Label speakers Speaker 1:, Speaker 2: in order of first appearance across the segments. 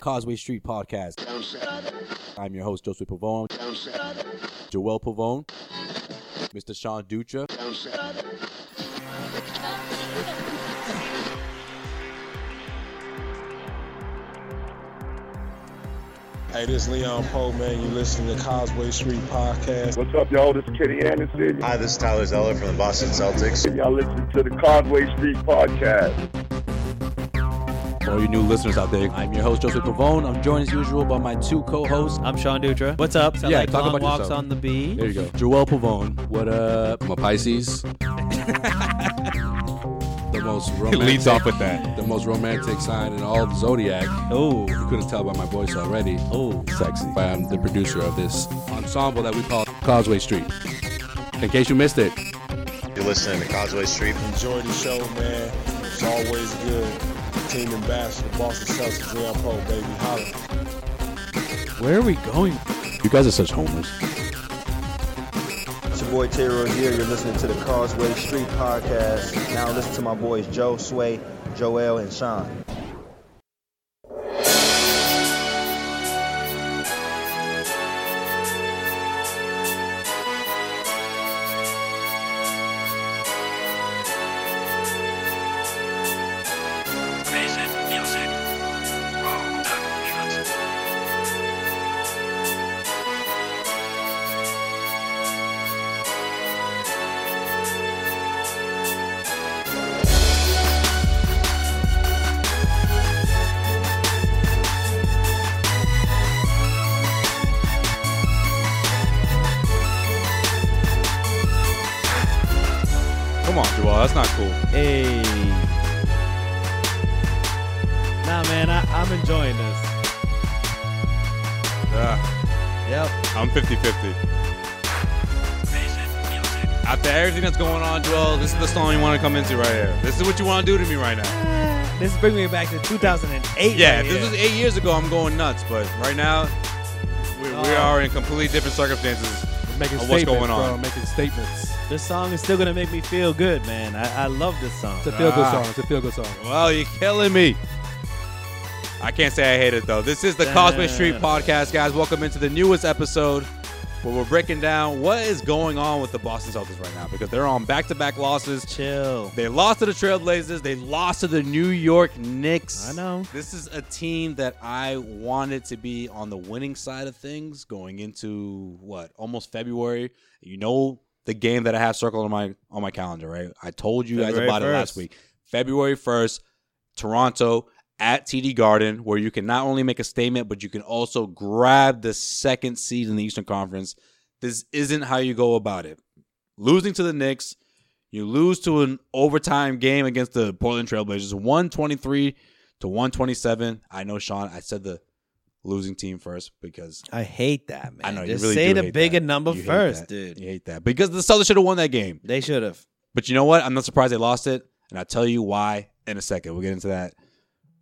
Speaker 1: Causeway Street Podcast. I'm your host, Joseph Pavone, Joel Pavone, Mr. Sean Dutra.
Speaker 2: Hey, this Leon Poe, man. You listening to Causeway Street Podcast.
Speaker 3: What's up, y'all? This is Kenny Anderson.
Speaker 4: Hi, this is Tyler Zeller from the Boston Celtics.
Speaker 3: Y'all listen to the Conway Street Podcast.
Speaker 1: For all you new listeners out there, I'm your host, Joseph Pavone. I'm joined as usual by my two co-hosts.
Speaker 5: I'm Sean Dutra. What's up? Sound
Speaker 1: Yeah,
Speaker 5: like
Speaker 1: talk
Speaker 5: Long
Speaker 1: about
Speaker 5: walks
Speaker 1: yourself.
Speaker 5: on the bee.
Speaker 1: There you go. Joel Pavone. What up?
Speaker 6: I'm a Pisces. The most romantic,
Speaker 7: leads off with that.
Speaker 6: the most romantic sign in all of zodiac.
Speaker 5: Oh,
Speaker 6: You couldn't tell by my voice already.
Speaker 5: oh,
Speaker 6: Sexy. But I'm the producer of this ensemble that we call Causeway Street. In case you missed it,
Speaker 4: You're listening to Causeway Street.
Speaker 2: Enjoy the show, man. It's always good. Team ambassador, Boston Celtics, Leon Poe, baby. Holla.
Speaker 5: where are we going?
Speaker 6: you guys are such homers.
Speaker 8: It's your boy Tay here. You're listening to the Causeway Street Podcast. Now listen to my boys Joe, Sway, Joel, and Sean.
Speaker 1: Come on, Joel. That's not cool.
Speaker 5: Hey. Nah, man, I, I'm enjoying this.
Speaker 7: Yeah,
Speaker 5: Yep.
Speaker 7: I'm 50 50. After everything that's going on, Joel, this is the song you want to come into right here. This is what you want to do to me right now.
Speaker 5: Ah, This is bringing me back to 2008.
Speaker 7: Yeah,
Speaker 5: right
Speaker 7: if this
Speaker 5: here.
Speaker 7: was eight years ago, I'm going nuts, but right now, we, we
Speaker 5: Oh.
Speaker 7: are in completely different circumstances.
Speaker 6: Making
Speaker 7: Of what's statements, going on. bro,
Speaker 6: Making statements.
Speaker 5: This song is still gonna make me feel good, man. I, I love this song.
Speaker 6: It's a
Speaker 7: feel-good
Speaker 6: feel-good
Speaker 7: Ah.
Speaker 6: song.
Speaker 7: song,
Speaker 6: It's a feel-good song.
Speaker 7: Well, you're killing me. I can't say I hate it though. This is the Cosmic Street Podcast, guys. Welcome into the newest episode where we're breaking down what is going on with the Boston Celtics right now because they're on back-to-back losses.
Speaker 5: Chill.
Speaker 7: They lost to the Trailblazers. They lost to the New York Knicks.
Speaker 5: I know.
Speaker 7: This is a team that I wanted to be on the winning side of things going into what almost February. You know the game that I have circled on my on my calendar, right? I told you guys
Speaker 5: February
Speaker 7: about it
Speaker 5: 1st.
Speaker 7: last week. February first, Toronto at TD Garden, where you can not only make a statement, but you can also grab the second seed in the Eastern Conference. This isn't how you go about it. Losing to the Knicks, you lose to an overtime game against the Portland Trailblazers, 123 to 127. I know, Sean, I said the losing team first because
Speaker 5: I hate that, man.
Speaker 7: I know
Speaker 5: Just
Speaker 7: you really
Speaker 5: say
Speaker 7: do
Speaker 5: the
Speaker 7: hate
Speaker 5: bigger
Speaker 7: that.
Speaker 5: number
Speaker 7: You hate
Speaker 5: first,
Speaker 7: that.
Speaker 5: dude.
Speaker 7: You hate that because the Celtics should have won that game.
Speaker 5: They should have.
Speaker 7: But you know what? I'm not surprised they lost it, and I'll tell you why in a second. We'll get into that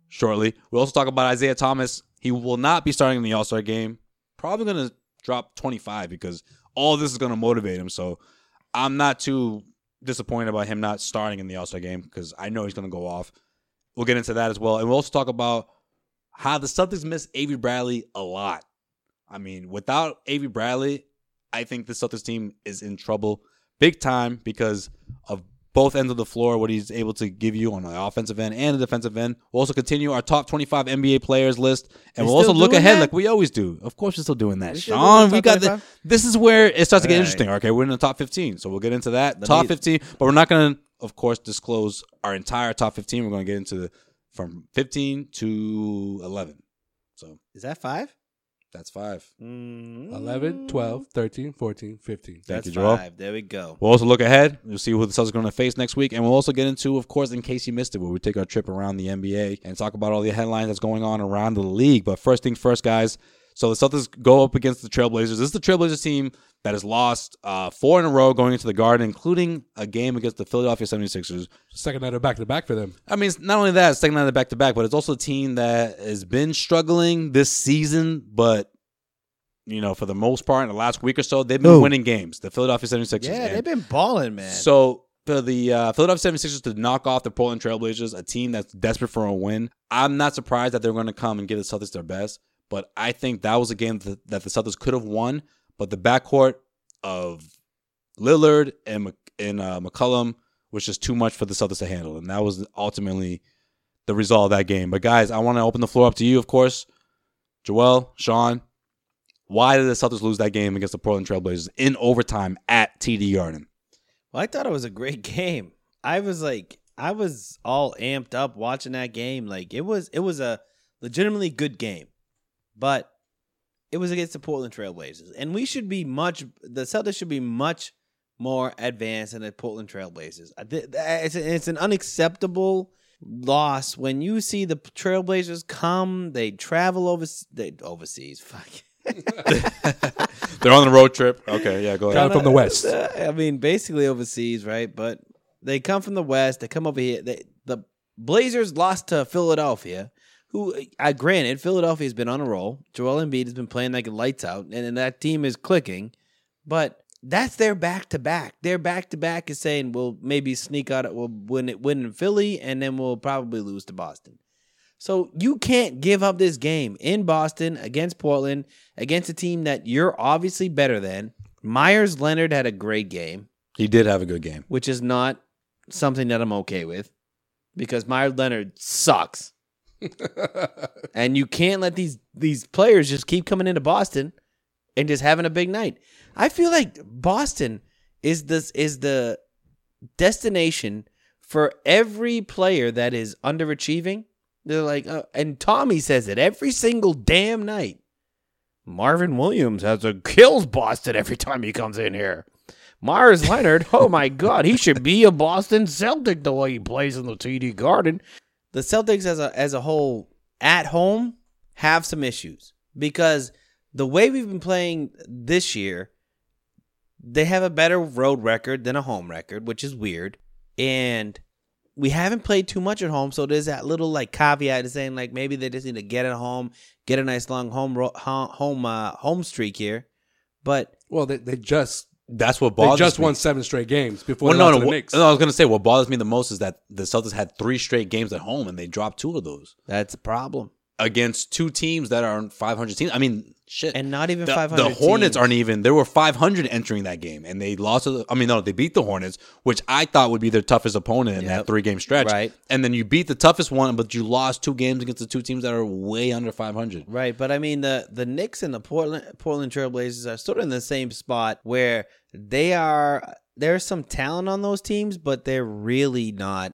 Speaker 7: shortly. We'll also talk about Isaiah Thomas. He will not be starting in the All Star game. Probably going to drop 25 because all this is going to motivate him. So I'm not too disappointed about him not starting in the All Star game because I know he's going to go off. We'll get into that as well. And we'll also talk about how the Celtics miss Avery Bradley a lot. I mean, without Avery Bradley, I think the Celtics team is in trouble big time because of both ends of the floor, what he's able to give you on the offensive end and the defensive end. We'll also continue our top 25 NBA players list, and
Speaker 5: We
Speaker 7: we'll also
Speaker 5: still
Speaker 7: look
Speaker 5: doing
Speaker 7: ahead
Speaker 5: that?
Speaker 7: like we always do. Of course, we're still doing that,
Speaker 5: We still
Speaker 7: Sean.
Speaker 5: doing
Speaker 7: We
Speaker 5: top
Speaker 7: got the,
Speaker 5: 25?
Speaker 7: this is where it starts to get
Speaker 5: All right.
Speaker 7: interesting. Okay, we're in the top 15, so we'll get into that
Speaker 5: Let
Speaker 7: top
Speaker 5: me-
Speaker 7: 15, but we're not going to, of course, disclose our entire top 15. We're going to get into the, from 15 to 11. So
Speaker 5: Is that five?
Speaker 7: that's five.
Speaker 5: Mm,
Speaker 6: 11, 12, 13, 14, 15.
Speaker 7: Thank
Speaker 5: That's
Speaker 7: you, Joel.
Speaker 5: five. There we go.
Speaker 7: We'll also look ahead. We'll see who the Celtics are going to face next week. And we'll also get into, of course, in case you missed it, where we take our trip around the NBA and talk about all the headlines that's going on around the league. But first thing first, guys. So the Celtics go up against the Trailblazers. This is the Trailblazers team that has lost uh, four in a row going into the Garden, including a game against the Philadelphia 76ers.
Speaker 6: Second night of back to back for them.
Speaker 7: I mean, it's not only that, it's second night of back to back, but it's also a team that has been struggling this season, but. You know, for the most part, in the last week or so, they've been
Speaker 5: Who?
Speaker 7: winning games. The Philadelphia 76ers.
Speaker 5: Yeah,
Speaker 7: And-
Speaker 5: they've been balling, man.
Speaker 7: so for the uh, Philadelphia 76ers to knock off the Portland Trailblazers, a team that's desperate for a win, I'm not surprised that they're going to come and give the Celtics their best. But I think that was a game that, that the Celtics could have won. But the backcourt of Lillard and Mc- and uh, McCollum was just too much for the Celtics to handle, and that was ultimately the result of that game. But guys, I want to open the floor up to you, of course, Joel, Sean. Why did the Celtics lose that game against the Portland Trailblazers in overtime at TD Garden?
Speaker 5: Well, I thought it was a great game. I was like, I was all amped up watching that game. Like it was, it was a legitimately good game, but it was against the Portland Trailblazers, and we should be much. The Celtics should be much more advanced than the Portland Trailblazers. I thi- It's it's an unacceptable loss when you see the Trailblazers come. They travel over they overseas. Fuck.
Speaker 7: They're on the road trip. Okay, yeah, go ahead.
Speaker 6: Coming from the West.
Speaker 5: Uh, I mean, basically overseas, right? But they come from the West. They come over here. They, the Blazers lost to Philadelphia, who, I granted, Philadelphia's been on a roll. Joel Embiid has been playing like lights out, and, and that team is clicking. But that's their back to back. Their back to back is saying we'll maybe sneak out. We'll win it, win in Philly, and then we'll probably lose to Boston. So you can't give up this game in Boston against Portland against a team that you're obviously better than. Myers Leonard had a great game,
Speaker 7: He did have a good game.
Speaker 5: which is not something that I'm okay with because Myers Leonard sucks. and you can't let these these players just keep coming into Boston and just having a big night. I feel like Boston is this is the destination for every player that is underachieving. They're like, uh, and Tommy says it every single damn night. Marvin Williams has a kills Boston every time he comes in here. Myers Leonard, oh my God, he should be a Boston Celtic the way he plays in the TD Garden. The Celtics as a as a whole at home have some issues because the way we've been playing this year, they have a better road record than a home record, which is weird. And we haven't played too much at home, so there's that little like caveat to saying like maybe they just need to get at home, get a nice long home ro- ho- home uh, home streak here. But
Speaker 6: Well, they, they just
Speaker 7: That's what
Speaker 6: they
Speaker 7: bothers
Speaker 6: just
Speaker 7: me.
Speaker 6: won seven straight games before
Speaker 7: Well,
Speaker 6: they
Speaker 7: no,
Speaker 6: lost
Speaker 7: no,
Speaker 6: to the
Speaker 7: wha-
Speaker 6: Knicks.
Speaker 7: no, I was gonna say what bothers me the most is that the Celtics had three straight games at home and they dropped two of those
Speaker 5: that's a problem.
Speaker 7: against two teams that are on 500 teams. I mean, shit.
Speaker 5: And not even
Speaker 7: the,
Speaker 5: 500
Speaker 7: The Hornets
Speaker 5: teams.
Speaker 7: aren't even. There were 500 entering that game, and they lost. To the, I mean, no, they beat the Hornets, which I thought would be their toughest opponent in that
Speaker 5: Yep.
Speaker 7: three game stretch.
Speaker 5: Right.
Speaker 7: And then you beat the toughest one, but you lost two games against the two teams that are way under 500.
Speaker 5: Right, but I mean the the Knicks and the Portland Portland Trailblazers are sort of in the same spot where they are there's some talent on those teams, but they're really not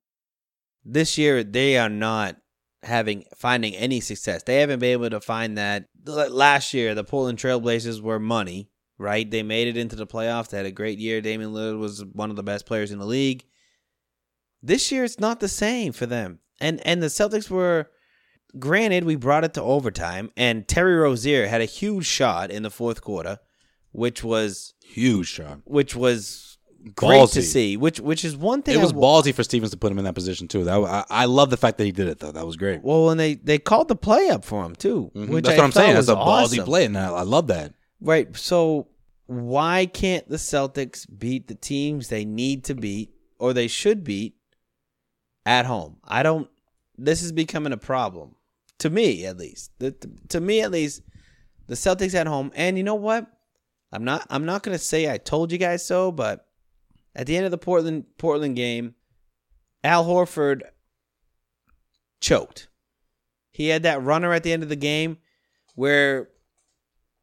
Speaker 5: this year they are not having finding any success. They haven't been able to find that L- last year the Portland Trailblazers were money, right? They made it into the playoffs. They had a great year. Damian Lillard was one of the best players in the league. This year it's not the same for them. And and the Celtics were granted we brought it to overtime and Terry Rozier had a huge shot in the fourth quarter, which was
Speaker 7: Huge shot.
Speaker 5: which was great to
Speaker 7: Ballsy.
Speaker 5: see. Which which is one thing
Speaker 7: It was
Speaker 5: I wa-
Speaker 7: ballsy for Stevens to put him in that position too. That I, I love the fact that he did it though. That was great.
Speaker 5: Well, and they they called the play up for him too,
Speaker 7: Mhm.
Speaker 5: which
Speaker 7: That's
Speaker 5: I
Speaker 7: what I'm saying.
Speaker 5: thought
Speaker 7: That's a
Speaker 5: was
Speaker 7: ballsy
Speaker 5: awesome.
Speaker 7: play, and I, I love that.
Speaker 5: right? So why can't the Celtics beat the teams they need to beat or they should beat at home? I don't. This is becoming a problem to me, at least. The, to me, at least, the Celtics at home. And you know what? I'm not. I'm not gonna say I told you guys so, but At the end of the Portland Portland game, Al Horford choked. He had that runner at the end of the game where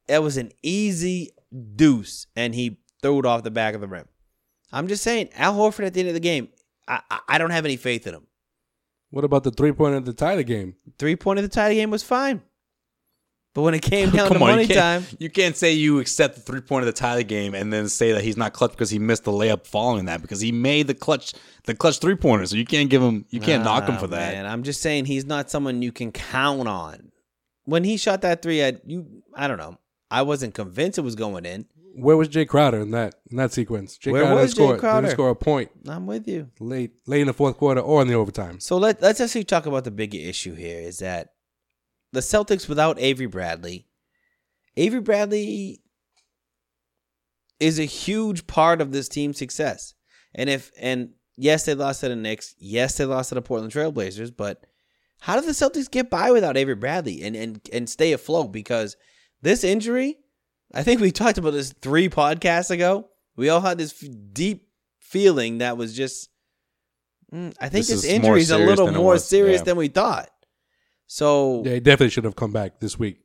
Speaker 5: that was an easy deuce and he threw it off the back of the rim. I'm just saying, Al Horford at the end of the game, I, I, I don't have any faith in him.
Speaker 6: What about the three pointer to tie the game?
Speaker 5: Three point of the tie game was fine. But when it came down to
Speaker 7: Come on,
Speaker 5: money
Speaker 7: you can't,
Speaker 5: time,
Speaker 7: You can't say you accept the three point of the tie the game and then say that he's not clutch because he missed the layup following that because he made the clutch the clutch three pointer. So you can't give him you can't knock him
Speaker 5: Ah,
Speaker 7: for that.
Speaker 5: Man, I'm just saying he's not someone you can count on. When he shot that three, I you I don't know. I wasn't convinced it was going in.
Speaker 6: Where was Jay Crowder in that in that sequence? Jay
Speaker 5: Where
Speaker 6: Crowder
Speaker 5: was Jay
Speaker 6: scored,
Speaker 5: Crowder?
Speaker 6: Didn't score a point
Speaker 5: I'm with you.
Speaker 6: late late in the fourth quarter or in the overtime.
Speaker 5: Um, So let let's actually talk about the bigger issue here is that the Celtics without Avery Bradley, Avery Bradley is a huge part of this team's success. And if and yes, they lost to the Knicks. Yes, they lost to the Portland Trailblazers, but how did the Celtics get by without Avery Bradley and and and stay afloat? Because this injury, I think we talked about this three podcasts ago. We all had this f- deep feeling that was just. Mm, I think
Speaker 7: This
Speaker 5: this,
Speaker 7: is more
Speaker 5: injury is a
Speaker 7: serious
Speaker 5: little
Speaker 7: than it
Speaker 5: more
Speaker 7: was,
Speaker 5: serious
Speaker 7: yeah.
Speaker 5: than we thought. So
Speaker 6: Yeah, he definitely should have come back this week.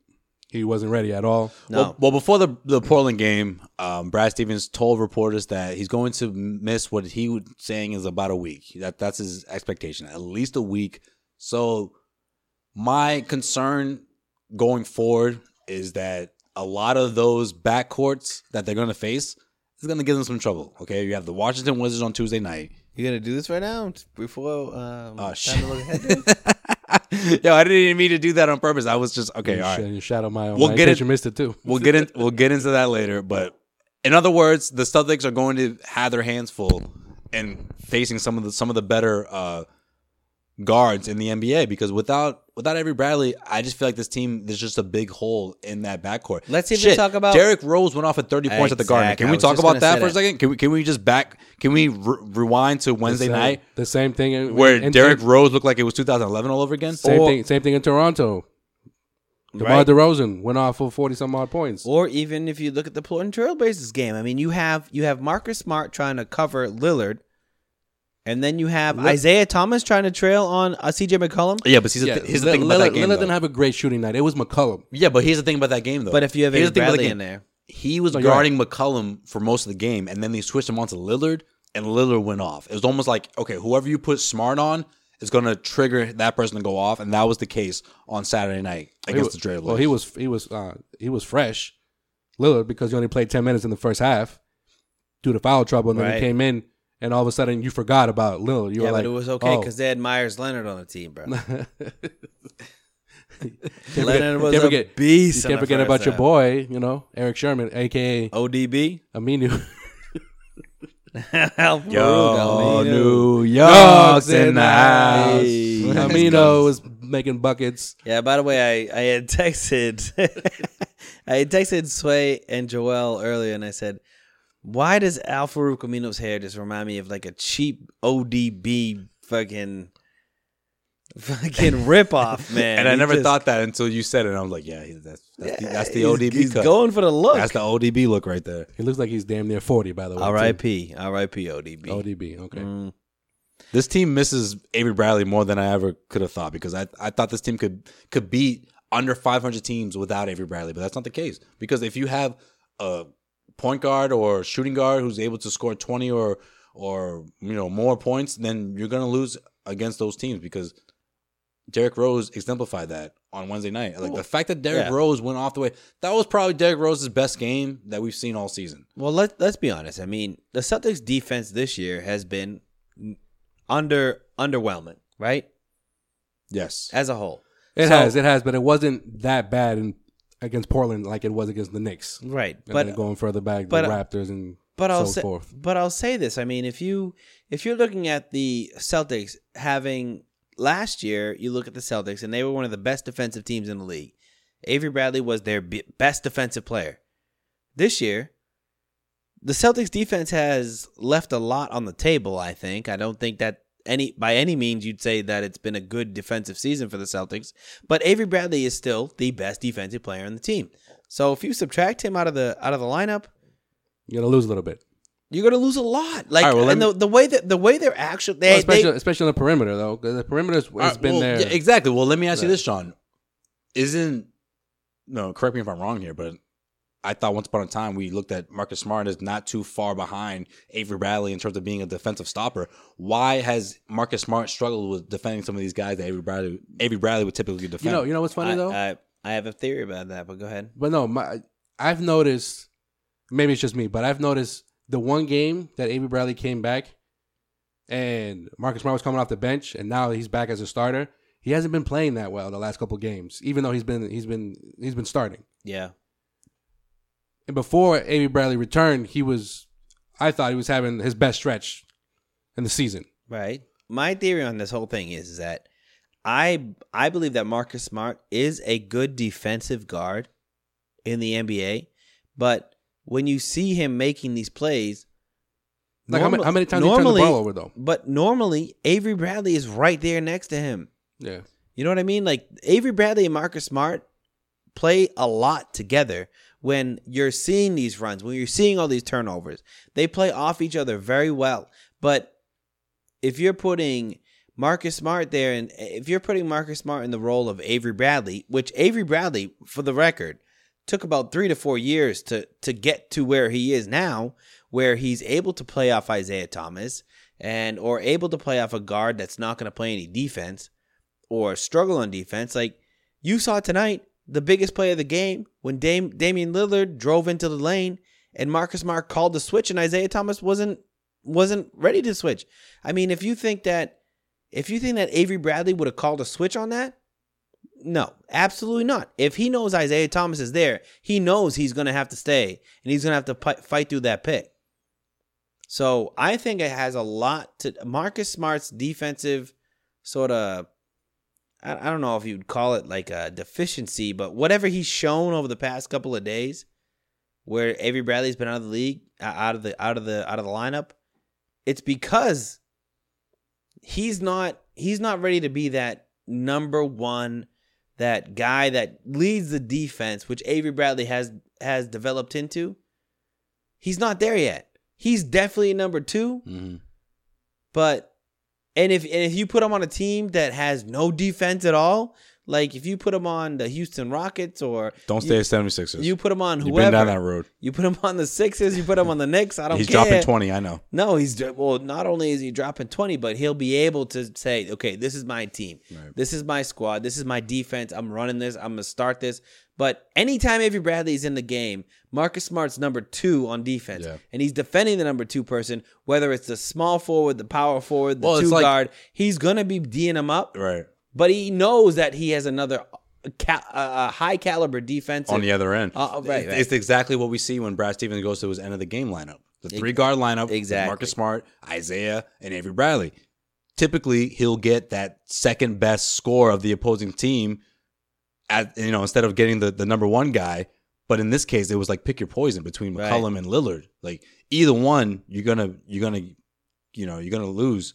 Speaker 6: He wasn't ready at all.
Speaker 5: no,
Speaker 7: Well, well, before the the Portland game, um, Brad Stevens told reporters that he's going to miss what he was saying is about a week. That that's his expectation, at least a week. So my concern going forward is that a lot of those backcourts that they're going to face is going to give them some trouble. Okay, you have the Washington Wizards on Tuesday night.
Speaker 5: you're gonna do this right now before. Um,
Speaker 7: Oh
Speaker 5: time
Speaker 7: shit!
Speaker 5: to look ahead?
Speaker 7: Yo, I didn't even mean to do that on purpose. I was just okay.
Speaker 6: you
Speaker 7: All right.
Speaker 6: sh- you shot on my own.
Speaker 7: We'll
Speaker 6: I
Speaker 7: get
Speaker 6: guess
Speaker 7: it-
Speaker 6: You missed it too.
Speaker 7: we'll get in we'll get into that later. But in other words, the Celtics are going to have their hands full in facing some of the some of the better uh, guards in the NBA because without without Avery Bradley, I just feel like this team there's just a big hole in that backcourt.
Speaker 5: Let's see if they
Speaker 7: Shit,
Speaker 5: talk about-
Speaker 7: Derrick Rose went off at 30 points at the Garden.
Speaker 5: Exact-
Speaker 7: Can
Speaker 5: I
Speaker 7: we
Speaker 5: was
Speaker 7: talk
Speaker 5: just
Speaker 7: about
Speaker 5: gonna say
Speaker 7: that for a
Speaker 5: that.
Speaker 7: second? Can we can we just back can we re- rewind to Wednesday
Speaker 6: The same-
Speaker 7: night
Speaker 6: the same thing in-
Speaker 7: where
Speaker 6: in-
Speaker 7: Derrick Rose looked like it was 2011 all over again?
Speaker 6: Same
Speaker 7: Or-
Speaker 6: thing. Same thing in Toronto. DeMar
Speaker 5: Right.
Speaker 6: DeRozan went off for forty some odd points.
Speaker 7: Oh,
Speaker 5: Or even if you look at the Portland Trailblazers game, I mean, you have you have Marcus Smart trying to cover Lillard, and then you have
Speaker 6: Lill-
Speaker 5: Isaiah Thomas trying to trail on uh, C.J. McCollum.
Speaker 7: Yeah, but he's the, thi- here's the thing about that
Speaker 6: Lillard-
Speaker 7: game.
Speaker 6: Lillard
Speaker 7: though.
Speaker 6: didn't have a great shooting night. It was McCollum.
Speaker 7: yeah, but here's the thing about that game though.
Speaker 5: But if you have
Speaker 7: Here's
Speaker 5: Avery
Speaker 7: the thing about that
Speaker 5: Bradley
Speaker 7: game.
Speaker 5: in there,
Speaker 7: he was
Speaker 6: No, you're
Speaker 7: guarding McCullum for most of the game, and then they switched him onto Lillard, and Lillard went off. It was almost like, okay, whoever you put Smart on is going to trigger that person to go off, and that was the case on Saturday night against the Trailblazers.
Speaker 6: Well, he was he was uh, he was fresh, Lillard, because he only played ten minutes in the first half due to foul trouble, and then
Speaker 5: Right.
Speaker 6: he came in, and all of a sudden you forgot about Lillard. You
Speaker 5: yeah,
Speaker 6: were like,
Speaker 5: but it was okay
Speaker 6: oh.
Speaker 5: because they had Myers Leonard on the team, bro.
Speaker 6: Can't
Speaker 5: Leonard was
Speaker 6: can't
Speaker 5: a
Speaker 6: forget-
Speaker 5: beast.
Speaker 6: You
Speaker 5: in
Speaker 6: can't
Speaker 5: the
Speaker 6: forget
Speaker 5: first
Speaker 6: about your
Speaker 5: half.
Speaker 6: boy, you know, Eric Sherman, aka
Speaker 5: ODB.
Speaker 6: Aminu.
Speaker 5: Al
Speaker 7: Yo,
Speaker 5: Farouk Aminu.
Speaker 7: New
Speaker 6: Dogs
Speaker 7: York's in the house.
Speaker 6: Amino was making buckets.
Speaker 5: Yeah, by the way, I, I had texted I had texted Sway and Joel earlier and I said, Why does Al Farouk Amino's hair just remind me of like a cheap ODB fucking fucking ripoff, man?
Speaker 7: And I
Speaker 5: He
Speaker 7: never
Speaker 5: just-
Speaker 7: thought that until you said it. and I was like, yeah, he- that's that's the, that's the
Speaker 5: he's-
Speaker 7: ODB
Speaker 5: He's
Speaker 7: cut.
Speaker 5: going for the look.
Speaker 7: That's the ODB look right there.
Speaker 6: He looks like he's damn near forty, by the way. too.
Speaker 5: R.I.P. R.I.P. ODB.
Speaker 6: ODB. Okay.
Speaker 5: Mm.
Speaker 7: This team misses Avery Bradley more than I ever could have thought because I, I thought this team could could beat under 500 teams without Avery Bradley, but that's not the case because if you have a point guard or shooting guard who's able to score 20 or or you know more points, then you're gonna lose against those teams because Derrick Rose exemplified that on Wednesday night. Like the fact that Derrick
Speaker 5: Yeah.
Speaker 7: Rose went off the way, that was probably Derrick Rose's best game that we've seen all season.
Speaker 5: Well, let let's be honest. I mean, the Celtics defense this year has been under underwhelming, right?
Speaker 7: Yes,
Speaker 5: As a whole.
Speaker 6: It
Speaker 5: So-
Speaker 6: has, it has, but it wasn't that bad in, against Portland like it was against the Knicks. And
Speaker 5: Right.
Speaker 6: but
Speaker 5: But
Speaker 6: then going further back,
Speaker 5: but-
Speaker 7: uh,
Speaker 6: the Raptors and
Speaker 5: but
Speaker 6: so
Speaker 5: I'll say,
Speaker 6: forth.
Speaker 5: but I'll say this. I mean, if you if you're looking at the Celtics having last year, you look at the Celtics and they were one of the best defensive teams in the league. Avery Bradley was their be- best defensive player. This year, the Celtics defense has left a lot on the table, I think. I don't think that any by any means you'd say that it's been a good defensive season for the Celtics, but Avery Bradley is still the best defensive player on the team. So if you subtract him out of the out of the lineup,
Speaker 6: You're gonna lose a little bit.
Speaker 5: You're gonna lose a lot. Like
Speaker 7: All right, well, let
Speaker 5: and
Speaker 7: me-
Speaker 5: the, the way that the way they're actually they,
Speaker 6: Well, especially,
Speaker 5: they
Speaker 6: especially on the perimeter though, 'cause the perimeter has
Speaker 7: All right,
Speaker 6: been
Speaker 7: well,
Speaker 6: there.
Speaker 7: yeah, exactly. Well, let me ask you
Speaker 6: Right.
Speaker 7: this, Sean. Isn't no? Correct me if I'm wrong here, but I thought once upon a time we looked at Marcus Smart as not too far behind Avery Bradley in terms of being a defensive stopper. Why has Marcus Smart struggled with defending some of these guys that Avery Bradley Avery Bradley would typically defend?
Speaker 6: you know, you know what's funny
Speaker 5: I,
Speaker 6: though.
Speaker 5: I, I have a theory about that, but go ahead.
Speaker 6: But no, my I've noticed. Maybe it's just me, but I've noticed the one game that Avery Bradley came back, and Marcus Smart was coming off the bench, and now he's back as a starter. He hasn't been playing that well the last couple games, even though he's been he's been he's been starting.
Speaker 5: Yeah.
Speaker 6: And before Avery Bradley returned, he was I thought he was having his best stretch in the season.
Speaker 5: Right. My theory on this whole thing is that I I believe that Marcus Smart is a good defensive guard in the NBA, but when you see him making these plays,
Speaker 6: Like how, many,
Speaker 5: norma-
Speaker 6: how many times did he turned the ball over though?
Speaker 5: But normally Avery Bradley is right there next to him.
Speaker 6: Yeah,
Speaker 5: You know what I mean? Like Avery Bradley and Marcus Smart play a lot together when you're seeing these runs, when you're seeing all these turnovers. They play off each other very well. But if you're putting Marcus Smart there and eh, if you're putting Marcus Smart in the role of Avery Bradley, which Avery Bradley, for the record, took about three to four years to to get to where he is now, where he's able to play off Isaiah Thomas and or able to play off a guard that's not going to play any defense or struggle on defense. Like you saw tonight, the biggest play of the game when Dame, Damian Lillard drove into the lane and Marcus Smart called the switch and Isaiah Thomas wasn't wasn't ready to switch. I mean, if you think that if you think that Avery Bradley would have called a switch on that, no, absolutely not. If he knows Isaiah Thomas is there, he knows he's going to have to stay and he's going to have to pi- fight through that pick. So I think it has a lot to Marcus Smart's defensive sort of. I, I don't know if you'd call it like a deficiency, but whatever he's shown over the past couple of days, where Avery Bradley's been out of the league, uh, out of the out of the out of the lineup, it's because he's not he's not ready to be that number one, that guy that leads the defense, which Avery Bradley has has developed into. He's not there yet. He's definitely number two,
Speaker 7: Mhm.
Speaker 5: but and if and if you put him on a team that has no defense at all, like if you put him on the Houston Rockets or
Speaker 7: don't
Speaker 5: you-
Speaker 7: stay at 76ers.
Speaker 5: you put him on
Speaker 7: You've been down
Speaker 5: whoever.
Speaker 7: that road.
Speaker 5: You put him on the Sixers. You put him on the Knicks. I don't
Speaker 7: He's
Speaker 5: care.
Speaker 7: dropping 20. I know.
Speaker 5: No, he's well. Not only is he dropping twenty, but he'll be able to say, "Okay, this is my team.
Speaker 7: Right.
Speaker 5: This is my squad. This is my defense. I'm running this. I'm gonna start this." But anytime Avery Bradley's in the game, Marcus Smart's number two on defense,
Speaker 7: Yeah.
Speaker 5: and he's defending the number two person, whether it's the small forward, the power forward, the
Speaker 7: Well, it's
Speaker 5: two
Speaker 7: like-
Speaker 5: guard. He's gonna be d'ing him up,
Speaker 7: Right.
Speaker 5: but he knows that he has another ca- uh, high caliber defense
Speaker 7: on the other end.
Speaker 5: Uh, uh, right,
Speaker 7: It's-
Speaker 5: right.
Speaker 7: It's exactly what we see when Brad Stevens goes to his end of the game lineup. The three guard lineup, with
Speaker 5: exactly.
Speaker 7: Marcus Smart, Isaiah, and Avery Bradley. Typically, he'll get that second best score of the opposing team at you know, instead of getting the, the number one guy. But in this case, it was like pick your poison between
Speaker 5: Right.
Speaker 7: McCollum and Lillard. Like either one, you're gonna you're gonna you know, you're gonna lose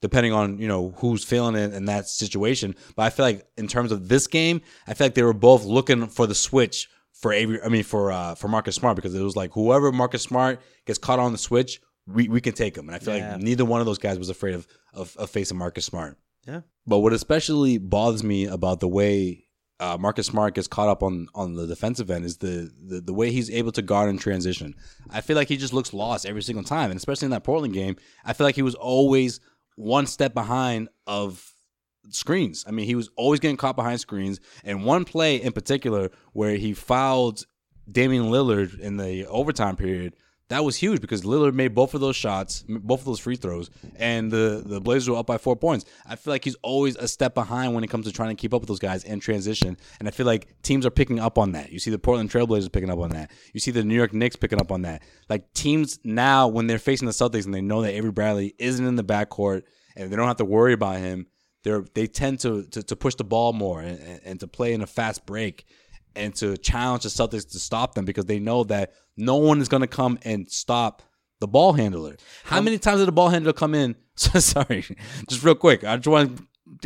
Speaker 7: depending on you know who's feeling it in that situation. But I feel like in terms of this game, I feel like they were both looking for the switch for Avery. I mean for uh, for Marcus Smart because it was like whoever Marcus Smart gets caught on the switch, we, we can take him. And I feel
Speaker 5: Yeah.
Speaker 7: like neither one of those guys was afraid of, of of facing Marcus Smart.
Speaker 5: Yeah.
Speaker 7: But what especially bothers me about the way uh, Marcus Smart gets caught up on on the defensive end is the, the the way he's able to guard in transition. I feel like he just looks lost every single time, and especially in that Portland game, I feel like he was always one step behind of screens. I mean, he was always getting caught behind screens. And one play in particular where he fouled Damian Lillard in the overtime period, that was huge because Lillard made both of those shots, m- both of those free throws, and the the Blazers were up by four points. I feel like he's always a step behind when it comes to trying to keep up with those guys in transition, and I feel like teams are picking up on that. You see the Portland Trailblazers picking up on that. You see the New York Knicks picking up on that. Like teams now, when they're facing the Celtics and they know that Avery Bradley isn't in the backcourt and they don't have to worry about him, they're they tend to to, to push the ball more and, and, and to play in a fast break and to challenge the Celtics to stop them because they know that no one is going to come and stop the ball handler. How many times did the ball handler come in? So, sorry, just real quick. I just want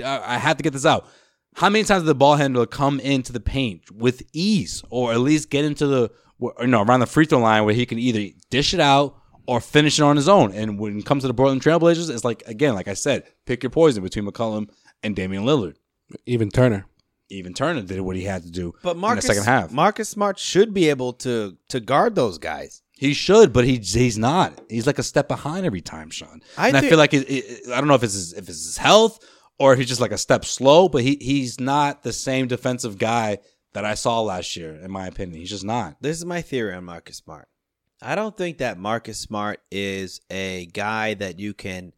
Speaker 7: I I have to get this out. How many times did the ball handler come into the paint with ease, or at least get into the or, you know around the free throw line where he can either dish it out or finishing on his own. And when it comes to the Portland Trailblazers, it's like again, like I said, pick your poison between McCollum and Damian Lillard.
Speaker 6: Even Turner.
Speaker 7: Even Turner did what he had to do
Speaker 5: But Marcus,
Speaker 7: in the second half.
Speaker 5: Marcus Smart should be able to to guard those guys.
Speaker 7: He should, but he he's not. He's like a step behind every time, Sean.
Speaker 5: I
Speaker 7: and I
Speaker 5: thi-
Speaker 7: feel like it, it, I don't know if it's his, if it's his health or if he's just like a step slow. But he he's not the same defensive guy that I saw last year, in my opinion. He's just not.
Speaker 5: This is my theory on Marcus Smart. I don't think that Marcus Smart is a guy that you can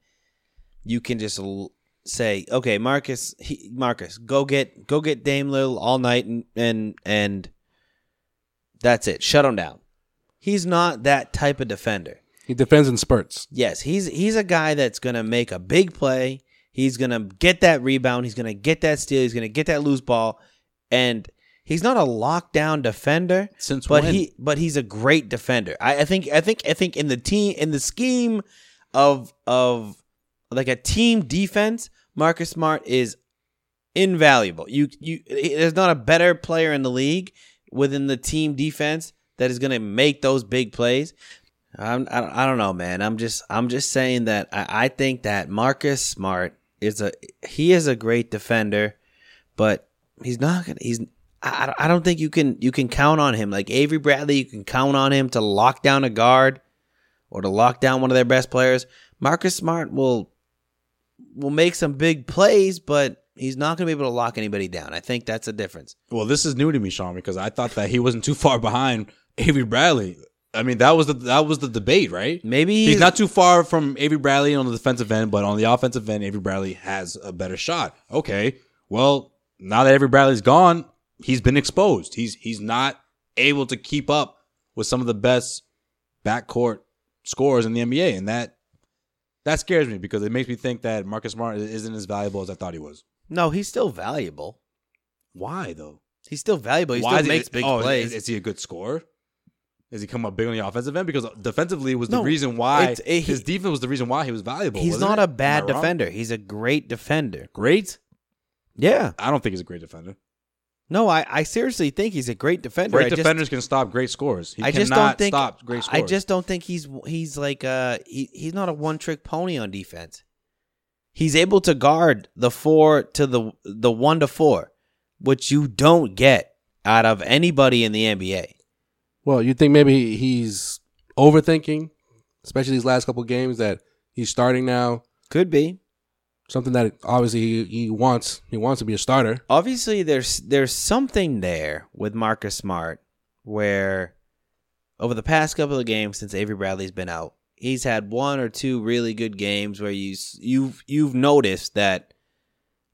Speaker 5: you can just l- say, okay, Marcus, he, Marcus, go get go get Dame Lil all night and and and that's it. Shut him down. He's not that type of defender.
Speaker 6: He defends in spurts.
Speaker 5: Yes, he's he's a guy that's gonna make a big play. He's gonna get that rebound. He's gonna get that steal. He's gonna get that loose ball, and he's not a lockdown defender.
Speaker 7: Since
Speaker 5: but
Speaker 7: when?
Speaker 5: he but he's a great defender. I, I think I think I think in the team in the scheme of of like a team defense, Marcus Smart is invaluable. You you there's not a better player in the league within the team defense that is going to make those big plays. I'm, I don't- I don't know, man. I'm just I'm just saying that I, I think that Marcus Smart is a he is a great defender, but he's not gonna he's I, I I don't think you can you can count on him like Avery Bradley. You can count on him to lock down a guard or to lock down one of their best players. Marcus Smart will will make some big plays, but he's not going to be able to lock anybody down. I think that's a difference.
Speaker 7: Well, this is new to me, Sean, because I thought that he wasn't too far behind Avery Bradley. I mean, that was the that was the debate, right?
Speaker 5: Maybe
Speaker 7: He's,
Speaker 5: he's-
Speaker 7: not too far from Avery Bradley on the defensive end, but on the offensive end, Avery Bradley has a better shot. Okay, well, now that Avery Bradley's gone, he's been exposed. He's he's not able to keep up with some of the best backcourt scores in the NBA, and that that scares me because it makes me think that Marcus Smart isn't as valuable as I thought he was.
Speaker 5: No, he's still valuable.
Speaker 7: Why though?
Speaker 5: He's still valuable. He
Speaker 7: Why
Speaker 5: still
Speaker 7: did-
Speaker 5: makes big
Speaker 7: oh,
Speaker 5: plays.
Speaker 7: Is, is he a good scorer? Is he come up big on the offensive end? Because defensively was the
Speaker 5: No,
Speaker 7: reason why
Speaker 5: it's- it- he-
Speaker 7: his defense was the reason why he was valuable.
Speaker 5: he's
Speaker 7: wasn't
Speaker 5: not
Speaker 7: it?
Speaker 5: a bad
Speaker 7: Am I wrong?
Speaker 5: defender. He's a great defender.
Speaker 7: Great?
Speaker 5: Yeah.
Speaker 7: I don't think he's a great defender.
Speaker 5: No, I, I seriously think he's a great defender.
Speaker 7: Great
Speaker 5: I just-
Speaker 7: defenders can stop great scores. He
Speaker 5: I just
Speaker 7: cannot
Speaker 5: don't think
Speaker 7: stop great
Speaker 5: I
Speaker 7: scores.
Speaker 5: just don't think he's he's like uh he, he's not a one trick pony on defense. He's able to guard the four to the the one to four, which you don't get out of anybody in the NBA.
Speaker 6: Well, you think maybe he's overthinking, especially these last couple games that he's starting now.
Speaker 5: Could be.
Speaker 6: Something that obviously he, he wants. He wants to be a starter.
Speaker 5: Obviously, there's there's something there with Marcus Smart where over the past couple of games since Avery Bradley's been out, he's had one or two really good games where you s- you've you've noticed that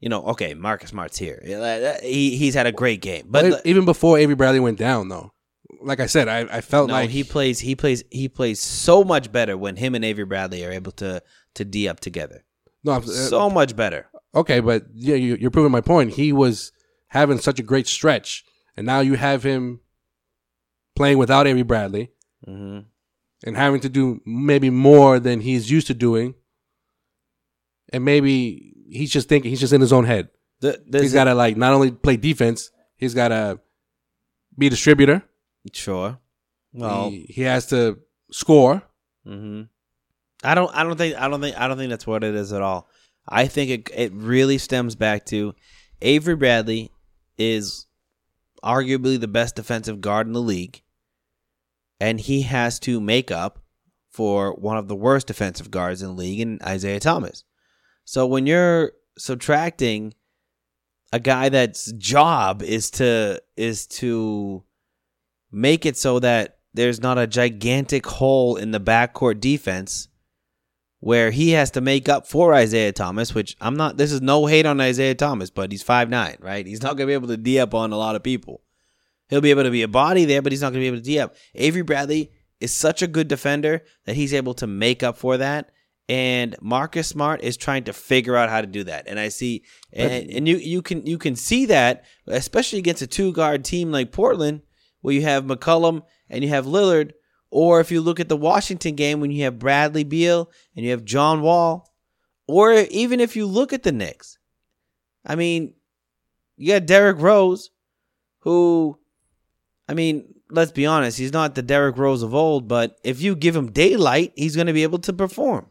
Speaker 5: you know okay Marcus Smart's here. Yeah, that- that- He he's had a great game, but
Speaker 6: But
Speaker 5: the-
Speaker 6: even before Avery Bradley went down, though, like I said, I, I felt
Speaker 5: no,
Speaker 6: like
Speaker 5: he plays he plays he plays so much better when him and Avery Bradley are able to to d up together.
Speaker 6: no, I'm- uh,
Speaker 5: So much better.
Speaker 6: okay, but yeah, you, you're proving my point. He was having such a great stretch, and now you have him playing without Avery Bradley
Speaker 5: hmm
Speaker 6: and having to do maybe more than he's used to doing, and maybe he's just thinking he's just in his own head.
Speaker 5: The,
Speaker 6: he's got to like not only play defense, he's got to be a distributor.
Speaker 5: sure. Well,
Speaker 6: he, he has to score.
Speaker 5: Mm-hmm. I don't. I don't think. I don't think. I don't think that's what it is at all. I think it. It really stems back to Avery Bradley is arguably the best defensive guard in the league, and he has to make up for one of the worst defensive guards in the league in Isaiah Thomas. So when you're subtracting a guy that's job is to is to make it so that there's not a gigantic hole in the backcourt defense where he has to make up for Isaiah Thomas, which I'm not this is no hate on Isaiah Thomas, but he's 5'9, right? He's not gonna be able to D up on a lot of people. He'll be able to be a body there, but he's not gonna be able to D up. Avery Bradley is such a good defender that he's able to make up for that. And Marcus Smart is trying to figure out how to do that. And I see and, and you you can you can see that, especially against a two guard team like Portland, where you have McCullum and you have Lillard, or if you look at the Washington game when you have Bradley Beal and you have John Wall, or even if you look at the Knicks, I mean, you got Derrick Rose, who, I mean, let's be honest, he's not the Derrick Rose of old, but if you give him daylight, he's going to be able to perform.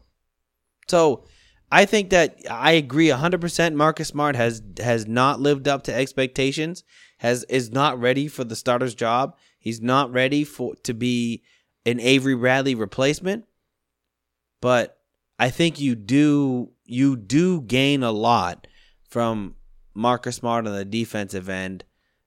Speaker 5: So I think that I agree 100% Marcus Smart has has not lived up to expectations, has is not ready for the starter's job. He's not ready for to be an Avery Bradley replacement. But I think you do you do gain a lot from Marcus Smart on the defensive end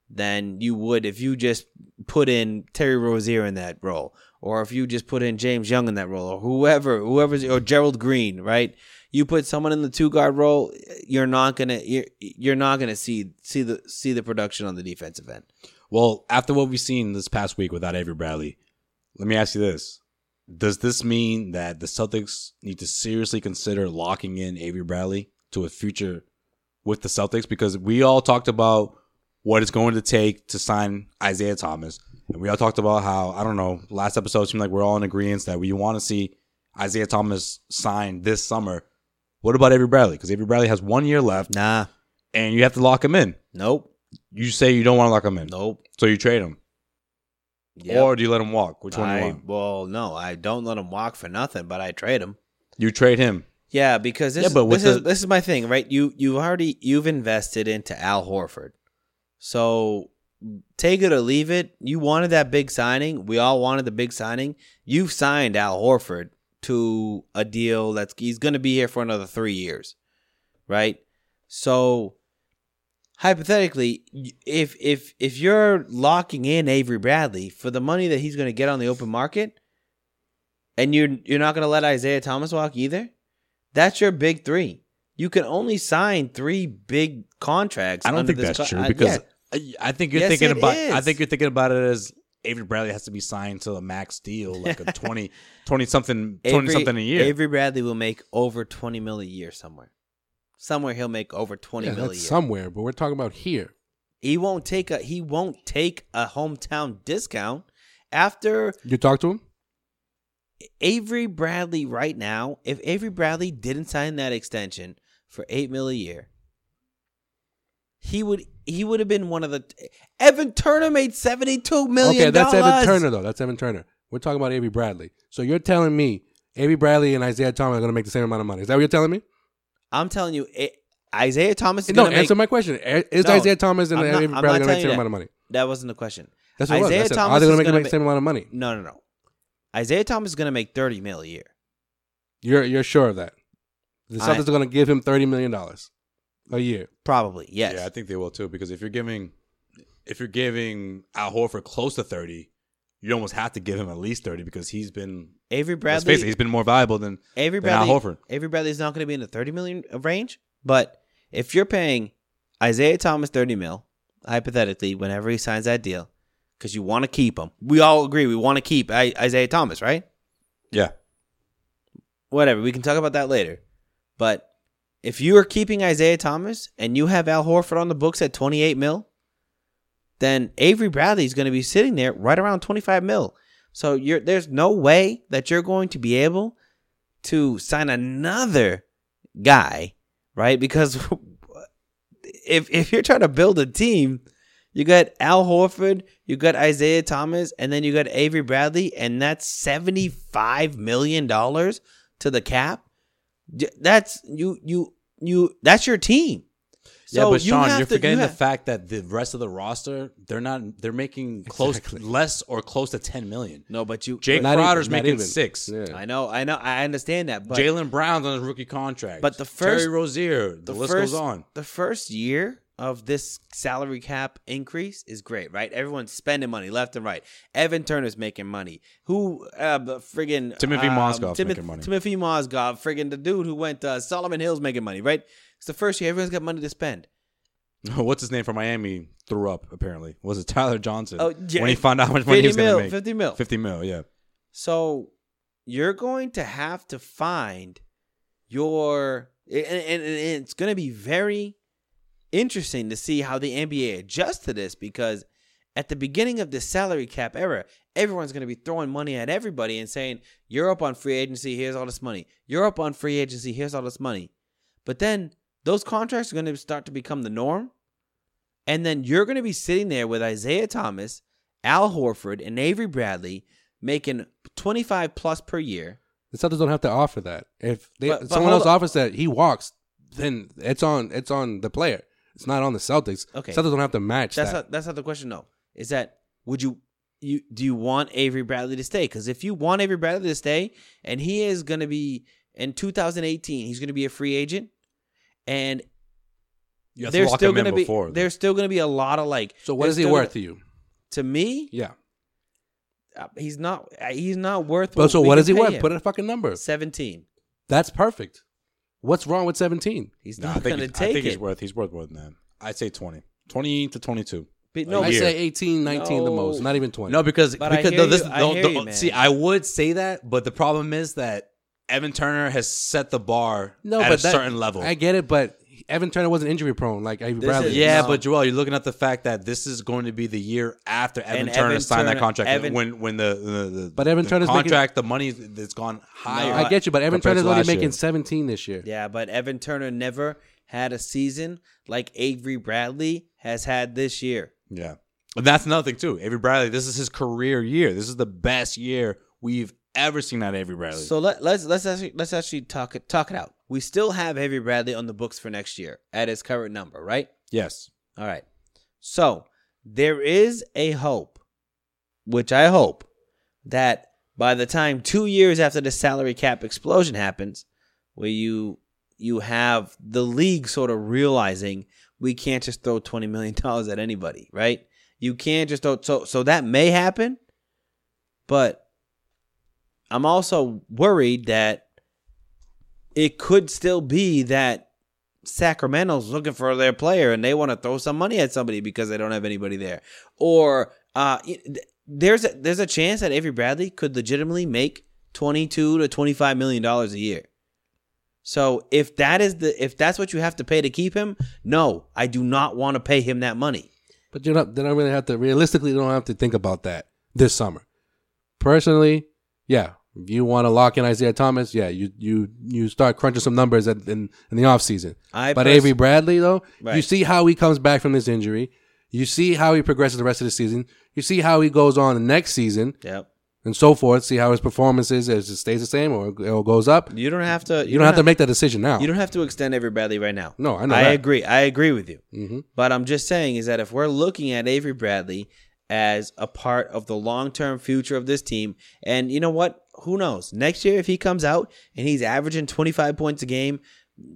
Speaker 5: than you would if you just put in Terry Rozier in that role, or if you just put in James Young in that role, or whoever, whoever's, or Gerald Green, right? You put someone in the two guard role, you're not gonna you're, you're not gonna see see the see the production on the defensive end.
Speaker 7: Well, after what we've seen this past week without Avery Bradley, let me ask you this. Does this mean that the Celtics need to seriously consider locking in Avery Bradley to a future with the Celtics? Because we all talked about what it's going to take to sign Isaiah Thomas. And we all talked about how, I don't know, last episode seemed like we're all in agreement that we want to see Isaiah Thomas sign this summer. What about Avery Bradley? Because Avery Bradley has one year left
Speaker 5: Nah,
Speaker 7: and you have to lock him in.
Speaker 5: nope,
Speaker 7: You say you don't want to lock him in.
Speaker 5: nope.
Speaker 7: So you trade him.
Speaker 5: Yep.
Speaker 7: Or do you let him walk? Which one do
Speaker 5: I-
Speaker 7: you want?
Speaker 5: Well, no, I don't let him walk for nothing, but I trade him.
Speaker 7: You trade him.
Speaker 5: Yeah, because this,
Speaker 7: Yeah, but
Speaker 5: this
Speaker 7: with
Speaker 5: is
Speaker 7: the-
Speaker 5: this is my thing, right? You you already you've invested into Al Horford, so take it or leave it. You wanted that big signing. We all wanted the big signing. You've signed Al Horford to a deal that's he's going to be here for another three years, right? So hypothetically, y- if if if you're locking in Avery Bradley for the money that he's going to get on the open market, and you're you're not going to let Isaiah Thomas walk either. That's your big three. You can only sign three big contracts.
Speaker 7: I don't
Speaker 5: under
Speaker 7: think
Speaker 5: this
Speaker 7: that's
Speaker 5: co- uh,
Speaker 7: true
Speaker 5: I-
Speaker 7: because
Speaker 5: yeah.
Speaker 7: I, I think you're
Speaker 5: Yes,
Speaker 7: thinking
Speaker 5: it
Speaker 7: about I
Speaker 5: is.
Speaker 7: think you're thinking about it as Avery Bradley has to be signed to a max deal like a 20 20 something 20
Speaker 5: Avery-
Speaker 7: something a year.
Speaker 5: Avery Bradley will make over twenty mil a year somewhere. Somewhere he'll make over twenty
Speaker 6: Yeah,
Speaker 5: mil a year.
Speaker 6: that's somewhere, but we're talking about here.
Speaker 5: he won't take a he won't take a hometown discount after
Speaker 6: You talk to him?
Speaker 5: Avery Bradley right now, if Avery Bradley didn't sign that extension for eight mil a year, he would he would have been one of the Evan Turner made seventy two million.
Speaker 6: okay, that's Evan
Speaker 5: dollars.
Speaker 6: Turner though. That's Evan Turner. We're talking about Avery Bradley. So you're telling me Avery Bradley and Isaiah Thomas are going to make the same amount of money? Is that what you're telling me?
Speaker 5: I'm telling you, it, Isaiah Thomas is
Speaker 6: No,
Speaker 5: gonna make-
Speaker 6: answer my question. A- Is
Speaker 5: No,
Speaker 6: Isaiah Thomas and
Speaker 5: I'm not-
Speaker 6: Avery
Speaker 5: I'm not
Speaker 6: Bradley going to make the
Speaker 5: telling you
Speaker 6: same
Speaker 5: that.
Speaker 6: amount of money?
Speaker 5: That wasn't the question.
Speaker 6: That's what
Speaker 5: Isaiah
Speaker 6: it was. I said,
Speaker 5: Thomas
Speaker 6: are they
Speaker 5: is
Speaker 6: going to
Speaker 5: gonna
Speaker 6: make the same amount of money?
Speaker 5: No, no, no. Isaiah Thomas is going to make thirty mil a year.
Speaker 6: You're you're sure of that? The
Speaker 5: I-
Speaker 6: Celtics are going to give him thirty million dollars a year.
Speaker 5: Probably, yes.
Speaker 7: Yeah, I think they will too because if you're giving if you're giving Al Horford close to 30, you almost have to give him at least 30 because he's been
Speaker 5: Avery
Speaker 7: let's face it,
Speaker 5: Bradley.
Speaker 7: he's been more valuable than
Speaker 5: Avery
Speaker 7: than Al
Speaker 5: Bradley.
Speaker 7: Horford.
Speaker 5: Avery Bradley's not going to be in the thirty million range. But if you're paying Isaiah Thomas thirty mil, hypothetically, whenever he signs that deal, because you want to keep him, we all agree we want to keep I- Isaiah Thomas, right?
Speaker 7: Yeah.
Speaker 5: Whatever. We can talk about that later. But if you are keeping Isaiah Thomas and you have Al Horford on the books at twenty eight mil, then Avery Bradley is going to be sitting there right around twenty five mil. So you're there's no way that you're going to be able to sign another guy, right? Because if if you're trying to build a team, you got Al Horford, you got Isaiah Thomas, and then you got Avery Bradley, and that's seventy five million dollars to the cap. D- That's you you you. That's your team.
Speaker 7: yeah, but
Speaker 5: you
Speaker 7: Sean,
Speaker 5: have
Speaker 7: you're
Speaker 5: to- you
Speaker 7: forgetting
Speaker 5: have-
Speaker 7: the fact that the rest of the roster, they're not they're making close less or close to 10 million.
Speaker 5: No, but you.
Speaker 7: Jake
Speaker 6: Not even-
Speaker 7: Crowder's
Speaker 6: not
Speaker 7: making
Speaker 6: even.
Speaker 7: six.
Speaker 6: Yeah.
Speaker 5: I know, I know, I understand that. But
Speaker 7: Jalen Brown's on his rookie contract.
Speaker 5: But the first-
Speaker 7: Terry Rozier, the, list
Speaker 5: first,
Speaker 7: goes on.
Speaker 5: The first year of this salary cap increase is great, right? Everyone's spending money left and right. Evan Turner's making money. Who, uh, the friggin'
Speaker 7: Timothy
Speaker 5: um,
Speaker 7: Mozgov's making money.
Speaker 5: Timothy Mozgov, friggin' the dude who went to Solomon Hills making money, right? It's the first year. Everyone's got money to spend.
Speaker 7: What's his name from Miami threw up apparently. Was it Tyler Johnson?
Speaker 5: Oh, yeah.
Speaker 7: When he found out how much money he was
Speaker 5: 50
Speaker 7: going to
Speaker 5: mil,
Speaker 7: make.
Speaker 5: 50 mil.
Speaker 7: 50 mil, yeah.
Speaker 5: So you're going to have to find your and, and, and it's going to be very interesting to see how the NBA adjusts to this because at the beginning of the salary cap era, everyone's going to be throwing money at everybody and saying, "You're up on free agency. Here's all this money. You're up on free agency. Here's all this money." But then those contracts are going to start to become the norm, and then you're going to be sitting there with Isaiah Thomas, Al Horford, and Avery Bradley making 25 plus per year.
Speaker 6: The Celtics don't have to offer that. If they,
Speaker 5: But- but
Speaker 6: someone
Speaker 5: hold
Speaker 6: else
Speaker 5: on.
Speaker 6: offers that, he walks. Then it's on. It's on the player. It's not on the Celtics.
Speaker 5: Okay.
Speaker 6: Celtics don't have to match
Speaker 5: That's
Speaker 6: that.
Speaker 5: not that's not the question though. Is that would you you do you want Avery Bradley to stay? Because if you want Avery Bradley to stay, and he is going to be in 2018, he's going to be a free agent, and
Speaker 7: You have to
Speaker 5: there's
Speaker 7: lock
Speaker 5: still
Speaker 7: him in
Speaker 5: going to be
Speaker 7: before, though.
Speaker 5: there's still going to be a lot of like.
Speaker 6: so what
Speaker 5: there's
Speaker 6: is he
Speaker 5: still
Speaker 6: worth
Speaker 5: gonna-
Speaker 6: to you?
Speaker 5: To me,
Speaker 6: Yeah.
Speaker 5: uh, he's not uh, he's not worth.
Speaker 6: But so
Speaker 5: we
Speaker 6: what
Speaker 5: can
Speaker 6: is he
Speaker 5: pay
Speaker 6: worth?
Speaker 5: him.
Speaker 6: Put a fucking number.
Speaker 5: 17.
Speaker 6: That's perfect. What's wrong with seventeen?
Speaker 5: He's
Speaker 7: Nah, I
Speaker 5: not
Speaker 7: think, he-
Speaker 5: going to
Speaker 7: I
Speaker 5: take
Speaker 7: think he's
Speaker 5: it.
Speaker 7: worth he's worth more than that. I'd say 20. 20 to 22.
Speaker 5: But
Speaker 7: a
Speaker 5: no,
Speaker 6: I
Speaker 7: year.
Speaker 6: say 18, 19 the
Speaker 5: No.
Speaker 6: most, not even 20.
Speaker 7: No, because
Speaker 5: But I
Speaker 7: because
Speaker 5: hear
Speaker 7: no, this
Speaker 5: you- I
Speaker 7: no,
Speaker 5: hear
Speaker 7: no,
Speaker 5: you, man.
Speaker 7: see, I would say that, but the problem is that Evan Turner has set the bar
Speaker 6: no,
Speaker 7: at
Speaker 6: but
Speaker 7: a
Speaker 6: that-
Speaker 7: certain level.
Speaker 6: I get it, but Evan Turner wasn't injury prone like Avery
Speaker 5: This
Speaker 6: Bradley.
Speaker 5: is-
Speaker 7: yeah,
Speaker 5: No.
Speaker 7: but Joel, you're looking at the fact that this is going to be the year after Evan
Speaker 5: And
Speaker 7: Turner
Speaker 5: Evan
Speaker 7: signed that
Speaker 5: Turner-
Speaker 7: contract.
Speaker 5: Evan-
Speaker 7: when when the, the, the
Speaker 6: But Evan
Speaker 7: the
Speaker 6: Turner's making-
Speaker 7: contract, the money that's gone higher.
Speaker 6: I get you, but Evan
Speaker 7: compared to
Speaker 6: Turner's only
Speaker 7: last year.
Speaker 6: making seventeen this year.
Speaker 5: Yeah, but Evan Turner never had a season like Avery Bradley has had this year.
Speaker 7: Yeah. But that's another thing too. Avery Bradley, this is his career year. This is the best year we've ever seen out of Avery Bradley.
Speaker 5: So let, let's let's actually let's actually talk it talk it out. We still have Avery Bradley on the books for next year at his current number, right?
Speaker 7: yes.
Speaker 5: All right. So there is a hope, which I hope that by the time two years after the salary cap explosion happens, where you you have the league sort of realizing we can't just throw twenty million dollars at anybody, right? You can't just throw so so that may happen, but I'm also worried that it could still be that Sacramento's looking for their player and they want to throw some money at somebody because they don't have anybody there. Or uh, y- th- there's a, there's a chance that Avery Bradley could legitimately make 22 to 25 million dollars a year. So if that is the if that's what you have to pay to keep him, no, I do not want to pay him that money.
Speaker 6: But you don't. They don't really have to. Realistically, they don't have to think about that this summer. Personally, yeah. If you want to lock in Isaiah Thomas, yeah, you you you start crunching some numbers at, in in the offseason.
Speaker 5: I
Speaker 6: But
Speaker 5: pers-
Speaker 6: Avery Bradley, though, you
Speaker 5: Right.
Speaker 6: see how he comes back from this injury. You see how he progresses the rest of the season. You see how he goes on the next season
Speaker 5: Yep.
Speaker 6: and so forth. See how his performance is. If it stays the same or, or goes up. You,
Speaker 5: You don't have to
Speaker 6: don't have to make that decision now.
Speaker 5: You don't have to extend Avery Bradley right now.
Speaker 6: No, I know
Speaker 5: I
Speaker 6: that.
Speaker 5: agree. I agree with you.
Speaker 6: Mhm.
Speaker 5: But I'm just saying is that if we're looking at Avery Bradley as a part of the long term future of this team, and you know what? Who knows? Next year, if he comes out and he's averaging 25 points a game,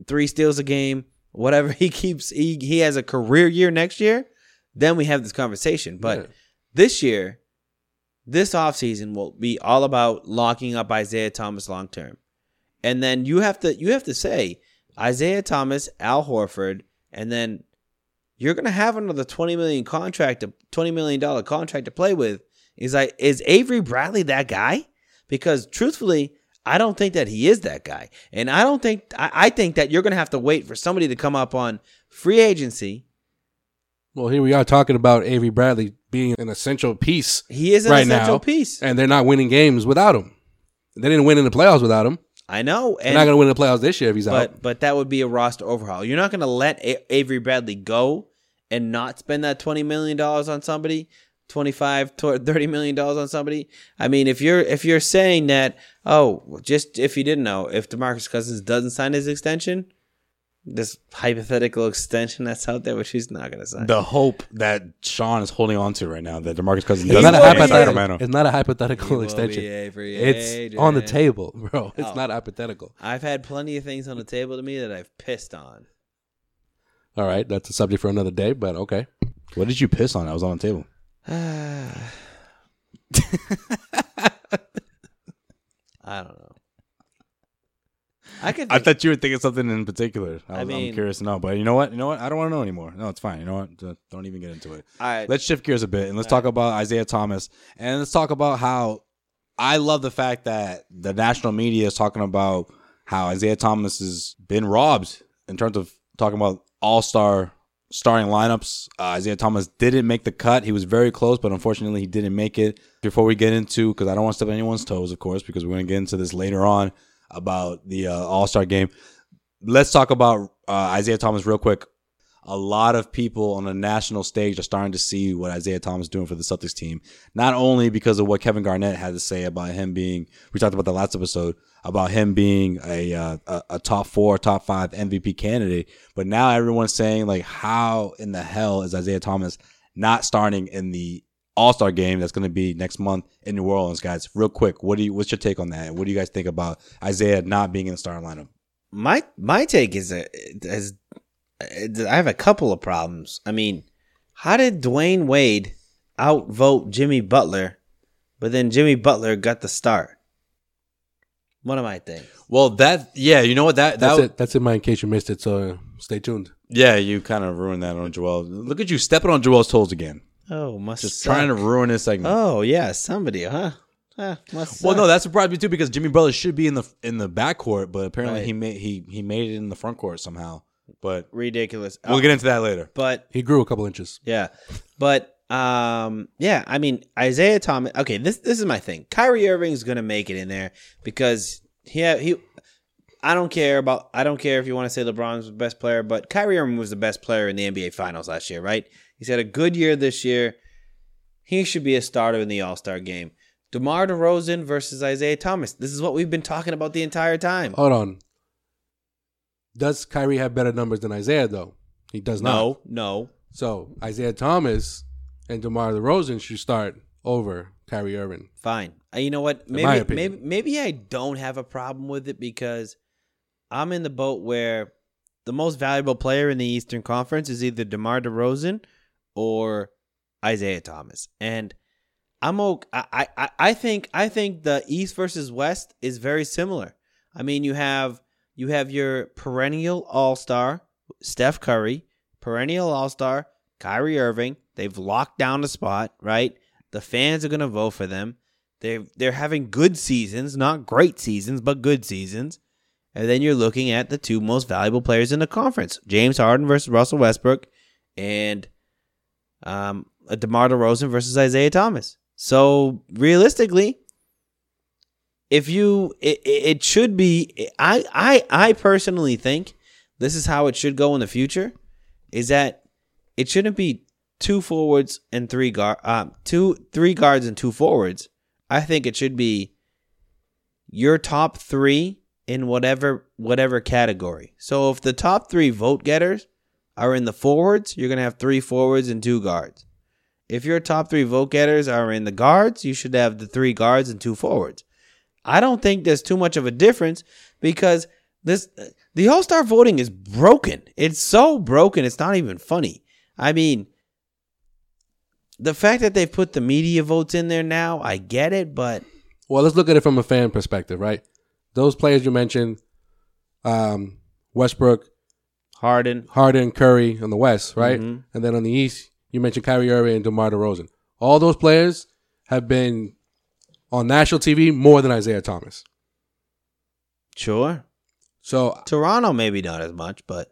Speaker 5: three steals a game, whatever he keeps, he, he has a career year next year, then we have this conversation. But
Speaker 6: Yeah.
Speaker 5: this year, this offseason will be all about locking up Isaiah Thomas long term. And then you have to you have to say Isaiah Thomas, Al Horford, and then you're gonna have another twenty million contract, to, twenty million dollar contract to play with. Is like is Avery Bradley that guy? Because truthfully, I don't think that he is that guy, and I don't think I, I think that you're gonna have to wait for somebody to come up on free agency.
Speaker 6: Well, here we are talking about Avery Bradley being an essential piece
Speaker 5: He is an
Speaker 6: right
Speaker 5: essential
Speaker 6: now,
Speaker 5: piece.
Speaker 6: and they're not winning games without him. They didn't win in the playoffs without him.
Speaker 5: I know,
Speaker 6: They're not going to win the playoffs this year if he's
Speaker 5: but
Speaker 6: out.
Speaker 5: but that would be a roster overhaul. You're not going to let a- Avery Bradley go and not spend that 20 million dollars on somebody, 25 to 30 million dollars on somebody. I mean, if you're if you're saying that, oh, just if you didn't know, if DeMarcus Cousins doesn't sign his extension, this hypothetical extension that's out there which he's not going to sign.
Speaker 7: The hope that Sean is holding on to right now that DeMarcus Cousins
Speaker 6: It's not,
Speaker 7: doesn't
Speaker 6: a
Speaker 5: will
Speaker 7: play in
Speaker 5: be-
Speaker 6: hypothetical,
Speaker 7: Sacramento.
Speaker 6: it's not a hypothetical
Speaker 5: will
Speaker 6: extension.
Speaker 5: be Avery
Speaker 6: It's on the
Speaker 5: Adrian.
Speaker 6: table, bro. It's
Speaker 5: Oh.
Speaker 6: not hypothetical.
Speaker 5: I've had plenty of things on the table to me that I've pissed on.
Speaker 6: All right, that's a subject for another day, but okay.
Speaker 7: What did you piss on? I was on the table.
Speaker 5: I don't know. I could.
Speaker 7: I
Speaker 5: think-
Speaker 7: thought you were thinking something in particular. I was, I
Speaker 5: I
Speaker 7: am
Speaker 5: mean-
Speaker 7: curious to know, but you know what? You know what? I don't want to know anymore. No, it's fine. You know what? D- Don't even get into it.
Speaker 5: All right.
Speaker 7: Let's shift gears a bit and let's talk about Isaiah Thomas and let's talk about how I love the fact that the national media is talking about how Isaiah Thomas has been robbed in terms of talking about All Star starting lineups. Uh, Isaiah Thomas didn't make the cut. He was very close, but unfortunately, he didn't make it. Before we get into, because I don't want to step on anyone's toes, of course, because we're going to get into this later on about the uh, All Star game. Let's talk about uh, Isaiah Thomas real quick. a lot of people on a national stage are starting to see what Isaiah Thomas is doing for the Celtics team. Not only because of what Kevin Garnett had to say about him being, we talked about the last episode about him being a uh, a, a top four, top five MVP candidate, but now everyone's saying like, how in the hell is Isaiah Thomas not starting in the All Star game that's going to be next month in New Orleans, guys? Real quick, what do you what's your take on that? What do you guys think about Isaiah not being in the starting lineup?
Speaker 5: my my take is a is I have a couple of problems. I mean, how did Dwayne Wade outvote Jimmy Butler, but then Jimmy Butler got the start? What am I thinking?
Speaker 7: Well, that yeah, you know what that
Speaker 6: That's
Speaker 7: that
Speaker 6: it. That's it, Mike, in case you missed it. So stay tuned.
Speaker 7: yeah, you kind of ruined that on Joel. Look at you stepping on Joel's toes again,
Speaker 5: Oh, must
Speaker 7: just
Speaker 5: suck.
Speaker 7: trying to ruin this segment.
Speaker 5: Oh yeah, somebody, huh? Huh, must
Speaker 7: Well,
Speaker 5: suck.
Speaker 7: no, that surprised me too because Jimmy Butler should be in the in the backcourt, but apparently
Speaker 5: Right.
Speaker 7: he made he he made it in the front court somehow. But
Speaker 5: ridiculous.
Speaker 7: we'll get into that later.
Speaker 5: But
Speaker 6: He grew a couple inches.
Speaker 5: Yeah. But um yeah, I mean Isaiah Thomas okay, this this is my thing. Kyrie Irving's gonna make it in there because he ha- he I don't care about I don't care if you want to say LeBron's the best player, but Kyrie Irving was the best player in the NBA finals last year, right? He's had a good year this year. He should be a starter in the All-Star game. DeMar DeRozan versus Isaiah Thomas. This is what we've been talking about the entire time.
Speaker 6: Hold on. Does Kyrie have better numbers than Isaiah though? He does not.
Speaker 5: no, no.
Speaker 6: So Isaiah Thomas and DeMar DeRozan should start over Kyrie Irving.
Speaker 5: Fine. Uh, You know what?
Speaker 6: In my
Speaker 5: Maybe
Speaker 6: opinion.
Speaker 5: maybe maybe I don't have a problem with it because I'm in the boat where the most valuable player in the Eastern Conference is either DeMar DeRozan or Isaiah Thomas. And I'm okay. I, I, I think I think the East versus West is very similar. I mean, you have you have your perennial All Star Steph Curry, perennial All Star Kyrie Irving. They've locked down the spot, right? The fans are gonna vote for them. They they're having good seasons, not great seasons, but good seasons. And then you're looking at the two most valuable players in the conference: James Harden versus Russell Westbrook, and um, a DeMar DeRozan versus Isaiah Thomas. So realistically, if you, it, it it should be. I, I, I personally think this is how it should go in the future. Is that it shouldn't be two forwards and three guard, um, two three guards and two forwards. I think it should be your top three in whatever whatever category. So if the top three vote getters are in the forwards, you're gonna have three forwards and two guards. If your top three vote getters are in the guards, you should have the three guards and two forwards. I don't think there's too much of a difference because this the All Star voting is broken. It's so broken. It's not even funny. I mean, the fact that they've put the media votes in there now, I get it, but
Speaker 6: Well, let's look at it from a fan perspective, right? Those players you mentioned, um, Westbrook,
Speaker 5: Harden,
Speaker 6: Harden, Curry on the West, right?
Speaker 5: Mhm.
Speaker 6: And then on the East, you mentioned Kyrie Irving and DeMar DeRozan. All those players have been on national TV more than Isaiah Thomas.
Speaker 5: sure.
Speaker 6: So
Speaker 5: Toronto maybe not as much, but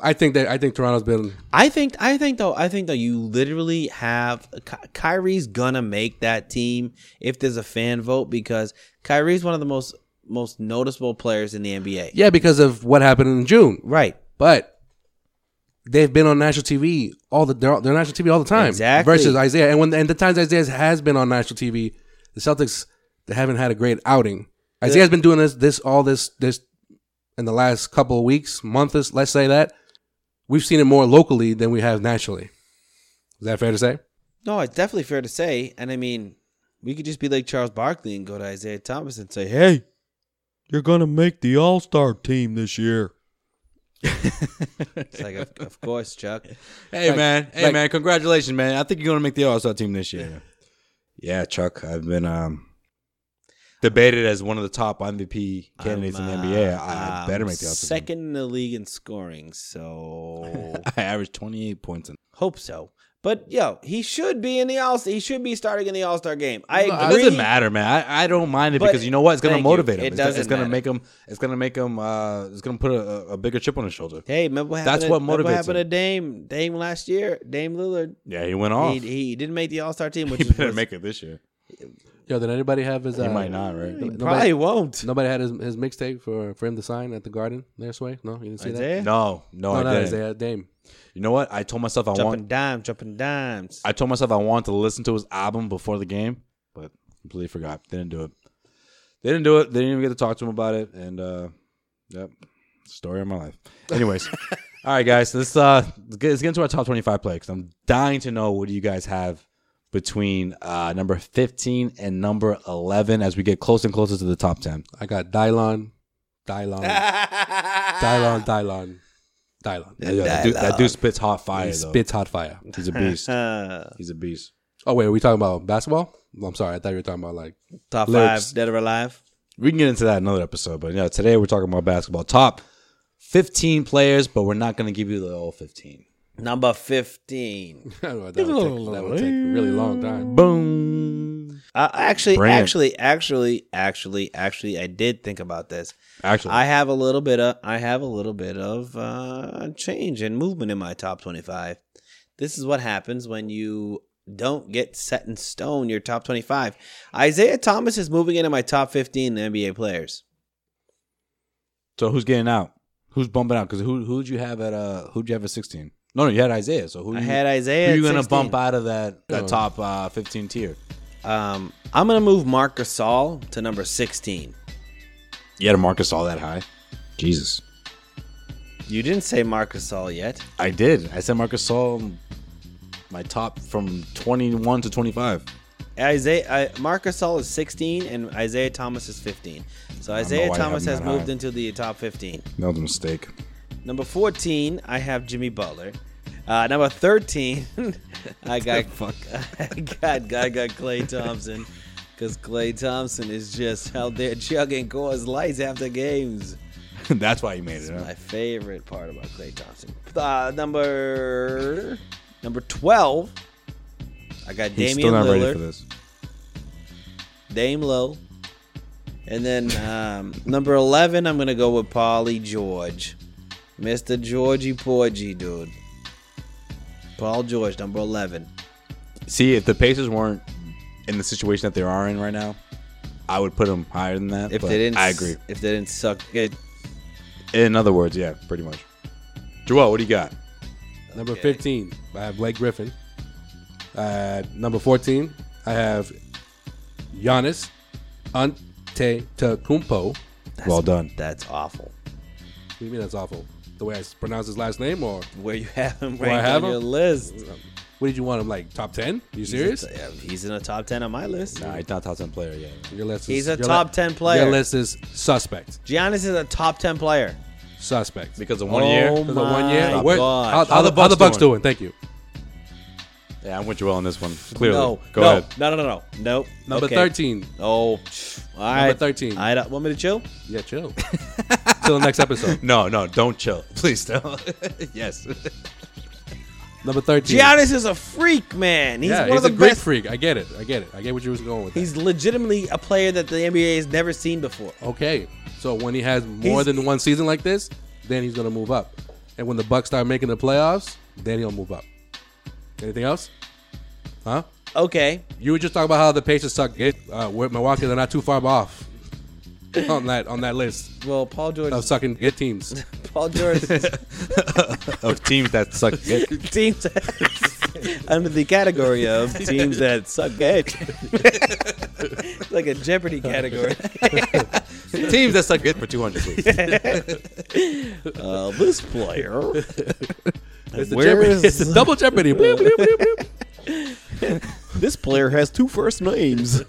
Speaker 6: I think that I think Toronto's been
Speaker 5: I think I think though I think though you literally have Ky- Kyrie's gonna make that team if there's a fan vote because Kyrie's one of the most most noticeable players in the NBA.
Speaker 6: yeah because of what happened in June,
Speaker 5: Right.
Speaker 6: but they've been on national TV all the they're, they're on national TV all the time.
Speaker 5: Exactly.
Speaker 6: Versus Isaiah, and when and the times Isaiah has been on national TV, the Celtics they haven't had a great outing. Isaiah's been doing this this all this this in the last couple of weeks, months. Let's say that we've seen it more locally than we have nationally. Is that fair to say?
Speaker 5: No, it's definitely fair to say, and I mean, we could just be like Charles Barkley and go to Isaiah Thomas and say, "Hey,
Speaker 9: You're going to make the All Star team this year.
Speaker 5: it's like of, of course, Chuck."
Speaker 7: Hey
Speaker 6: Like-
Speaker 7: man, hey
Speaker 6: like-
Speaker 7: man, congratulations, man. I think you're gonna make the All Star team this year. Yeah, Chuck, I've been um debated as one of the top MVP candidates
Speaker 5: I'm,
Speaker 7: in
Speaker 5: uh,
Speaker 7: the NBA. I
Speaker 5: I'm
Speaker 7: better make the All Star
Speaker 5: second in the league in scoring, so
Speaker 7: I averaged 28 points. In-
Speaker 5: hope so. But yo, he should be in the all. He should be starting in the All Star game. I
Speaker 7: No,
Speaker 5: agree.
Speaker 7: It doesn't matter, man. I, I don't mind it
Speaker 5: But-
Speaker 7: because you know what? It's gonna
Speaker 5: thank you.
Speaker 7: motivate him.
Speaker 5: It
Speaker 7: it's, gonna-
Speaker 5: doesn't
Speaker 7: it's gonna
Speaker 5: matter.
Speaker 7: make him. It's gonna make him. Uh, it's gonna put a, a- a bigger chip on his shoulder.
Speaker 5: Hey, remember what happened?
Speaker 7: That's
Speaker 5: to-
Speaker 7: what
Speaker 5: remember
Speaker 7: motivates
Speaker 5: happened
Speaker 7: him.
Speaker 5: to Dame Dame last year. Dame Lillard.
Speaker 7: Yeah, he went off.
Speaker 5: He,
Speaker 7: He,
Speaker 5: he didn't make the All Star team, which is
Speaker 7: Oh. better
Speaker 5: was-
Speaker 7: make it this year.
Speaker 6: Yo, did anybody have his? uh,
Speaker 7: He might not, right?
Speaker 5: He
Speaker 6: nobody-
Speaker 5: probably won't.
Speaker 6: Nobody had his, his mixtape for for him to sign at the Garden there, Sway. No, you didn't see
Speaker 5: Isaiah?
Speaker 7: No, no,
Speaker 6: that. No,
Speaker 7: I
Speaker 6: not
Speaker 7: didn't.
Speaker 6: Isaiah Dame.
Speaker 7: You know what? I told myself I want
Speaker 5: Jumping dime, jumping dimes.
Speaker 7: I told myself I wanted to listen to his album before the game, but completely forgot. Didn't do it. They didn't do it. They didn't even get to talk to him about it. And uh yep. Story of my life. Anyways. all right, guys. Let's uh let's get, let's get into our top twenty five play because I'm dying to know what do you guys have between uh number fifteen and number eleven as we get closer and closer to the top ten.
Speaker 6: I got Dylon, Dylon, Dylon, Dylon, Dylon.
Speaker 7: Yeah, yeah, that, dude, that dude spits hot fire.
Speaker 6: uh, He
Speaker 7: though.
Speaker 6: spits hot fire.
Speaker 7: He's a beast.
Speaker 5: Uh,
Speaker 7: He's a beast.
Speaker 6: Oh wait, are we talking about basketball? I'm sorry, I thought you were talking about like
Speaker 5: Top
Speaker 7: Lyrics.
Speaker 5: five, dead or alive.
Speaker 7: We can get into that in another episode, but yeah, today we're talking about basketball. Top 15 players, but we're not going to give you the all 15.
Speaker 5: Number 15.
Speaker 6: that would take, that would take a really long time.
Speaker 7: Boom.
Speaker 5: Uh, actually,
Speaker 7: Bring it.
Speaker 5: actually, actually, actually, actually, I did think about this.
Speaker 7: Actually,
Speaker 5: I have a little bit of I have a little bit of uh, change and movement in my top 25. This is what happens when you don't get set in stone your top 25. Isaiah Thomas is moving into my top 15 NBA players.
Speaker 7: so who's getting out? Who's bumping out? Because who who'd you have at uh who'd you have at 16? No, no, you had Isaiah. So who
Speaker 5: I
Speaker 7: you,
Speaker 5: had Isaiah.
Speaker 7: who you
Speaker 5: at
Speaker 7: gonna
Speaker 5: 16.
Speaker 7: bump out of that that
Speaker 6: Oh.
Speaker 7: top uh 15 tier?
Speaker 5: Um, I'm gonna move Marc Gasol to number 16.
Speaker 7: You had a Marcus all that high. Jesus,
Speaker 5: You didn't say Marc Gasol yet.
Speaker 7: I did. I said Marcus all my top from 21 to 25.
Speaker 5: Isaiah I, Marcus All is 16 and Isaiah Thomas is 15. So Isaiah
Speaker 7: why I have
Speaker 5: Thomas
Speaker 7: him
Speaker 5: has
Speaker 7: that
Speaker 5: moved
Speaker 7: high.
Speaker 5: into the top 15.
Speaker 7: That was a mistake.
Speaker 5: Number 14, I have Jimmy Butler. Uh, number 13, I got I got I got Clay Thompson because Clay Thompson is just out there chugging Coors Lights after games.
Speaker 7: That's why you made it. Huh?
Speaker 5: My favorite part about Clay Thompson. Uh, number number 12, I got
Speaker 7: He's
Speaker 5: Damian
Speaker 7: still not
Speaker 5: Lillard.
Speaker 7: ready for this.
Speaker 5: Dame Low. And then um, number 11, I'm going to go with Paulie George. Mr. Georgie Porgy, dude. Paul George, number 11.
Speaker 7: See, if the Pacers weren't in the situation that they are in right now, I would put them higher than that.
Speaker 5: If
Speaker 7: but
Speaker 5: they didn't,
Speaker 7: I agree.
Speaker 5: If they didn't suck, it,
Speaker 7: In other words, yeah, pretty much. Joel, what do you got?
Speaker 6: Number 15, I have Blake Griffin. Uh, number 14, I have Giannis Antetokounmpo. What
Speaker 7: well done.
Speaker 5: that's awful.
Speaker 6: do you mean that's awful? The way I s- pronounce his last name, or
Speaker 5: Where you have him
Speaker 6: Where I
Speaker 5: ranked
Speaker 6: have
Speaker 5: on your
Speaker 6: him?
Speaker 5: list?
Speaker 6: what did you want him like? Top 10? You
Speaker 5: He's,
Speaker 6: serious?
Speaker 5: a- yeah, he's in the top 10 on my list.
Speaker 7: Nah, he's not top ten player yet.
Speaker 6: Your list is,
Speaker 5: He's a
Speaker 6: your
Speaker 5: top
Speaker 6: li-
Speaker 5: 10 player.
Speaker 6: Your list is suspect.
Speaker 5: Giannis is a top 10 player.
Speaker 6: Suspect.
Speaker 7: Because of
Speaker 5: one
Speaker 7: one
Speaker 5: Oh year?
Speaker 7: year.
Speaker 6: Because of one year.
Speaker 5: my
Speaker 6: What-
Speaker 5: gosh.
Speaker 6: How, how
Speaker 7: How
Speaker 6: the,
Speaker 7: the
Speaker 6: how the
Speaker 7: Bucks
Speaker 6: Bucks doing? Thank you.
Speaker 7: Yeah, I'm with Joel on this one. Clearly.
Speaker 5: No,
Speaker 7: Go
Speaker 5: no,
Speaker 7: ahead.
Speaker 5: no, no, no, no. Nope.
Speaker 6: Number
Speaker 5: Okay.
Speaker 6: 13.
Speaker 5: Oh, all right.
Speaker 6: 13.
Speaker 5: All right, want me to chill?
Speaker 6: Yeah, chill. Till the next episode.
Speaker 7: No, no, don't chill. Please don't. yes.
Speaker 6: Number 13.
Speaker 5: Giannis is a freak, man. He's
Speaker 6: yeah,
Speaker 5: one
Speaker 6: he's
Speaker 5: of the
Speaker 6: a great
Speaker 5: best.
Speaker 6: freak. I get it. I get it. I get what you was going with. that.
Speaker 5: He's legitimately a player that the NBA has never seen before.
Speaker 6: Okay. So when he has more
Speaker 5: He's-
Speaker 6: than one season like this, then he's gonna move up. And when the Bucks start making the playoffs, then he'll move up. Anything else? Huh?
Speaker 5: Okay,
Speaker 6: You were just talking about how the Pacers suck. It, uh, we're- Milwaukee, they're not too far off on that on that list
Speaker 5: well, Paul George,
Speaker 6: of sucking good teams.
Speaker 5: Paul George,
Speaker 7: of Oh, teams that suck dick.
Speaker 5: teams under the category of teams that suck edge, It's like a Jeopardy category.
Speaker 7: teams that suck dick for 200, please.
Speaker 5: Uh, this player,
Speaker 6: It's the,
Speaker 5: Where
Speaker 6: Jeopardy-
Speaker 5: is-
Speaker 6: it's the double jeopardy. Bloop, bloop, bloop, bloop.
Speaker 5: this player has two first names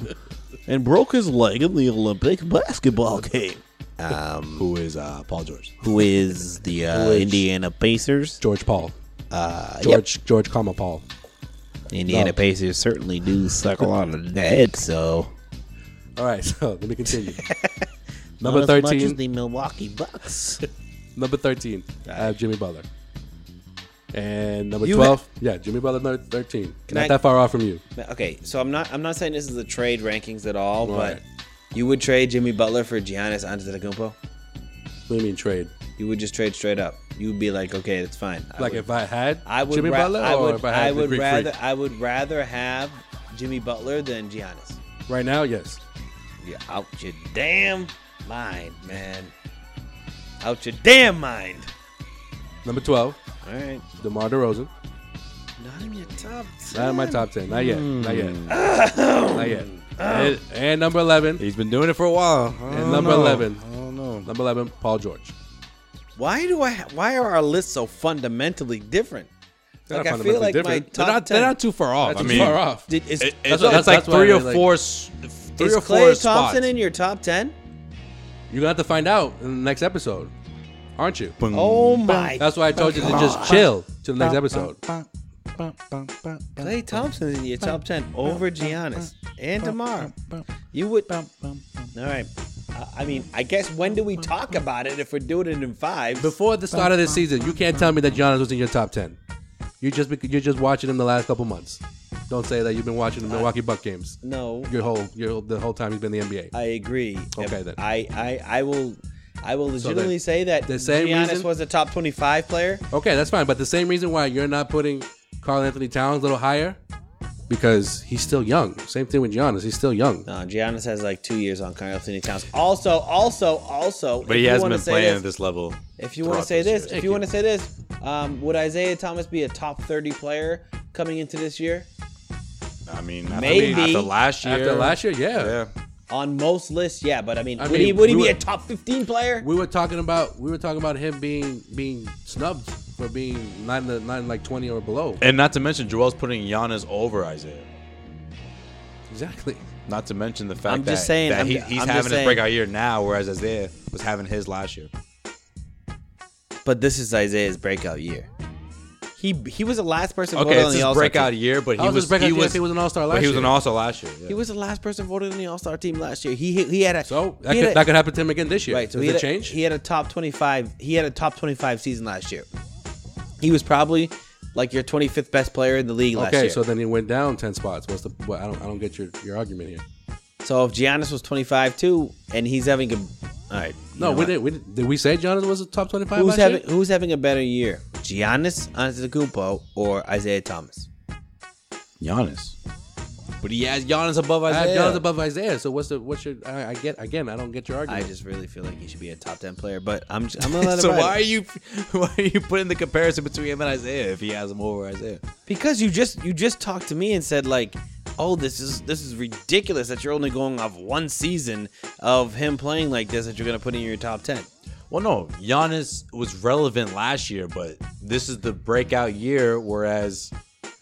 Speaker 5: and broke his leg in the Olympic basketball game. Um,
Speaker 7: Who is uh, Paul George?
Speaker 5: who is the uh, Indiana Pacers?
Speaker 6: George Paul.
Speaker 5: Uh, yep.
Speaker 6: George George comma Paul.
Speaker 5: Indiana
Speaker 6: No.
Speaker 5: Pacers certainly do suck a lot of dead, so
Speaker 6: All right, so let me continue.
Speaker 5: Not
Speaker 6: number
Speaker 5: as much
Speaker 6: thirteen.
Speaker 5: as the Milwaukee Bucks.
Speaker 6: Number 13, I have Jimmy Butler. And number
Speaker 5: You
Speaker 6: 12, yeah, Jimmy Butler, number 13. Not
Speaker 5: I-
Speaker 6: that far off from you.
Speaker 5: okay, so I'm not I'm not saying this is a trade rankings at all, but
Speaker 6: Right.
Speaker 5: you would trade Jimmy Butler for Giannis Antetokounmpo.
Speaker 6: What do you mean trade?
Speaker 5: You would just trade straight up. You would be like, okay, it's fine. I
Speaker 6: Like
Speaker 5: would,
Speaker 6: if I had
Speaker 5: I would
Speaker 6: Jimmy
Speaker 5: ra-
Speaker 6: Butler
Speaker 5: I
Speaker 6: or
Speaker 5: would,
Speaker 6: if I had
Speaker 5: I
Speaker 6: the
Speaker 5: would
Speaker 6: Greek freak?
Speaker 5: rather I would rather have Jimmy Butler than Giannis.
Speaker 6: Right now, yes.
Speaker 5: You're out your damn mind, man. Out your damn mind.
Speaker 6: Number 12,
Speaker 5: All right.
Speaker 6: DeMar DeRozan.
Speaker 5: Not in your top
Speaker 6: Not in my top 10. Not yet. Not yet.
Speaker 5: Mm.
Speaker 6: Not yet. And, and number 11. He's
Speaker 7: been doing it for a while.
Speaker 6: And number 11. Number 11, Paul George.
Speaker 5: Why do I? Why are our lists so fundamentally different?
Speaker 6: They're
Speaker 5: like
Speaker 6: not
Speaker 5: I feel
Speaker 6: fundamentally
Speaker 5: like my
Speaker 6: different.
Speaker 5: top
Speaker 6: They're not- they're
Speaker 5: 10
Speaker 6: not too far off.
Speaker 5: Not
Speaker 6: I
Speaker 5: too
Speaker 6: mean,
Speaker 5: far off. Did- is-
Speaker 7: It-
Speaker 5: is-
Speaker 7: that's, that's like
Speaker 6: that's why
Speaker 7: three
Speaker 6: I
Speaker 7: or
Speaker 6: like-
Speaker 7: four. s- Three
Speaker 5: is
Speaker 7: or
Speaker 5: Clay
Speaker 7: four spots.
Speaker 5: Thompson in your top ten?
Speaker 6: You're going to have to find out in the next episode, aren't you?
Speaker 5: Oh my!
Speaker 6: That's why I told you to just chill till the next episode.
Speaker 5: Clay Thompson in your top ten over Giannis and Demar. You would. All right. I- I mean, I guess when do we talk about it if we're doing it in five?
Speaker 6: Before the start of this season, you can't tell me that Giannis was in your top 10. You just bec- you're just watching him the last couple months. Don't say that you've been watching the Milwaukee Buck games
Speaker 5: No,
Speaker 6: your whole your whole- the whole time he's been in the NBA.
Speaker 5: I agree.
Speaker 6: Okay, then.
Speaker 5: I, I, I will, I will
Speaker 6: So then,
Speaker 5: legitimately say that
Speaker 6: the same
Speaker 5: Giannis
Speaker 6: reason-
Speaker 5: was a top twenty-five player.
Speaker 6: Okay, that's fine. But the same reason why you're not putting Carl Anthony Towns a little higher because he's still young. Same thing with Giannis. He's still young.
Speaker 5: No, Giannis has like two years on Carl Anthony Towns. Also, also, also.
Speaker 7: But
Speaker 5: if
Speaker 7: he
Speaker 5: you
Speaker 7: hasn't
Speaker 5: wanna
Speaker 7: been
Speaker 5: say
Speaker 7: playing
Speaker 5: this-
Speaker 7: at this level.
Speaker 5: If you want to
Speaker 7: throughout
Speaker 5: say
Speaker 7: this
Speaker 5: this, if you want to say this, um, would Isaiah Thomas be a top thirty player coming into this year?
Speaker 7: I mean, after-
Speaker 5: Maybe.
Speaker 7: after last year.
Speaker 6: After last year, yeah.
Speaker 5: On most lists, yeah, but I mean,
Speaker 6: I
Speaker 5: would
Speaker 6: mean,
Speaker 5: he would he
Speaker 6: we
Speaker 5: be a
Speaker 6: were-
Speaker 5: top fifteen player?
Speaker 6: We were talking about we were talking about him being being snubbed for being not in the, not in like twenty or below.
Speaker 7: And not to mention, Joel's putting Giannis over Isaiah.
Speaker 6: Exactly.
Speaker 7: Not to mention the fact
Speaker 5: I'm
Speaker 7: that,
Speaker 5: just saying,
Speaker 7: that
Speaker 5: I'm-
Speaker 7: he,
Speaker 5: I'm
Speaker 7: he's
Speaker 5: just
Speaker 7: having his
Speaker 5: saying.
Speaker 7: breakout year now, whereas Isaiah was having his last year.
Speaker 5: But this is Isaiah's breakout year. He he was the last person
Speaker 7: Okay,
Speaker 5: voted on
Speaker 7: it's
Speaker 5: the
Speaker 7: his
Speaker 5: All-Star
Speaker 7: breakout
Speaker 5: team.
Speaker 7: year, but
Speaker 6: How
Speaker 7: he
Speaker 6: is this
Speaker 7: was
Speaker 6: breakout
Speaker 7: he
Speaker 6: year if
Speaker 7: was
Speaker 6: he was an All-Star
Speaker 7: but
Speaker 6: last
Speaker 7: He was
Speaker 6: year?
Speaker 7: an All Star last year. yeah.
Speaker 5: He was the last person voted on the All Star team last year. He he had a
Speaker 6: So that
Speaker 5: he had
Speaker 6: could,
Speaker 5: a-
Speaker 6: that could happen to him again this year.
Speaker 5: Right, so
Speaker 6: Does
Speaker 5: he
Speaker 6: it
Speaker 5: had, a,
Speaker 6: change?
Speaker 5: he had a top 25. He had a top 25 season last year. He was probably like your 25th best player in the league last
Speaker 6: okay,
Speaker 5: year.
Speaker 6: so
Speaker 5: So,
Speaker 6: then he went down ten spots. What's the? What, I don't I don't get your, your argument here.
Speaker 5: if Giannis was 25 too, and he's having a all right, you
Speaker 6: No,
Speaker 5: know
Speaker 6: we
Speaker 5: what?
Speaker 6: didn't, we didn't. Did we say Giannis was a top twenty five?
Speaker 5: Who's
Speaker 6: last
Speaker 5: having
Speaker 6: Year?
Speaker 5: who's having a better year, Giannis Antetokounmpo or Isaiah Thomas?
Speaker 7: Giannis. But he has Giannis above
Speaker 6: I have
Speaker 7: Isaiah.
Speaker 6: Giannis above Isaiah. So what's the? What's your? I, I get again. I don't get your
Speaker 5: I
Speaker 6: argument.
Speaker 5: just really feel like he should be a top 10 player, but I'm just, I'm gonna let him
Speaker 7: so
Speaker 5: ride it.
Speaker 7: why are you why are you putting the comparison between him and Isaiah if he has him over Isaiah?
Speaker 5: Because you just you just talked to me and said like, "Oh, this is this is ridiculous that you're only going off one season of him playing like this that you're going to put in your top 10."
Speaker 7: Well, no, Giannis was relevant last year, but this is the breakout year, whereas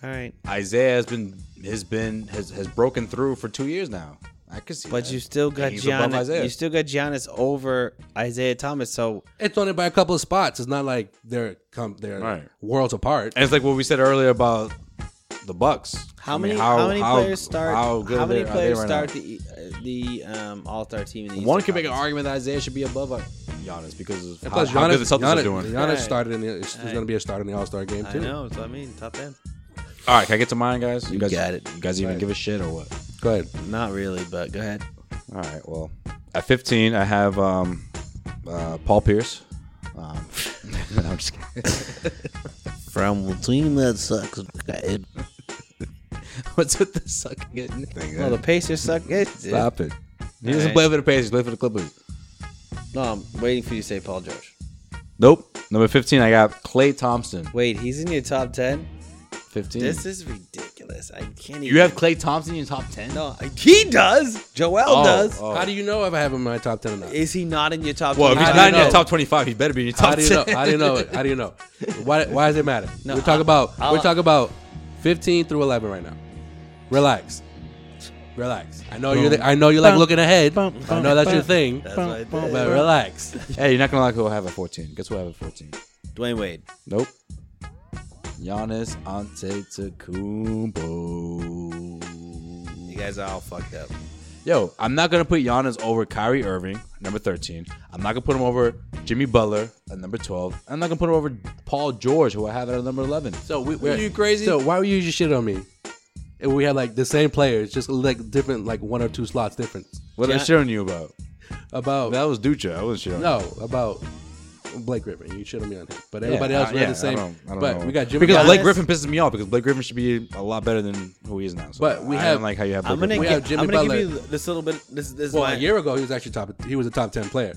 Speaker 5: All right.
Speaker 7: Isaiah has been has been has, has broken through for two years now. I could see,
Speaker 5: But
Speaker 7: that.
Speaker 5: you still got
Speaker 7: He's above
Speaker 5: Giannis.
Speaker 7: Isaiah.
Speaker 5: You still got Giannis over Isaiah Thomas. So
Speaker 6: It's only by a couple of spots. It's not like they're come they're
Speaker 7: Right.
Speaker 6: worlds apart.
Speaker 7: And it's like what we said earlier about the Bucks.
Speaker 5: how
Speaker 7: I mean,
Speaker 5: many how, many players start how,
Speaker 7: good are they-
Speaker 5: many
Speaker 7: are they
Speaker 5: players
Speaker 7: right
Speaker 5: start
Speaker 7: now?
Speaker 5: the uh, the um, All-Star team in the
Speaker 7: One
Speaker 5: Eastern
Speaker 7: could make an
Speaker 5: Conference?
Speaker 7: argument that Isaiah should be above uh, Giannis because of
Speaker 6: And
Speaker 7: how,
Speaker 6: plus,
Speaker 7: how
Speaker 6: Giannis,
Speaker 7: good the Celtics
Speaker 6: Giannis,
Speaker 7: are doing.
Speaker 6: Giannis
Speaker 5: Right.
Speaker 6: started in the. It's, going to be a start in the All Star game too.
Speaker 5: I know, so I mean, top 10.
Speaker 7: All right, can I get to mine, guys? You guys
Speaker 5: got it.
Speaker 7: You guys even
Speaker 6: Right.
Speaker 7: give a shit or what?
Speaker 6: Go ahead.
Speaker 5: Not really, but go ahead.
Speaker 7: All right. Well, at 15, I have um, uh, Paul Pierce. Um, I'm just kidding.
Speaker 5: From the team that sucks. Well,
Speaker 7: What's with the sucking it thing?
Speaker 5: the Pacers suck.
Speaker 7: Stop it. He doesn't
Speaker 5: All right.
Speaker 7: play for the Pacers. He plays for the Clippers.
Speaker 5: No, I'm waiting for you to say Paul George.
Speaker 7: Nope. Number 15, I got Clay Thompson.
Speaker 5: Wait, he's in your top ten.
Speaker 7: 15.
Speaker 5: This is ridiculous. I can't. even...
Speaker 7: you have Clay Thompson in your top 10?
Speaker 5: no. I- He does. Joel does.
Speaker 7: oh.
Speaker 6: How do you know if I have him in my top ten or not?
Speaker 5: Is he not in your top?
Speaker 7: Well, if
Speaker 5: 10?
Speaker 7: he's
Speaker 6: How do
Speaker 7: not
Speaker 6: you
Speaker 7: in your
Speaker 6: know?
Speaker 7: top 25, he better be in your top
Speaker 6: How do you know?
Speaker 7: 10.
Speaker 6: How do you know? it? How do you know? Why? Why does it matter?
Speaker 5: No,
Speaker 6: we're talking about
Speaker 5: I'll-
Speaker 6: we're talking about 15 through 11 right now. Relax, relax. I know you're. The, I know you like looking ahead. I know that's your thing.
Speaker 5: what I did.
Speaker 6: But relax.
Speaker 7: hey, you're not going to like who I have at 14. Guess who I have at 14?
Speaker 5: Dwayne Wade.
Speaker 7: Nope. Giannis Antetokounmpo.
Speaker 5: You guys are all fucked up.
Speaker 7: Yo, I'm not gonna put Giannis over Kyrie Irving, number 13. I'm not gonna put him over Jimmy Butler at number 12. I'm not gonna put him over Paul George, who I have at number 11.
Speaker 6: So we, we're,
Speaker 7: Are you crazy?
Speaker 6: So why would you use your shit on me? If we had like the same players, just like different, like one or two slots difference.
Speaker 7: What I
Speaker 5: Gian-
Speaker 7: showing you about?
Speaker 6: About
Speaker 7: That was Ducha. I wasn't showing.
Speaker 6: Oh. no, about Blake Griffin. You shit on me on him, but
Speaker 7: Yeah,
Speaker 6: everybody else
Speaker 7: I-
Speaker 6: we
Speaker 7: yeah,
Speaker 6: had the same.
Speaker 7: I don't, I don't
Speaker 6: but
Speaker 7: know.
Speaker 6: we got Jimmy.
Speaker 7: because
Speaker 6: Butler.
Speaker 7: Blake
Speaker 5: Giannis-
Speaker 7: Griffin pisses me off because Blake Griffin should be a lot better than who he is now. So
Speaker 6: But we
Speaker 7: I
Speaker 6: have-
Speaker 7: don't like how you have. Blake
Speaker 5: I'm gonna.
Speaker 7: Griffin.
Speaker 6: We have
Speaker 5: Give,
Speaker 6: Jimmy
Speaker 5: I'm gonna
Speaker 6: Butler.
Speaker 5: give you this little bit. This. This. is
Speaker 6: Well,
Speaker 5: my,
Speaker 6: a year ago he was actually top. He was a top ten player.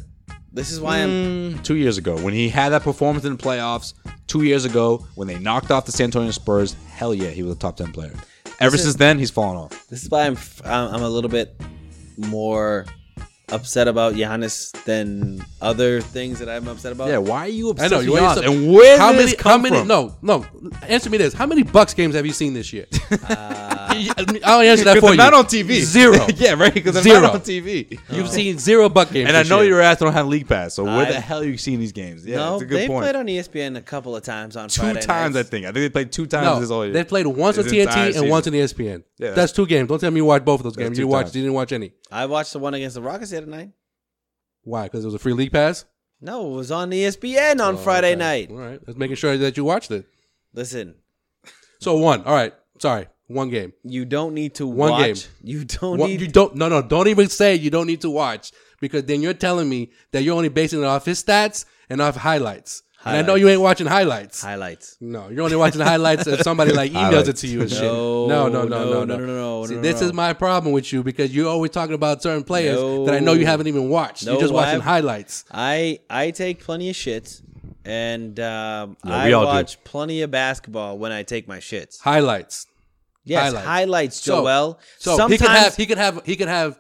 Speaker 5: This is why
Speaker 7: Mm.
Speaker 5: I'm.
Speaker 7: Two years ago, when he had that performance in the playoffs, two years ago, when they knocked off the San Antonio Spurs, hell yeah, he was a top 10 player. Ever
Speaker 5: This is-
Speaker 7: since then, he's fallen off.
Speaker 5: This is why I'm. f- I'm I'm a little bit more upset about Giannis than other things that I'm upset about.
Speaker 7: Yeah, why are you
Speaker 6: I know you
Speaker 5: with
Speaker 6: are.
Speaker 5: Giannis?
Speaker 7: And where
Speaker 6: how
Speaker 7: did
Speaker 6: many?
Speaker 7: this come
Speaker 6: how many?
Speaker 7: from?
Speaker 6: No, no. Answer me this: How many Bucks games have you seen this year? I'll answer that
Speaker 7: 'Cause
Speaker 6: for
Speaker 7: Uh, they're
Speaker 6: you.
Speaker 7: not on TV.
Speaker 6: Zero.
Speaker 7: yeah, right. Because they're
Speaker 6: Zero.
Speaker 7: not on TV.
Speaker 6: You've seen zero Buck games,
Speaker 7: And I
Speaker 6: this
Speaker 7: know
Speaker 6: year.
Speaker 7: your ass don't have league pass, so where
Speaker 5: I-
Speaker 7: the hell are you seeing these games? Yeah,
Speaker 5: no,
Speaker 7: it's a good
Speaker 5: they
Speaker 7: point.
Speaker 5: played on E ESPN a couple of times on
Speaker 7: two
Speaker 5: Friday
Speaker 7: times,
Speaker 5: nights.
Speaker 7: I think. I think they played two times
Speaker 6: No,
Speaker 7: this all year.
Speaker 6: they played once on
Speaker 7: This entire
Speaker 6: TNT and
Speaker 7: season.
Speaker 6: once on E ESPN.
Speaker 7: Yeah.
Speaker 6: that's two games. Don't tell me you watched both of those
Speaker 7: That's
Speaker 6: games.
Speaker 7: two
Speaker 6: You watched.
Speaker 7: times.
Speaker 6: You didn't watch any.
Speaker 5: I watched the one against the Rockets the other night.
Speaker 6: Why? Because it was a free league pass.
Speaker 5: No, it was on E ESPN
Speaker 7: Oh,
Speaker 5: on Friday night.
Speaker 6: All right, let's making sure that you watched it.
Speaker 5: Listen,
Speaker 6: So one. All right. Sorry, one game.
Speaker 5: you don't need to
Speaker 6: One
Speaker 5: watch.
Speaker 6: game.
Speaker 5: You don't
Speaker 6: What-
Speaker 5: need.
Speaker 6: you don't. No, no. Don't even say you don't need to watch because then you're telling me that you're only basing it off his stats and off highlights. And I know
Speaker 5: Highlights.
Speaker 6: you ain't watching highlights.
Speaker 5: highlights.
Speaker 6: No, you're only watching the highlights if somebody like emails it to you and shit.
Speaker 5: No,
Speaker 6: No, no, no,
Speaker 5: no,
Speaker 6: no, no,
Speaker 5: no, no, no,
Speaker 6: See,
Speaker 5: no,
Speaker 6: this
Speaker 5: no.
Speaker 6: is my problem with you because you're always talking about certain players
Speaker 5: No.
Speaker 6: that I know you haven't even watched.
Speaker 5: No,
Speaker 6: you're just watching
Speaker 5: I've-
Speaker 6: highlights.
Speaker 5: I I take plenty of shits, and um,
Speaker 7: Yeah,
Speaker 5: I
Speaker 7: we all do.
Speaker 5: watch plenty of basketball when I take my shits.
Speaker 6: Highlights.
Speaker 5: Yes,
Speaker 6: highlights.
Speaker 5: highlights,
Speaker 6: So-
Speaker 5: Joel.
Speaker 6: So he
Speaker 5: Sometimes,
Speaker 6: could have he could have he could have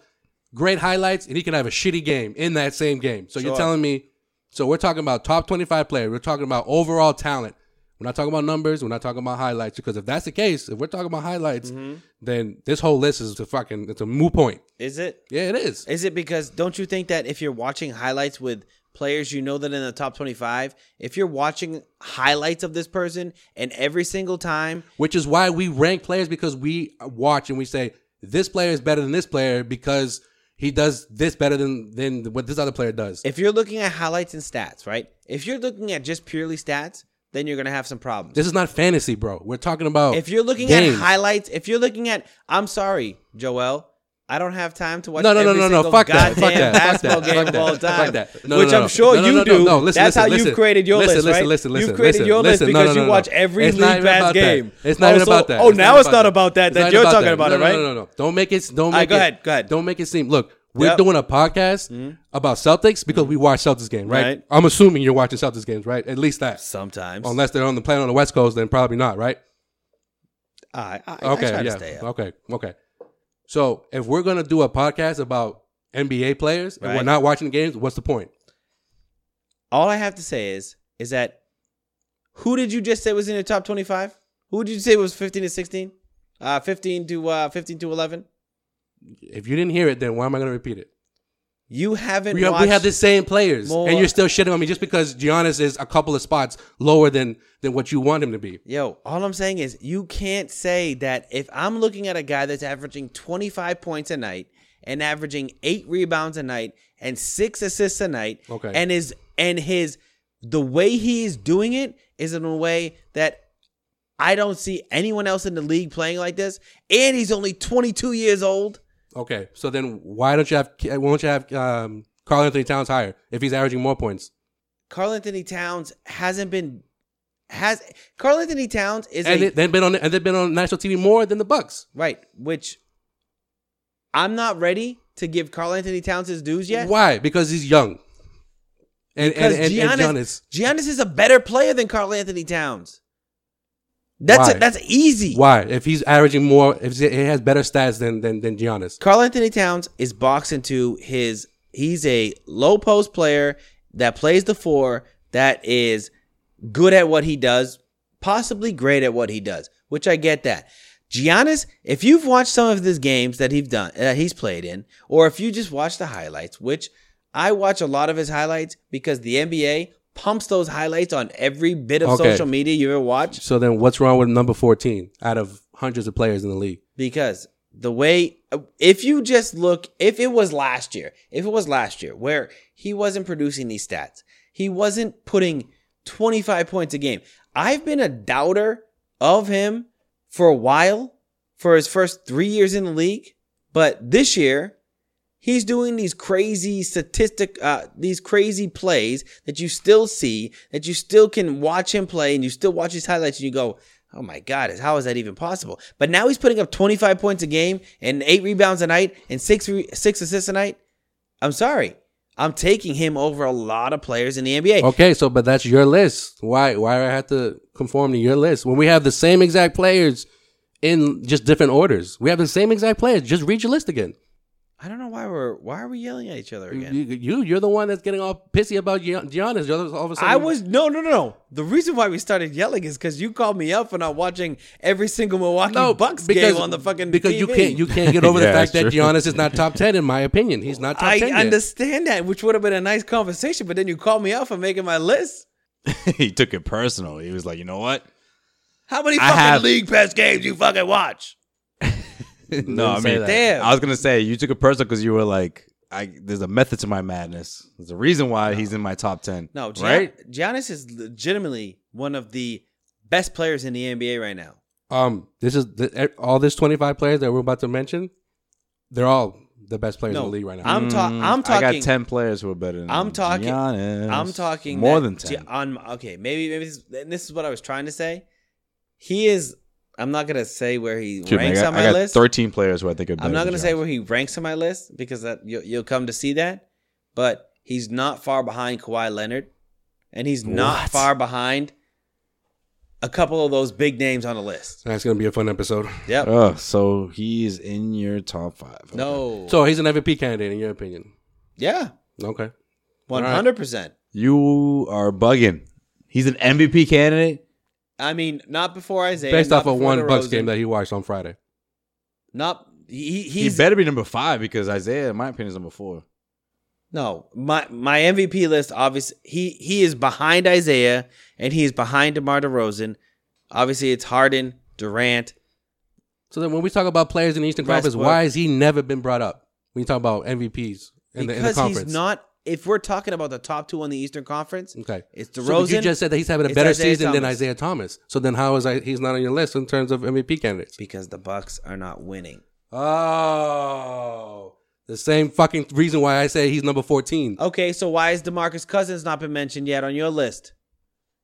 Speaker 6: great highlights and he can have a shitty game in that same game. So you're
Speaker 5: Sure.
Speaker 6: telling me so we're talking about top 25 players. We're talking about overall talent. We're not talking about numbers. We're not talking about highlights because if that's the case, if we're talking about highlights,
Speaker 5: Mm-hmm.
Speaker 6: then this whole list is a fucking it's a moot point.
Speaker 5: is it?
Speaker 6: Yeah, it is.
Speaker 5: Is it because don't you think that if you're watching highlights with players you know that in the top 25, if you're watching highlights of this person and every single time,
Speaker 6: Which is why we rank players because we watch and we say this player is better than this player because he does this better than than what this other player does.
Speaker 5: if you're looking at highlights and stats, right? If you're looking at just purely stats, then you're going to have some problems.
Speaker 6: This is not fantasy, bro. We're talking about
Speaker 5: if you're looking
Speaker 6: games.
Speaker 5: at highlights, if you're looking at, I'm sorry, Joel. I don't have time to watch.
Speaker 6: No, no, no,
Speaker 5: every
Speaker 6: no, no.
Speaker 5: single
Speaker 6: Fuck that. Fuck
Speaker 5: goddamn
Speaker 6: that. Fuck
Speaker 5: Basketball
Speaker 6: that.
Speaker 5: game
Speaker 6: Fuck
Speaker 5: of all
Speaker 6: that.
Speaker 5: time.
Speaker 6: Fuck that. No, no,
Speaker 5: which
Speaker 6: no.
Speaker 5: I'm sure
Speaker 6: No, no,
Speaker 5: you
Speaker 6: no,
Speaker 5: do.
Speaker 6: no. Listen,
Speaker 5: That's
Speaker 6: listen,
Speaker 5: how
Speaker 6: listen.
Speaker 5: you've created your
Speaker 6: Listen,
Speaker 5: list,
Speaker 6: listen,
Speaker 5: right?
Speaker 6: listen,
Speaker 5: you've
Speaker 6: listen,
Speaker 5: created
Speaker 6: listen,
Speaker 5: your list
Speaker 6: listen. No,
Speaker 5: because
Speaker 6: no, no,
Speaker 5: you
Speaker 6: no.
Speaker 5: watch every
Speaker 6: It's not
Speaker 5: league
Speaker 6: even
Speaker 5: pass
Speaker 6: about that.
Speaker 5: game.
Speaker 6: It's not even
Speaker 5: Also-
Speaker 6: about that.
Speaker 5: Oh,
Speaker 6: It's
Speaker 5: now
Speaker 6: not
Speaker 5: it's
Speaker 6: about
Speaker 5: not
Speaker 6: that.
Speaker 5: about that.
Speaker 6: It's not
Speaker 5: That you're
Speaker 6: about
Speaker 5: talking
Speaker 6: that.
Speaker 5: about
Speaker 6: No,
Speaker 5: it,
Speaker 6: no,
Speaker 5: right?
Speaker 6: No, no, no. Don't make it. Don't
Speaker 5: right,
Speaker 6: make it.
Speaker 5: go ahead, go ahead.
Speaker 6: Don't make it seem. Look, we're
Speaker 5: Yep. Mm-hmm.
Speaker 6: doing a podcast about Celtics because we watch Celtics games, right?
Speaker 5: Right.
Speaker 6: I'm assuming you're watching Celtics games, right? At least that.
Speaker 5: Sometimes.
Speaker 6: Unless they're on the planet on the West Coast, then probably not, right?
Speaker 5: I, I,
Speaker 6: Okay,
Speaker 5: I try
Speaker 6: yeah.
Speaker 5: to stay up.
Speaker 6: Okay, okay. So if we're gonna do a podcast about NBA players and we're
Speaker 5: Right.
Speaker 6: not watching the games, what's the point?
Speaker 5: All I have to say is, is that who did you just say was in your top 25? Who did you say was 15 to 16? Uh, 15 to uh, 15 to 11?
Speaker 6: If you didn't hear it, then why am I gonna repeat it?
Speaker 5: You haven't
Speaker 6: We, have-
Speaker 5: watched.
Speaker 6: we have the same players,
Speaker 5: more-
Speaker 6: and you're still shitting on me just because Giannis is a couple of spots lower than than what you want him to be.
Speaker 5: Yo, all I'm saying is you can't say that if I'm looking at a guy that's averaging 25 points a night and averaging eight rebounds a night and six assists a night,
Speaker 6: Okay.
Speaker 5: and his and his the way he is doing it is in a way that I don't see anyone else in the league playing like this, and he's only 22 years old.
Speaker 6: Okay, so then why don't you have why don't you have um, Carl Anthony Towns higher if he's averaging more points?
Speaker 5: Carl Anthony Towns hasn't been has Carl Anthony Towns is
Speaker 6: and
Speaker 5: a,
Speaker 6: they, have been on and they've been on national TV more than the Bucks.
Speaker 5: Right, which I'm not ready to give Carl Anthony Towns his dues yet.
Speaker 6: Why? Because he's young. And and,
Speaker 5: Because
Speaker 6: and,
Speaker 5: Giannis,
Speaker 6: and Giannis.
Speaker 5: Giannis is a better player than Carl Anthony Towns. That's
Speaker 6: Why?
Speaker 5: a, that's easy.
Speaker 6: Why? If he's averaging more, if he has better stats than than than Giannis.
Speaker 5: Carl Anthony Towns is boxed into his. He's a low post player that plays the four. That is good at what he does, possibly great at what he does. Which I get that. Giannis, if you've watched some of his games that he's done, that he's played in, or if you just watch the highlights, which I watch a lot of his highlights because the NBA pumps those highlights on every bit of
Speaker 6: Okay.
Speaker 5: social media you ever watch.
Speaker 6: So then, what's wrong with number fourteen out of hundreds of players in the league?
Speaker 5: because the way if you just look if it was last year if it was last year where he wasn't producing these stats he wasn't putting 25 points a game i've been a doubter of him for a while for his first three years in the league but this year He's doing these crazy statistic, uh, these crazy plays that you still see, that you still can watch him play, and you still watch his highlights, and you go, "Oh my God, is- how is that even possible?" But now he's putting up 25 points a game and eight rebounds a night and six re- six assists a night. I'm sorry, I'm taking him over a lot of players in the NBA.
Speaker 6: Okay, so but that's your list. Why why do I have to conform to your list when we have the same exact players in just different orders? We have the same exact players. Just read your list again.
Speaker 5: I don't know why we're why are we yelling at each other again.
Speaker 6: You, you you're the one that's getting all pissy about Gian- Giannis. You're all of a sudden
Speaker 5: I was no no no no. The reason why we started yelling is because you called me out for not watching every single Milwaukee Bucks game on the fucking
Speaker 6: because you
Speaker 5: TV.
Speaker 6: can't you can't get over
Speaker 7: Yeah,
Speaker 6: the fact
Speaker 7: that's
Speaker 6: that
Speaker 7: true.
Speaker 6: Giannis is not top ten in my opinion. He's not top
Speaker 5: I
Speaker 6: ten. yet.
Speaker 5: understand that, which would have been a nice conversation, but then you called me out for making my list.
Speaker 7: he took it personal. He was like, you know what?
Speaker 5: How many
Speaker 7: I
Speaker 5: fucking
Speaker 7: have-
Speaker 5: league pass games you fucking watch?
Speaker 7: no, I
Speaker 6: didn't say
Speaker 7: mean,
Speaker 6: that.
Speaker 5: Damn.
Speaker 7: I was gonna say you took it personal because you were like, I, there's a method to my madness. There's a reason why he's in my top ten.
Speaker 5: No, Gian-
Speaker 7: right?
Speaker 5: Giannis is legitimately one of the best players in the NBA right now.
Speaker 6: Um, this is the, all this twenty five players that we're about to mention. They're all the best players
Speaker 5: No,
Speaker 6: in the league right now.
Speaker 5: I'm ta-
Speaker 7: Mm,
Speaker 5: I'm
Speaker 7: I
Speaker 5: talking.
Speaker 7: got ten players who are better. than
Speaker 5: I'm talking.
Speaker 7: Giannis.
Speaker 5: I'm talking
Speaker 7: more
Speaker 5: that
Speaker 7: than ten.
Speaker 5: Gi- on okay, maybe maybe this, and this is what I was trying to say. He is. I'm not gonna say where he
Speaker 7: Excuse me,
Speaker 5: ranks
Speaker 7: I got,
Speaker 5: on
Speaker 7: I
Speaker 5: my
Speaker 7: got
Speaker 5: list.
Speaker 7: Thirteen players who I think are better.
Speaker 5: I'm not
Speaker 7: than
Speaker 5: gonna say
Speaker 7: Giannis.
Speaker 5: where he ranks on my list because that you, you'll come to see that. But he's not far behind Kawhi Leonard, and he's not
Speaker 7: What?
Speaker 5: far behind a couple of those big names on the list.
Speaker 6: That's gonna be a fun episode.
Speaker 5: Yep.
Speaker 7: Oh, so he's in your top five. Okay.
Speaker 5: no.
Speaker 6: So he's an MVP candidate in your opinion.
Speaker 5: yeah,
Speaker 6: Okay.
Speaker 5: one hundred percent.
Speaker 7: you are bugging. He's an MVP candidate.
Speaker 5: I mean, not before Isaiah.
Speaker 6: Based
Speaker 5: not
Speaker 6: off of
Speaker 5: before
Speaker 6: one Bucks
Speaker 5: DeRozan,
Speaker 6: game that he watched on Friday.
Speaker 5: Not he.
Speaker 7: He
Speaker 5: He's
Speaker 7: better be number five because Isaiah, in my opinion, is number four.
Speaker 5: No, my my MVP list obviously he he is behind Isaiah and he is behind DeMar DeRozan. Obviously, it's Harden, Durant.
Speaker 6: So then when we talk about players in the Eastern Conference,
Speaker 5: Westbrook.
Speaker 6: why has he never been brought up? When you talk about MVPs in, the, in the
Speaker 5: Because
Speaker 6: conference.
Speaker 5: he's not. If we're talking about the top two in the Eastern Conference,
Speaker 6: Okay.
Speaker 5: it's
Speaker 6: So,
Speaker 5: DeRozan.
Speaker 6: but you just said that he's having a
Speaker 5: it's
Speaker 6: better
Speaker 5: Isaiah
Speaker 6: season than
Speaker 5: Thomas.
Speaker 6: Isaiah Thomas. So then how is I, he's not on your list in terms of MVP candidates?
Speaker 5: because the Bucks are not winning.
Speaker 6: Oh. The same fucking reason why I say he's number 14.
Speaker 5: Okay, so why is DeMarcus Cousins not been mentioned yet on your list?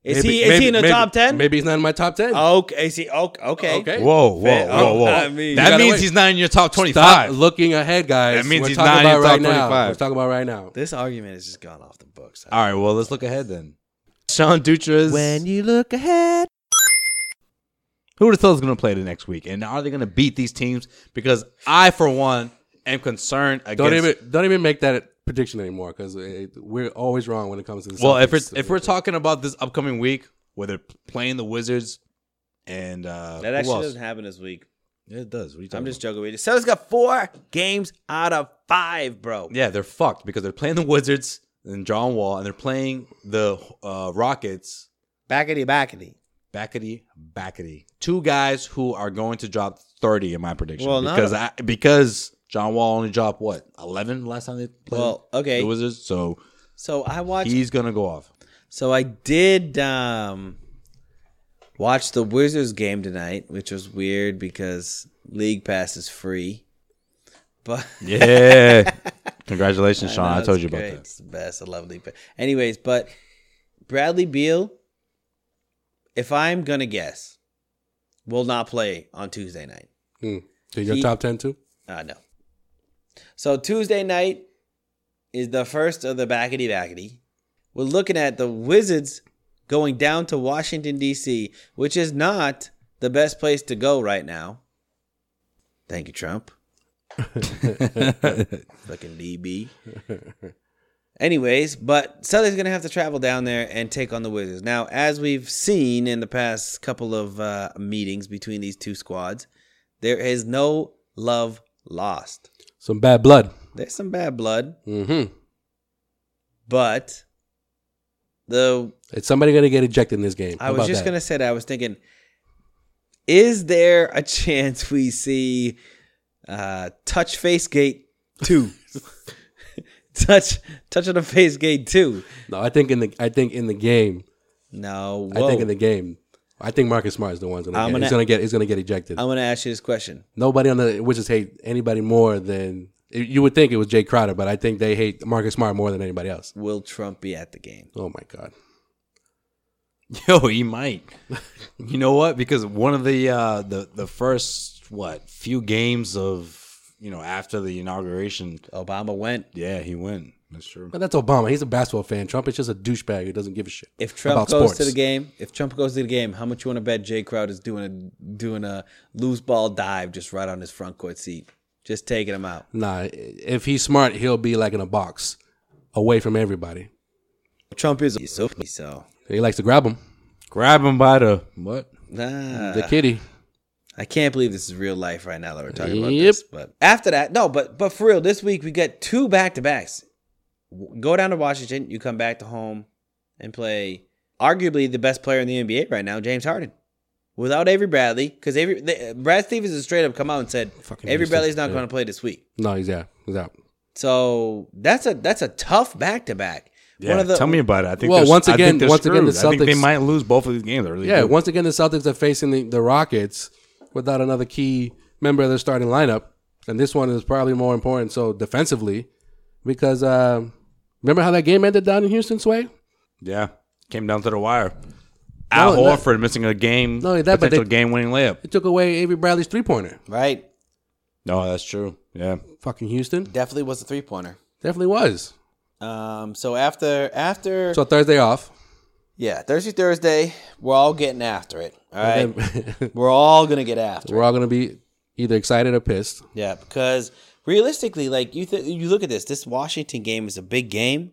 Speaker 5: Is
Speaker 6: Maybe-
Speaker 5: he is
Speaker 6: maybe-
Speaker 5: he in the
Speaker 6: maybe-
Speaker 5: top ten?
Speaker 6: Maybe he's not in my top 10.
Speaker 5: Okay, is he okay? Okay.
Speaker 6: Okay.
Speaker 7: Whoa, whoa,
Speaker 5: Fair-
Speaker 7: whoa, whoa!
Speaker 5: I mean- You
Speaker 7: that
Speaker 6: gotta
Speaker 7: means
Speaker 6: wait.
Speaker 7: he's not in your top
Speaker 6: Stop
Speaker 7: twenty-five.
Speaker 6: looking ahead, guys.
Speaker 7: That means
Speaker 6: We're
Speaker 7: he's
Speaker 6: talking
Speaker 7: not in
Speaker 6: about
Speaker 7: your
Speaker 6: right
Speaker 7: top
Speaker 6: now.
Speaker 7: 25.
Speaker 6: We're talking about right now.
Speaker 5: This argument has just gone off the books.
Speaker 7: All right, well, let's look ahead then. Sean Dutra is.
Speaker 5: you look ahead,
Speaker 7: who the hell is going to play the next week? And are they going to beat these teams? Because I, for one, am concerned against.
Speaker 6: Don't even don't even make that prediction anymore because we're always wrong when it comes to the
Speaker 7: well, if
Speaker 6: Celtics.
Speaker 7: it's if we're talking about this upcoming week, where they're playing the Wizards and uh,
Speaker 5: that
Speaker 7: who
Speaker 5: actually
Speaker 7: else?
Speaker 5: doesn't happen this week.
Speaker 7: Yeah, it does. What are you talking
Speaker 5: I'm just
Speaker 7: about?
Speaker 5: joking with you. Celtics got four games out of five, bro.
Speaker 7: Yeah, they're fucked because they're playing the Wizards and John Wall, and they're playing the uh, Rockets.
Speaker 5: Backity backity.
Speaker 7: Backety, Backety. Two guys who are going to drop 30 in my prediction.
Speaker 5: Well, not
Speaker 7: because I, because John Wall only dropped what? 11 last time they played.
Speaker 5: Well, okay.
Speaker 7: The Wizards, so
Speaker 5: So I watched.
Speaker 7: he's going to go off.
Speaker 5: so I did um, watch the Wizards game tonight, which was weird because League Pass is free. But
Speaker 7: Yeah. Congratulations, Sean. I,
Speaker 5: know,
Speaker 7: told
Speaker 5: it's
Speaker 7: you
Speaker 5: great.
Speaker 7: about that.
Speaker 5: It's the best. I love League Pass. Anyways, but Bradley Beal, if I'm gonna guess, will not play on Tuesday night.
Speaker 6: Hmm. So your
Speaker 5: He-
Speaker 6: top ten too?
Speaker 5: Uh, no. So Tuesday night is the first of the backety backety. We're looking at the Wizards going down to Washington, D.C., which is not the best place to go right now. Thank you, Trump. Fucking DB. Anyways, but Celtics going to have to travel down there and take on the Wizards. Now, as we've seen in the past couple of uh, meetings between these two squads, there is no love lost.
Speaker 6: Some bad blood.
Speaker 5: There's some bad blood,
Speaker 6: Mm-hmm.
Speaker 5: but the
Speaker 6: Is somebody gonna get ejected in this game?
Speaker 5: I was just gonna say that I was thinking, is there a chance we see uh, touch face gate two? touch touch on the face gate two.
Speaker 6: No, I think in the I think in the game.
Speaker 5: No,
Speaker 6: I
Speaker 5: whoa.
Speaker 6: think in the game. I think Marcus Smart is the one who's gonna,
Speaker 5: I'm
Speaker 6: get,
Speaker 5: gonna-
Speaker 6: he's gonna get he's gonna get ejected.
Speaker 5: I'm gonna ask you this question.
Speaker 6: Nobody on the Wizards hate anybody more than you would think it was Jay Crowder, but I think they hate Marcus Smart more than anybody else.
Speaker 5: Will Trump be at the game?
Speaker 6: Oh my god.
Speaker 7: Yo, he might. you know what? Because one of the uh the the first what few games of you know after the inauguration,
Speaker 5: Obama went.
Speaker 7: yeah, he went.
Speaker 10: That's true.
Speaker 6: But that's Obama. He's a basketball fan. Trump is just a douchebag who doesn't give a shit.
Speaker 5: If Trump goes to the game, if Trump goes to the game, how much you want to bet Jay Crowd is doing a doing a loose ball dive just right on his front court seat, just taking him out?
Speaker 6: Nah, if he's smart, he'll be like in a box, away from everybody.
Speaker 5: Trump is so so.
Speaker 6: He likes to grab him.
Speaker 10: Grab him by the what?
Speaker 5: Nah.
Speaker 6: The kitty.
Speaker 5: I can't believe this is real life right now that we're talking about this. But after that, no, but but for real, this week we got two back to backs. Go down to Washington, you come back to home and play arguably the best player in the NBA right now, James Harden. Without Avery Bradley, because Avery they, Brad Stevens has straight up come out and said Avery
Speaker 6: Houston,
Speaker 5: Bradley's not
Speaker 6: yeah.
Speaker 5: going to play this week.
Speaker 6: No, he's out. He's out.
Speaker 5: So that's a that's a tough back to back.
Speaker 10: Yeah, tell me about it. I think
Speaker 6: well,
Speaker 10: they're-
Speaker 6: once
Speaker 10: I think
Speaker 6: again,
Speaker 10: they're
Speaker 6: once again, the
Speaker 10: screwed. I think they
Speaker 6: Celtics-
Speaker 10: might lose both of these games. I really
Speaker 6: yeah,
Speaker 10: do.
Speaker 6: once again, the Celtics are facing the, the Rockets without another key member of their starting lineup. And this one is probably more important. So defensively, because um remember how that game ended down in Houston, Sway?
Speaker 10: yeah, came down to the wire. Al
Speaker 6: No, not-
Speaker 10: Horford missing a game,
Speaker 6: Not only that, but they-
Speaker 10: potential game-winning layup.
Speaker 6: It took away Avery Bradley's three pointer.
Speaker 5: Right.
Speaker 10: No, that's true. Yeah,
Speaker 6: Fucking Houston.
Speaker 5: Definitely was a three pointer.
Speaker 6: Definitely was.
Speaker 5: Um, so after after
Speaker 6: So Thursday off.
Speaker 5: yeah Thursday Thursday we're all getting after it. All right,
Speaker 6: And then-
Speaker 5: we're all gonna get after. it.
Speaker 6: We're all going to be either excited or pissed.
Speaker 5: Yeah, because realistically, like you, th- you look at this. This Washington game is a big game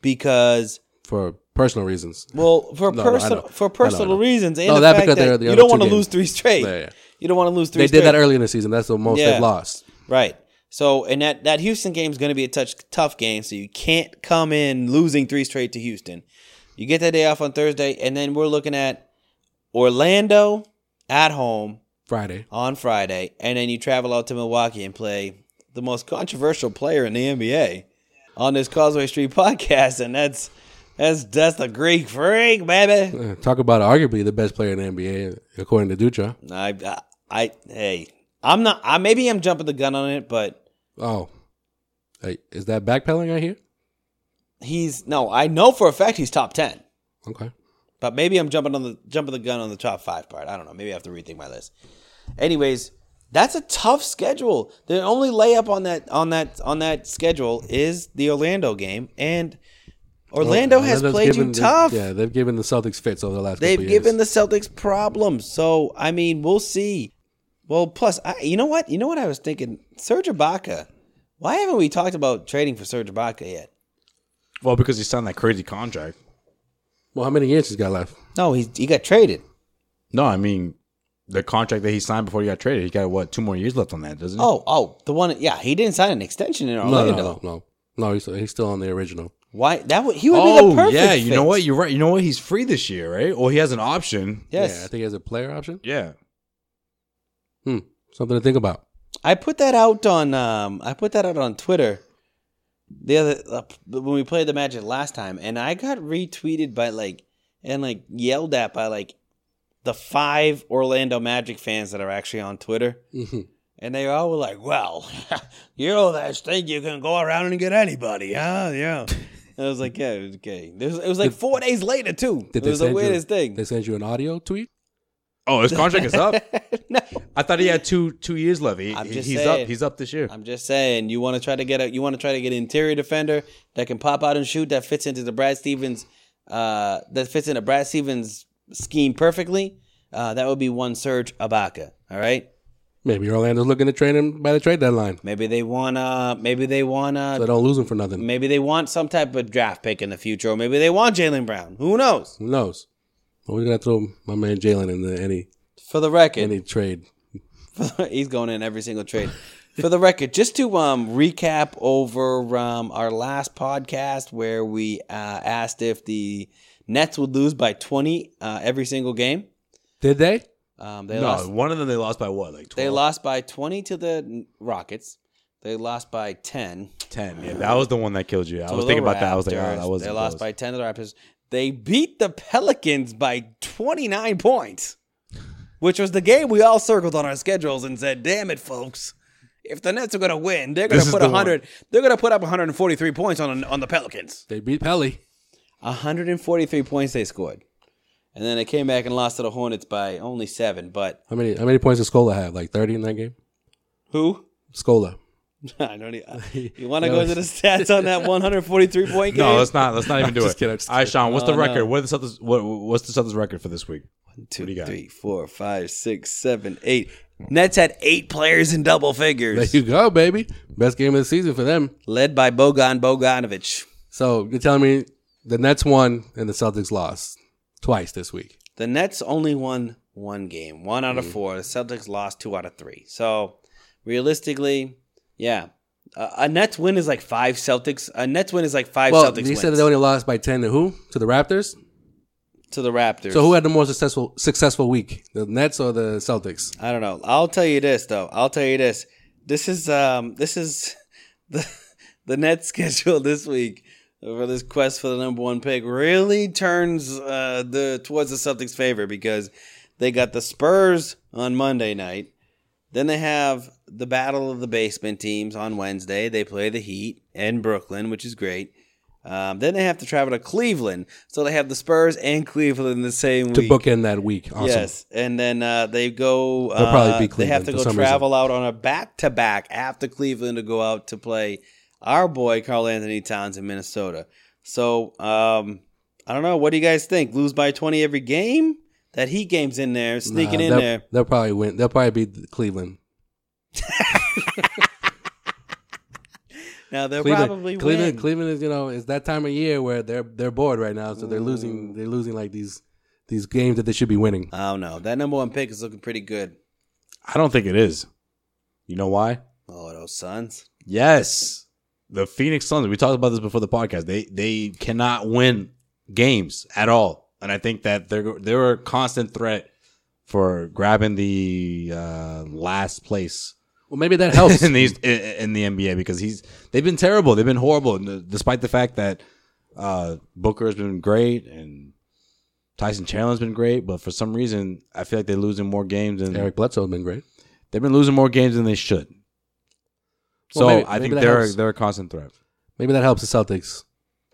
Speaker 5: because,
Speaker 6: for personal reasons.
Speaker 5: well, for
Speaker 6: No, no, I
Speaker 5: personal
Speaker 6: know. I know, I
Speaker 5: for personal
Speaker 6: know.
Speaker 5: reasons, and
Speaker 6: No,
Speaker 5: the
Speaker 6: that
Speaker 5: fact
Speaker 6: because they're
Speaker 5: that
Speaker 6: the
Speaker 5: you
Speaker 6: other
Speaker 5: don't
Speaker 6: two
Speaker 5: want to
Speaker 6: games.
Speaker 5: lose three straight.
Speaker 6: Yeah, yeah.
Speaker 5: You don't want to lose three.
Speaker 6: They
Speaker 5: straight.
Speaker 6: did that early in the season. That's the most
Speaker 5: Yeah.
Speaker 6: they've lost.
Speaker 5: right? So, and that that Houston game is going to be a touch tough game. So you can't come in losing three straight to Houston. You get that day off on Thursday, and then we're looking at Orlando at home
Speaker 6: Friday.
Speaker 5: on Friday, and then you travel out to Milwaukee and play the most controversial player in the NBA on this Causeway Street podcast, and that's that's that's the Greek freak, baby.
Speaker 6: Uh, Talk about arguably the best player in the NBA, according to Dutra.
Speaker 5: I, I I hey, I'm not. I maybe I'm jumping the gun on it, but
Speaker 6: Oh, hey, is that backpedaling I hear?
Speaker 5: he's no. I know for a fact he's top ten,
Speaker 6: Okay.
Speaker 5: but maybe I'm jumping on the jumping the gun on the top five part. I don't know. Maybe I have to rethink my list. Anyways. That's a tough schedule. The only layup on that on that on that schedule is the Orlando game, and Orlando has
Speaker 6: Orlando's
Speaker 5: played you
Speaker 6: given the-
Speaker 5: tough.
Speaker 6: yeah, they've given the Celtics fits over the last.
Speaker 5: They've
Speaker 6: couple
Speaker 5: given
Speaker 6: years.
Speaker 5: the Celtics problems. So I mean, we'll see. Well, plus, I, you know what? You know what I was thinking? Serge Ibaka. Why haven't we talked about trading for Serge Ibaka yet?
Speaker 10: Well, because he signed that crazy contract.
Speaker 6: well, how many years he's got left?
Speaker 5: No, he he got traded.
Speaker 6: Hmm.
Speaker 10: No, I mean the contract that he signed before he got traded. He got what two more years left on that, doesn't he?
Speaker 5: Oh, oh, the one. Yeah, he didn't sign an extension in
Speaker 6: No, no,
Speaker 5: Orlando.
Speaker 6: no, no, no. No, he's, he's still on the original.
Speaker 5: Why? That would he would be the perfect.
Speaker 10: Oh, yeah. You know
Speaker 5: fit.
Speaker 10: what? You're right. You know what? He's free this year, right? Or he has an option.
Speaker 5: Yes,
Speaker 6: Yeah, I think he has a player option.
Speaker 10: Yeah.
Speaker 6: Hmm, something to think about.
Speaker 5: I put that out on um I put that out on Twitter the other uh, when we played the Magic last time, and I got retweeted by like and like yelled at by like the five Orlando Magic fans that are actually on Twitter,
Speaker 10: Mm-hmm.
Speaker 6: Mhm.
Speaker 5: and they all were like, "Well, you know that thing you can go around and get anybody, huh? Yeah." And I was like, "Yeah, okay." There's, it was like four days later too.
Speaker 6: Did
Speaker 5: it
Speaker 6: they
Speaker 5: was the
Speaker 6: send you-
Speaker 5: weirdest thing.
Speaker 6: They sent you an audio tweet.
Speaker 10: Oh, his contract is up.
Speaker 5: No.
Speaker 10: I thought he had two two years left. He,
Speaker 5: I'm
Speaker 10: he-
Speaker 5: just
Speaker 10: he's
Speaker 5: saying.
Speaker 10: up. He's up this year.
Speaker 5: I'm just saying, you want to try to get a you want to try to get an interior defender that can pop out and shoot that fits into the Brad Stevens uh, that fits into Brad Stevens scheme perfectly. Uh, that would be one Serge Ibaka. All right,
Speaker 6: Maybe Orlando's looking to trade him by the trade deadline,
Speaker 5: maybe they want uh maybe they want
Speaker 6: so they
Speaker 5: uh
Speaker 6: don't lose him for nothing.
Speaker 5: maybe they want some type of draft pick in the future, or maybe they want Jalen Brown. Who knows?
Speaker 6: Who knows? But we're gonna throw my man Jalen into any
Speaker 5: For the record,
Speaker 6: any trade.
Speaker 5: He's going in every single trade. For the record, just to um, recap over um, our last podcast where we uh, asked if the Nets would lose by 20 uh, every single game.
Speaker 6: Did they?
Speaker 5: Um, they
Speaker 10: no,
Speaker 5: lost.
Speaker 10: one of them they lost by what? Like 12?
Speaker 5: They lost by 20 to the Rockets. They lost by 10.
Speaker 10: ten. Yeah, that was the one that killed you. I
Speaker 5: to
Speaker 10: was
Speaker 5: the
Speaker 10: thinking about that. I was like, oh,
Speaker 5: Raptors.
Speaker 10: that was
Speaker 5: They lost by 10 to the Raptors. They beat the Pelicans by 29 points, which was the game we all circled on our schedules and said, damn it, folks. If the Nets are going to win, they're going
Speaker 10: This
Speaker 5: to
Speaker 10: is
Speaker 5: put
Speaker 10: the
Speaker 5: 100 they're going to put up 143 points on on the Pelicans.
Speaker 6: They beat Pelly.
Speaker 5: 143 points they scored. And then they came back and lost to the Hornets by only 7, but
Speaker 6: How many how many points did Scola have? Like thirty in that game?
Speaker 5: who?
Speaker 6: Scola.
Speaker 5: I don't. e- You want to go into the stats on that 143 point game?
Speaker 7: No, let's not. Let's not even
Speaker 5: I'm
Speaker 7: do
Speaker 5: just
Speaker 7: it.
Speaker 5: kidding, I'm just
Speaker 7: All right, Sean, what's the
Speaker 5: No, no.
Speaker 7: record? What are the Celtics, what, what's the Celtics record for this week? One,
Speaker 5: two, three, four, five, six, seven, eight. Nets had eight players in double
Speaker 6: There
Speaker 5: figures,
Speaker 6: you go, baby. Best game of the season for them.
Speaker 5: led by Bogan Boganovic.
Speaker 6: So you're telling me the Nets won and the Celtics lost twice this week.
Speaker 5: The Nets only won one game, one out of
Speaker 6: Mm-hmm.
Speaker 5: four. The Celtics lost two out of three. So realistically, yeah, uh, a Nets win is like five Celtics. A Nets win is like five
Speaker 6: well,
Speaker 5: Celtics
Speaker 6: he
Speaker 5: wins
Speaker 6: said they only lost by ten to who? To the Raptors.
Speaker 5: to the Raptors.
Speaker 6: So who had the more successful successful week? The Nets or the Celtics?
Speaker 5: I don't know. I'll tell you this though. I'll tell you this. This is um this is the the Nets schedule this week for this quest for the number one pick really turns uh the towards the Celtics favor because they got the Spurs on Monday night. Then they have the battle of the basement teams on Wednesday. They play the Heat and Brooklyn, which is great. Um, then they have to travel to Cleveland, so they have the Spurs and Cleveland the same
Speaker 6: To
Speaker 5: week.
Speaker 6: bookend that week. Awesome.
Speaker 5: Yes, and then uh, they go.
Speaker 6: They'll probably
Speaker 5: uh,
Speaker 6: beat
Speaker 5: They have
Speaker 6: Cleveland
Speaker 5: to
Speaker 6: for some
Speaker 5: go travel out on a back to back after Cleveland to go out to play our boy Carl Anthony Towns in Minnesota. So um, I don't know. What do you guys think? Lose by twenty every game? That Heat game's in there, sneaking
Speaker 6: Nah,
Speaker 5: in
Speaker 6: they'll,
Speaker 5: there.
Speaker 6: They'll probably win. They'll probably beat Cleveland.
Speaker 5: Now they'll
Speaker 6: Cleveland,
Speaker 5: probably
Speaker 6: Cleveland,
Speaker 5: win.
Speaker 6: Cleveland is you know is that time of year where they're they're bored right now, so they're
Speaker 5: Mm.
Speaker 6: losing they're losing like these these games that they should be winning.
Speaker 5: I don't know. Oh, That number one pick is looking pretty good.
Speaker 7: I don't think it is. You know why?
Speaker 5: Oh, those Suns.
Speaker 7: Yes, the Phoenix Suns. We talked about this before the podcast. They they cannot win games at all, and I think that they're they're a constant threat for grabbing the uh, last place.
Speaker 6: Well, maybe that helps.
Speaker 7: in these in, in the NBA because he's they've been terrible. They've been horrible, and despite the fact that uh, Booker has been great and Tyson Chandler's been great, but for some reason I feel like they're losing more games than
Speaker 6: Eric Bledsoe's been great.
Speaker 7: They've been losing more games than they should. So
Speaker 6: Well, maybe-
Speaker 7: I
Speaker 6: maybe
Speaker 7: think
Speaker 6: that
Speaker 7: they're
Speaker 6: helps.
Speaker 7: they're a constant threat.
Speaker 6: Maybe that helps the Celtics.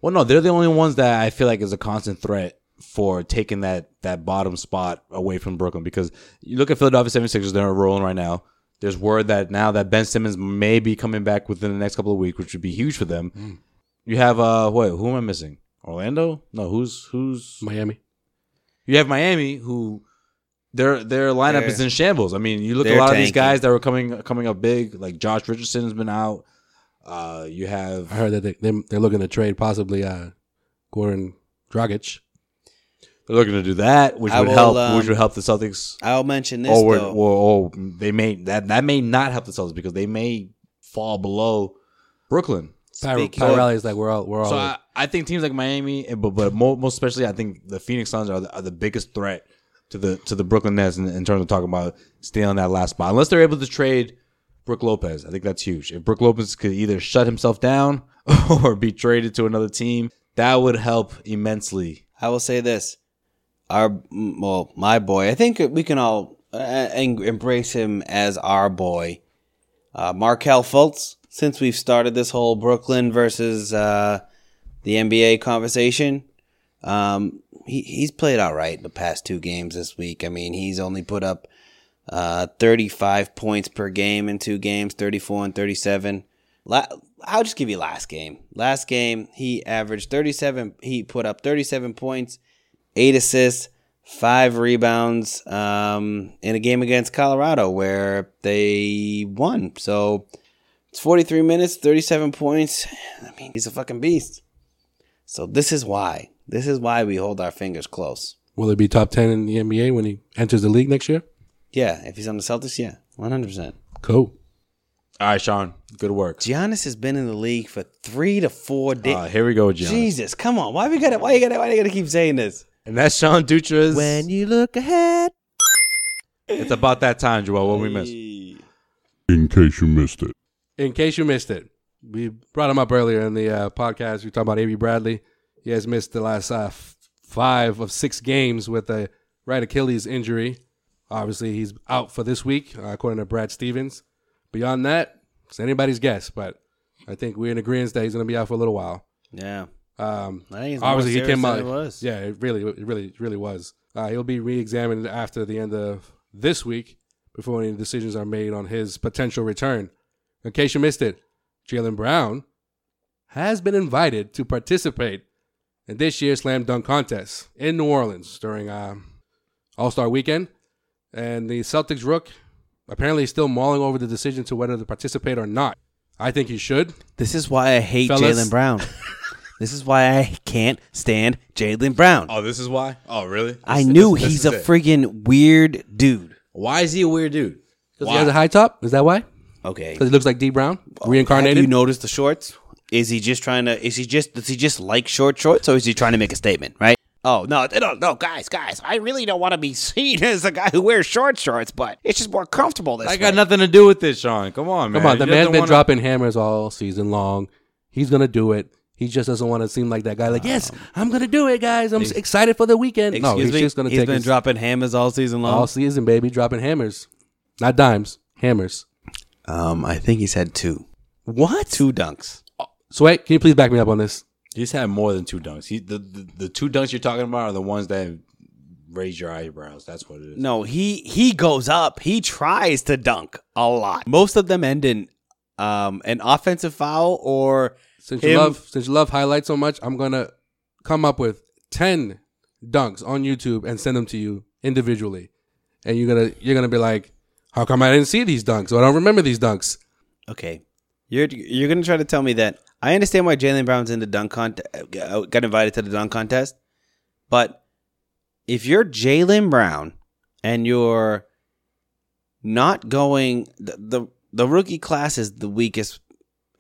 Speaker 7: Well, no, they're the only ones that I feel like is a constant threat for taking that that bottom spot away from Brooklyn because you look at Philadelphia 76ers, they're rolling right now. There's word that now that Ben Simmons may be coming back within the next couple of weeks, which would be huge for them.
Speaker 5: Hmm.
Speaker 7: You have uh what who am I missing? Orlando? No, who's who's
Speaker 6: Miami.
Speaker 7: You have Miami who their their lineup
Speaker 5: They're-
Speaker 7: is in shambles. I mean, you look at a
Speaker 5: they're
Speaker 7: lot of these
Speaker 5: tanking.
Speaker 7: guys that were coming coming up big, like Josh Richardson's been out. Uh you have
Speaker 6: I heard that they, they they're looking to trade possibly uh Gordon Dragic.
Speaker 7: They're looking to do that, which
Speaker 5: I
Speaker 7: would
Speaker 5: will,
Speaker 7: help,
Speaker 5: um,
Speaker 7: which would help the Celtics.
Speaker 5: I'll mention this
Speaker 6: Oh,
Speaker 7: Or, would-
Speaker 5: though.
Speaker 7: or, or they may that that may not help the Celtics because they may fall below Brooklyn.
Speaker 6: Py
Speaker 5: Speaking of-
Speaker 6: Riley is like we're all we're all.
Speaker 7: So I, I think teams like Miami, and- but but mo- most especially, I think the Phoenix Suns are the, are the biggest threat to the to the Brooklyn Nets in, in terms of talking about stealing that last spot. Unless they're able to trade Brooke Lopez, I think that's huge. If Brooke Lopez could either shut himself down or be traded to another team, that would help immensely.
Speaker 5: I will say this: our mm, well, my boy. I think we can all uh, en- embrace him as our boy, uh, Markel Fultz. Since we've started this whole Brooklyn versus uh, the NBA conversation, um, he he's played all right the past two games this week. I mean, he's only put up uh, 35 points per game in two games, 34 and 37. La- I'll just give you last game. Last game, he averaged 37. He put up 37 points, eight assists, five rebounds um, in a game against Colorado where they won. So it's 43 minutes, 37 points. I mean, he's a fucking beast. So this is why. This is why we hold our fingers close.
Speaker 6: will it be top ten in the NBA when he enters the league next year?
Speaker 5: Yeah, if he's on the Celtics, yeah, 100%.
Speaker 6: Cool.
Speaker 7: All right, Sean, good work.
Speaker 5: Giannis has been in the league for three to four days.
Speaker 7: Uh, here we go, with Giannis.
Speaker 5: Jesus, come on! Why we gotta? Why you gotta? Why you gotta keep saying this?
Speaker 7: And that's Sean Dutra's.
Speaker 5: you look ahead,
Speaker 7: it's about that time, Joel. What we missed?
Speaker 11: In case you missed it.
Speaker 6: In case you missed it, we brought him up earlier in the uh, podcast. We talked about Avery Bradley. He has missed the last uh, f- five of six games with a right Achilles injury. Obviously, he's out for this week, uh, according to Brad Stevens. Beyond that, it's anybody's guess, but I think we're in agreement that he's going to be out for a little while.
Speaker 5: Yeah,
Speaker 6: Um,
Speaker 5: I think it's more
Speaker 6: obviously, he
Speaker 5: serious
Speaker 6: came
Speaker 5: than
Speaker 6: out.
Speaker 5: it was.
Speaker 6: Yeah, it really, it really, it really was. Uh, he'll be re-examined after the end of this week before any decisions are made on his potential return. In case you missed it, Jalen Brown has been invited to participate in this year's slam dunk contest in New Orleans during um, All Star Weekend, and the Celtics rook apparently is still mulling over the decision to whether to participate or not. I think he should.
Speaker 5: This is why I hate
Speaker 6: Fellas.
Speaker 5: Jalen Brown. this is why I can't stand Jalen Brown.
Speaker 7: Oh, this is why? Oh, really?
Speaker 5: I
Speaker 7: This-
Speaker 5: knew
Speaker 7: this- this
Speaker 5: he's
Speaker 7: is
Speaker 5: a
Speaker 7: it.
Speaker 5: friggin' weird dude.
Speaker 7: Why is he a weird dude?
Speaker 6: Because he has a high top. Is that why?
Speaker 5: Okay.
Speaker 6: Because he looks like D Brown reincarnated.
Speaker 5: Have you noticed the shorts? Is he just trying to? Is he just? Does he just like short shorts, or is he trying to make a statement? Right? Oh no, no, no, guys, guys! I really don't want to be seen as the guy who wears short shorts, but it's just more comfortable this
Speaker 7: I
Speaker 5: way.
Speaker 7: got nothing to do with this, Sean. Come on, man.
Speaker 6: Come on, the
Speaker 7: He
Speaker 6: man's
Speaker 7: doesn't
Speaker 6: been
Speaker 7: wanna-
Speaker 6: dropping hammers all season long. He's gonna do it. He just doesn't want to seem like that guy. Like, yes, I'm gonna do it, guys. I'm
Speaker 5: Um, ex-
Speaker 6: excited for the weekend. No,
Speaker 5: Excuse
Speaker 6: he's
Speaker 5: me?
Speaker 6: just gonna
Speaker 5: He's
Speaker 6: take
Speaker 5: been
Speaker 6: his-
Speaker 5: dropping hammers all season long.
Speaker 6: all season, baby, dropping hammers, not dimes, hammers.
Speaker 5: Um, I think he's had two.
Speaker 6: What?
Speaker 5: Two dunks.
Speaker 6: So wait, can you please back me up on this?
Speaker 7: He's had more than two dunks. He, the, the the two dunks you're talking about are the ones that raise your eyebrows. That's what it is.
Speaker 5: No, he he goes up. He tries to dunk a lot. Most of them end in um an offensive foul or
Speaker 6: Since
Speaker 5: him-
Speaker 6: you love since you love highlights so much, I'm gonna come up with ten dunks on YouTube and send them to you individually, and you're gonna you're gonna be like, how come I didn't see these dunks? Or I don't remember these dunks.
Speaker 5: Okay, you're you're gonna try to tell me that I understand why Jalen Brown's in the dunk contest, uh, got invited to the dunk contest, but if you're Jalen Brown and you're not going, the, the the rookie class is the weakest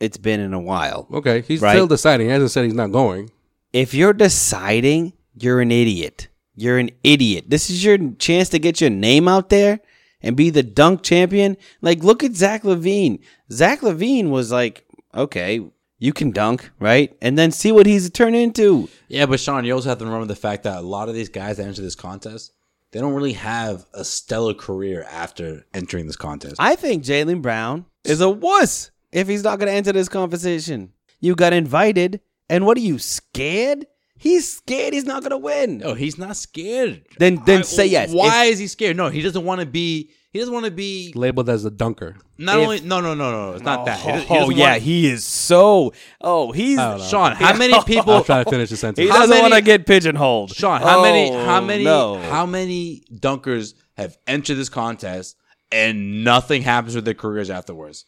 Speaker 5: it's been in a while.
Speaker 6: Okay, he's
Speaker 5: Right.
Speaker 6: still deciding. He hasn't said he's not going.
Speaker 5: If you're deciding, you're an idiot. You're an idiot. This is your chance to get your name out there and be the dunk champion. Like, look at Zach Levine. Zach Levine was like, okay, you can dunk, right? And then see what he's turned into.
Speaker 7: Yeah, but Sean, you also have to remember the fact that a lot of these guys that enter this contest, they don't really have a stellar career after entering this contest.
Speaker 5: I think Jalen Brown is a wuss if he's not going to enter this conversation. You got invited, and what are you, scared? He's scared he's not going to win.
Speaker 7: No, he's not scared.
Speaker 5: Then, then
Speaker 7: I-
Speaker 5: say yes.
Speaker 7: Why is he scared? No, he doesn't want to be. He doesn't want to be.
Speaker 6: Labeled as a dunker.
Speaker 7: Not
Speaker 5: If-
Speaker 7: only. No, no, no, no. It's not that. He- he
Speaker 5: Oh
Speaker 7: doesn't
Speaker 5: yeah,
Speaker 7: want-
Speaker 5: he is so. Oh, he's
Speaker 7: I don't know. Sean, how many people-
Speaker 6: I'll try to finish the sentence.
Speaker 5: He
Speaker 7: How
Speaker 5: doesn't
Speaker 7: many-
Speaker 5: want to get pigeonholed.
Speaker 7: Sean, how many?
Speaker 5: Oh,
Speaker 7: How many?
Speaker 5: no.
Speaker 7: How many dunkers have entered this contest and nothing happens with their careers afterwards?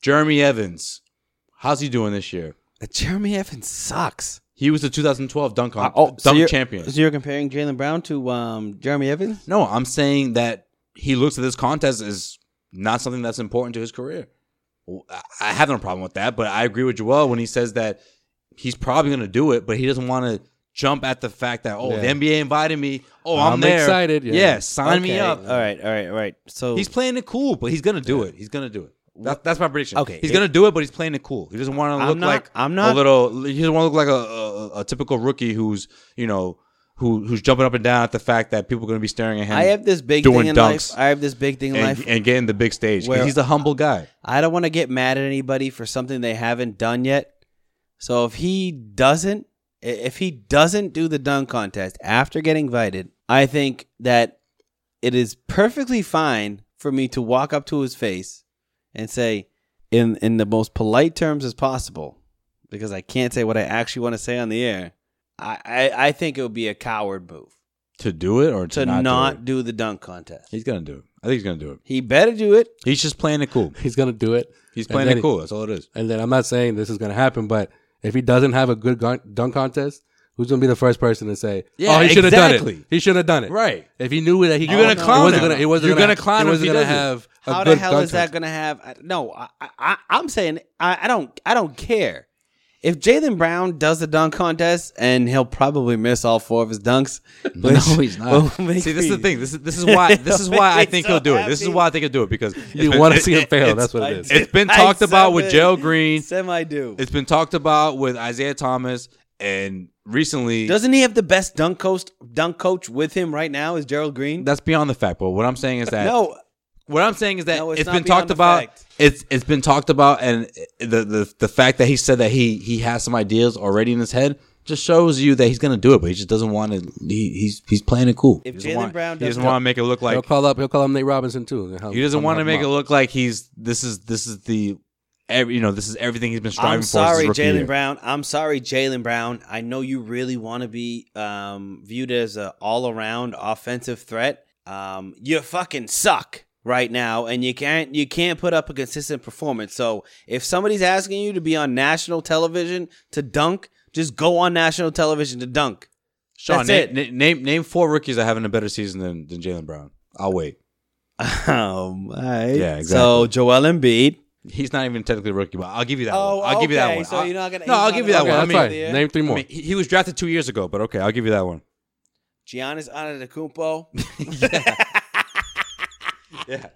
Speaker 7: Jeremy Evans, how's he doing this year?
Speaker 5: Jeremy Evans sucks.
Speaker 7: He was the 2012 dunk con-
Speaker 5: oh,
Speaker 7: dunk
Speaker 5: so you're-
Speaker 7: champion.
Speaker 5: So you're comparing Jalen Brown to um, Jeremy Evans?
Speaker 7: No, I'm saying that he looks at this contest as not something that's important to his career. Well, I- I have no problem with that, but I agree with Joel when he says that he's probably going to do it, but he doesn't want to jump at the fact that oh
Speaker 6: Yeah.
Speaker 7: the NBA invited me, oh I'm,
Speaker 6: I'm
Speaker 7: there,
Speaker 6: excited, yeah.
Speaker 7: yeah, sign me
Speaker 5: Okay,
Speaker 7: up.
Speaker 5: All right, all right, all right. So
Speaker 7: He's playing it cool, but he's going to do it. He's going to do it. That, that's my prediction.
Speaker 5: Okay,
Speaker 7: he's
Speaker 5: it-
Speaker 7: going to do it, but he's playing it cool. He doesn't want to
Speaker 5: I'm
Speaker 7: look
Speaker 5: not-
Speaker 7: like
Speaker 5: I'm not-
Speaker 7: a little. He doesn't want to look like a, a a typical rookie who's you know. Who, who's jumping up and down at the fact that people are going to be staring at him?
Speaker 5: I have this big
Speaker 7: doing
Speaker 5: thing in
Speaker 7: dunks
Speaker 5: life. I have this big thing in
Speaker 7: and,
Speaker 5: life.
Speaker 7: and getting the big stage. 'cause
Speaker 5: Where-
Speaker 7: he's a humble guy.
Speaker 5: I don't want to get mad at anybody for something they haven't done yet. So if he doesn't, i- if he doesn't do the dunk contest after getting invited, I think that it is perfectly fine for me to walk up to his face and say, in in the most polite terms as possible, because I can't say what I actually want to say on the air. I I, I think it would be a coward move
Speaker 7: To do it or to,
Speaker 5: to not,
Speaker 7: not,
Speaker 5: do the dunk contest.
Speaker 7: He's gonna do it. I think he's gonna do it.
Speaker 5: He better do it.
Speaker 7: He's just playing it cool.
Speaker 6: He's gonna do it.
Speaker 7: He's
Speaker 6: And
Speaker 7: playing
Speaker 6: then
Speaker 7: it cool. That's all it is.
Speaker 6: And then I'm not saying this is gonna happen, but if he doesn't have a good gun- dunk contest, who's gonna be the first person to say,
Speaker 7: Yeah,
Speaker 6: "Oh, he should have done
Speaker 7: exactly.
Speaker 6: it. He should have done it."
Speaker 7: Right.
Speaker 6: If he knew that he,
Speaker 7: You're gonna
Speaker 6: it
Speaker 7: clown
Speaker 6: wasn't
Speaker 7: him.
Speaker 6: Gonna, it wasn't
Speaker 7: You're
Speaker 6: gonna,
Speaker 7: gonna clown him
Speaker 6: He
Speaker 7: if
Speaker 6: wasn't
Speaker 7: he
Speaker 6: gonna
Speaker 7: does it.
Speaker 6: have a
Speaker 5: How
Speaker 6: good
Speaker 5: the hell
Speaker 6: dunk
Speaker 5: is
Speaker 6: contest.
Speaker 5: that going to have? I, no, I, I, I'm saying I, I don't. I don't care if Jalen Brown does the dunk contest, and he'll probably miss all four of his dunks.
Speaker 7: No, he's not.
Speaker 5: will make
Speaker 7: See, this is the
Speaker 5: me-
Speaker 7: thing. This is this is why this is why I
Speaker 5: Makes me
Speaker 7: think
Speaker 5: so
Speaker 7: he'll do it. This is
Speaker 5: happy.
Speaker 7: why I think he'll do it because
Speaker 6: You
Speaker 7: it's-
Speaker 6: want to see him fail?
Speaker 7: it's-
Speaker 6: That's what it
Speaker 5: I
Speaker 6: is.
Speaker 7: It's been
Speaker 5: I
Speaker 7: talked about with
Speaker 5: semi-
Speaker 7: Gerald Green.
Speaker 5: Semi do.
Speaker 7: It's been talked about with Isaiah Thomas, and recently
Speaker 5: Doesn't he have the best dunk coach? Dunk coach with him right now is Gerald Green.
Speaker 7: that's beyond the fact. But what I'm saying is that
Speaker 5: no,
Speaker 7: What I'm saying is that
Speaker 5: No, it's
Speaker 7: it's
Speaker 5: not
Speaker 7: been
Speaker 5: beyond
Speaker 7: talked
Speaker 5: the
Speaker 7: about.
Speaker 5: fact.
Speaker 7: It's it's been talked about, and the, the the fact that he said that he he has some ideas already in his head just shows you that he's gonna do it, but he just doesn't want to. He, he's he's playing it cool.
Speaker 5: If
Speaker 7: He doesn't
Speaker 5: Jaylen
Speaker 7: want-
Speaker 5: Brown
Speaker 7: he doesn't
Speaker 5: doesn't-
Speaker 7: want to make it look
Speaker 6: he'll
Speaker 7: like
Speaker 6: call up. He'll call up Nate Robinson too.
Speaker 7: he doesn't want to make it look like he's this is this is the every you know this is everything he's been striving
Speaker 5: I'm
Speaker 7: for. since his
Speaker 5: sorry,
Speaker 7: rookie year.
Speaker 5: Jalen Brown. I'm sorry, Jalen Brown. I know you really want to be um, viewed as an all around offensive threat. Um, you fucking suck right now, and you can't you can't put up a consistent performance. So if somebody's asking you to be on national television to dunk, just go on national television to dunk.
Speaker 7: Sean,
Speaker 5: That's
Speaker 7: na-
Speaker 5: it.
Speaker 7: na- name name four rookies that having a better season than, than Jalen Brown. I'll wait.
Speaker 5: Um, all right.
Speaker 7: Yeah, exactly.
Speaker 5: So Joel Embiid.
Speaker 7: He's not even technically a rookie, but I'll give you that
Speaker 5: Oh,
Speaker 7: one. I'll give you that
Speaker 5: okay,
Speaker 7: one.
Speaker 5: so
Speaker 7: I'll-
Speaker 5: you're not gonna-
Speaker 7: no,
Speaker 5: he's
Speaker 7: I'll
Speaker 5: not
Speaker 7: give you that
Speaker 5: gonna
Speaker 7: one. I
Speaker 5: go
Speaker 7: mean,
Speaker 5: out there.
Speaker 6: Name three
Speaker 7: I
Speaker 6: more.
Speaker 7: mean, he, he was drafted two years ago, but okay, I'll give you that one.
Speaker 5: Giannis Antetokounmpo.
Speaker 7: yeah.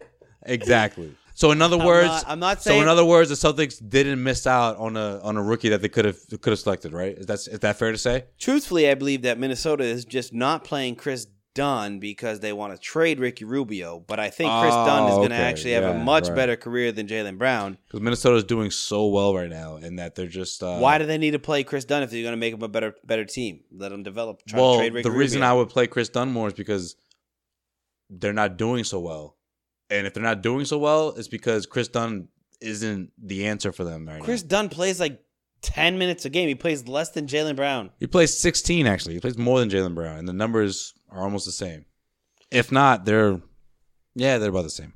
Speaker 7: Exactly. So in other
Speaker 5: I'm
Speaker 7: words,
Speaker 5: not- I'm not
Speaker 7: So
Speaker 5: saying-
Speaker 7: in other words, the Celtics didn't miss out on a on a rookie that they could have could have selected, right? Is that is that fair to say?
Speaker 5: Truthfully, I believe that Minnesota is just not playing Chris Dunn because they want to trade Ricky Rubio. But I think Chris
Speaker 7: Oh,
Speaker 5: Dunn is going to
Speaker 7: okay.
Speaker 5: actually have
Speaker 7: Yeah,
Speaker 5: a much
Speaker 7: right.
Speaker 5: better career than Jalen Brown.
Speaker 7: Because Minnesota is doing so well right now, and that they're just uh,
Speaker 5: Why do they need to play Chris Dunn if they're going to make him a better better team? Let him develop. Try
Speaker 7: well,
Speaker 5: to trade Ricky
Speaker 7: the reason
Speaker 5: Rubio.
Speaker 7: I would play Chris Dunn more is because they're not doing so well, and if they're not doing so well, it's because Chris Dunn isn't the answer for them right
Speaker 5: Chris
Speaker 7: now.
Speaker 5: Dunn plays like ten minutes a game. He plays less than Jalen Brown.
Speaker 7: He plays 16 actually. He plays more than Jalen Brown, and the numbers are almost the same. If not, they're yeah, they're about the same.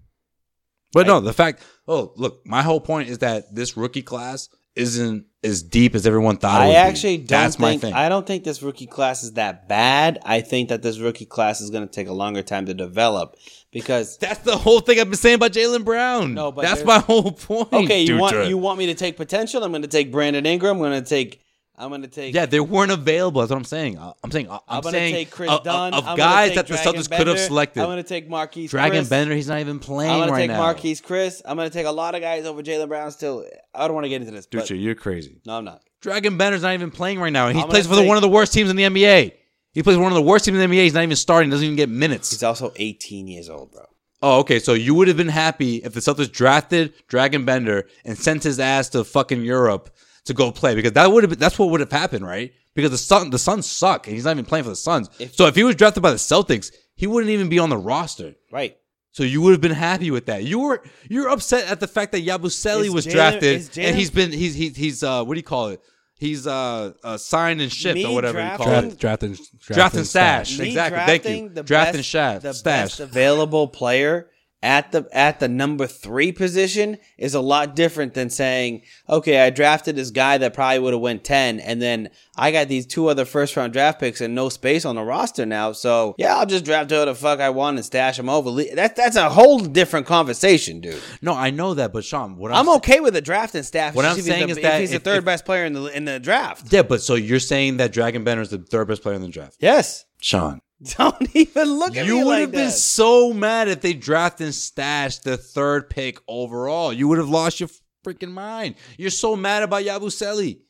Speaker 7: But no, the fact. Oh, look, my whole point is that this rookie class isn't as deep as everyone thought. it
Speaker 5: I
Speaker 7: would be.
Speaker 5: actually don't
Speaker 7: That's
Speaker 5: think
Speaker 7: my thing.
Speaker 5: I don't think this rookie class is that bad. I think that this rookie class is going to take a longer time to develop because
Speaker 7: That's the whole thing I've been saying about Jalen Brown.
Speaker 5: No, but
Speaker 7: that's
Speaker 5: there's-
Speaker 7: my whole point.
Speaker 5: Okay, you
Speaker 7: dude.
Speaker 5: want you want me to take potential? I'm going to take Brandon Ingram. I'm going to take I'm going to take
Speaker 7: Yeah, they weren't available. That's what I'm saying. I- I'm saying I-
Speaker 5: I'm,
Speaker 7: I'm,
Speaker 5: going to
Speaker 7: saying
Speaker 5: take Chris
Speaker 7: of- of-
Speaker 5: Dunn
Speaker 7: of
Speaker 5: I'm gonna
Speaker 7: guys
Speaker 5: take
Speaker 7: that the
Speaker 5: Dragon
Speaker 7: Celtics could have
Speaker 5: Bender,
Speaker 7: selected.
Speaker 5: I'm going to take Marquise
Speaker 7: Dragon
Speaker 5: Chris.
Speaker 7: Bender, he's not even playing
Speaker 5: I'm gonna
Speaker 7: right
Speaker 5: take
Speaker 7: now.
Speaker 5: Marquise Chris. I'm going to take a lot of guys over Jalen Brown. Still, I don't want to get into this.
Speaker 7: Dude,
Speaker 5: but-
Speaker 7: you're crazy.
Speaker 5: no, I'm not.
Speaker 7: Dragon Bender's not even playing right now. and He
Speaker 5: I'm
Speaker 7: plays
Speaker 5: gonna
Speaker 7: for the,
Speaker 5: take-
Speaker 7: one of the worst teams in the NBA. He plays for one of the worst teams in the NBA. He's not even starting. Doesn't even get minutes. He's
Speaker 5: also 18 years old, bro.
Speaker 7: Oh, okay. So you would have been happy if the Celtics drafted Dragon Bender and sent his ass to fucking Europe to go play because that would have been, that's what would have happened, right? Because the Sun the Suns suck and he's not even playing for the Suns. so if he was drafted by the Celtics, he wouldn't even be on the roster.
Speaker 5: Right.
Speaker 7: So you would have been happy with that. You were you're upset at the fact that Yabusele
Speaker 5: Is
Speaker 7: was
Speaker 5: Jalen-
Speaker 7: drafted
Speaker 5: is Jalen-
Speaker 7: and he's been he's he's he's uh what do you call it? He's uh, uh signed and shipped
Speaker 5: Me
Speaker 7: or whatever you call
Speaker 5: drafting-
Speaker 7: it.
Speaker 6: Draft and-
Speaker 7: oh. draft and stash.
Speaker 5: Me
Speaker 7: Exactly. Thank you.
Speaker 5: drafting the
Speaker 7: Draft and
Speaker 5: best-
Speaker 7: shaft.
Speaker 5: the
Speaker 7: stash.
Speaker 5: best available player at the at the number three position is a lot different than saying, okay, I drafted this guy that probably would have went ten, and then I got these two other first round draft picks and no space on the roster now. So yeah, I'll just draft who the fuck I want and stash him over. Le- That that's a whole different conversation, dude.
Speaker 7: No, I know that, but Sean, what
Speaker 5: I'm okay with the drafting staff.
Speaker 7: What
Speaker 5: if
Speaker 7: I'm
Speaker 5: he's
Speaker 7: saying
Speaker 5: the-
Speaker 7: is that
Speaker 5: if he's the
Speaker 7: if-
Speaker 5: third
Speaker 7: if-
Speaker 5: best player in the in the draft.
Speaker 7: Yeah, but so you're saying that Dragon Banner is the third best player in the draft?
Speaker 5: Yes.
Speaker 7: Sean.
Speaker 5: Don't even look at
Speaker 7: You
Speaker 5: me
Speaker 7: would
Speaker 5: like
Speaker 7: have been
Speaker 5: that.
Speaker 7: so mad if they drafted and stashed the third pick overall. You would have lost your freaking mind. You're so mad about Yabusele.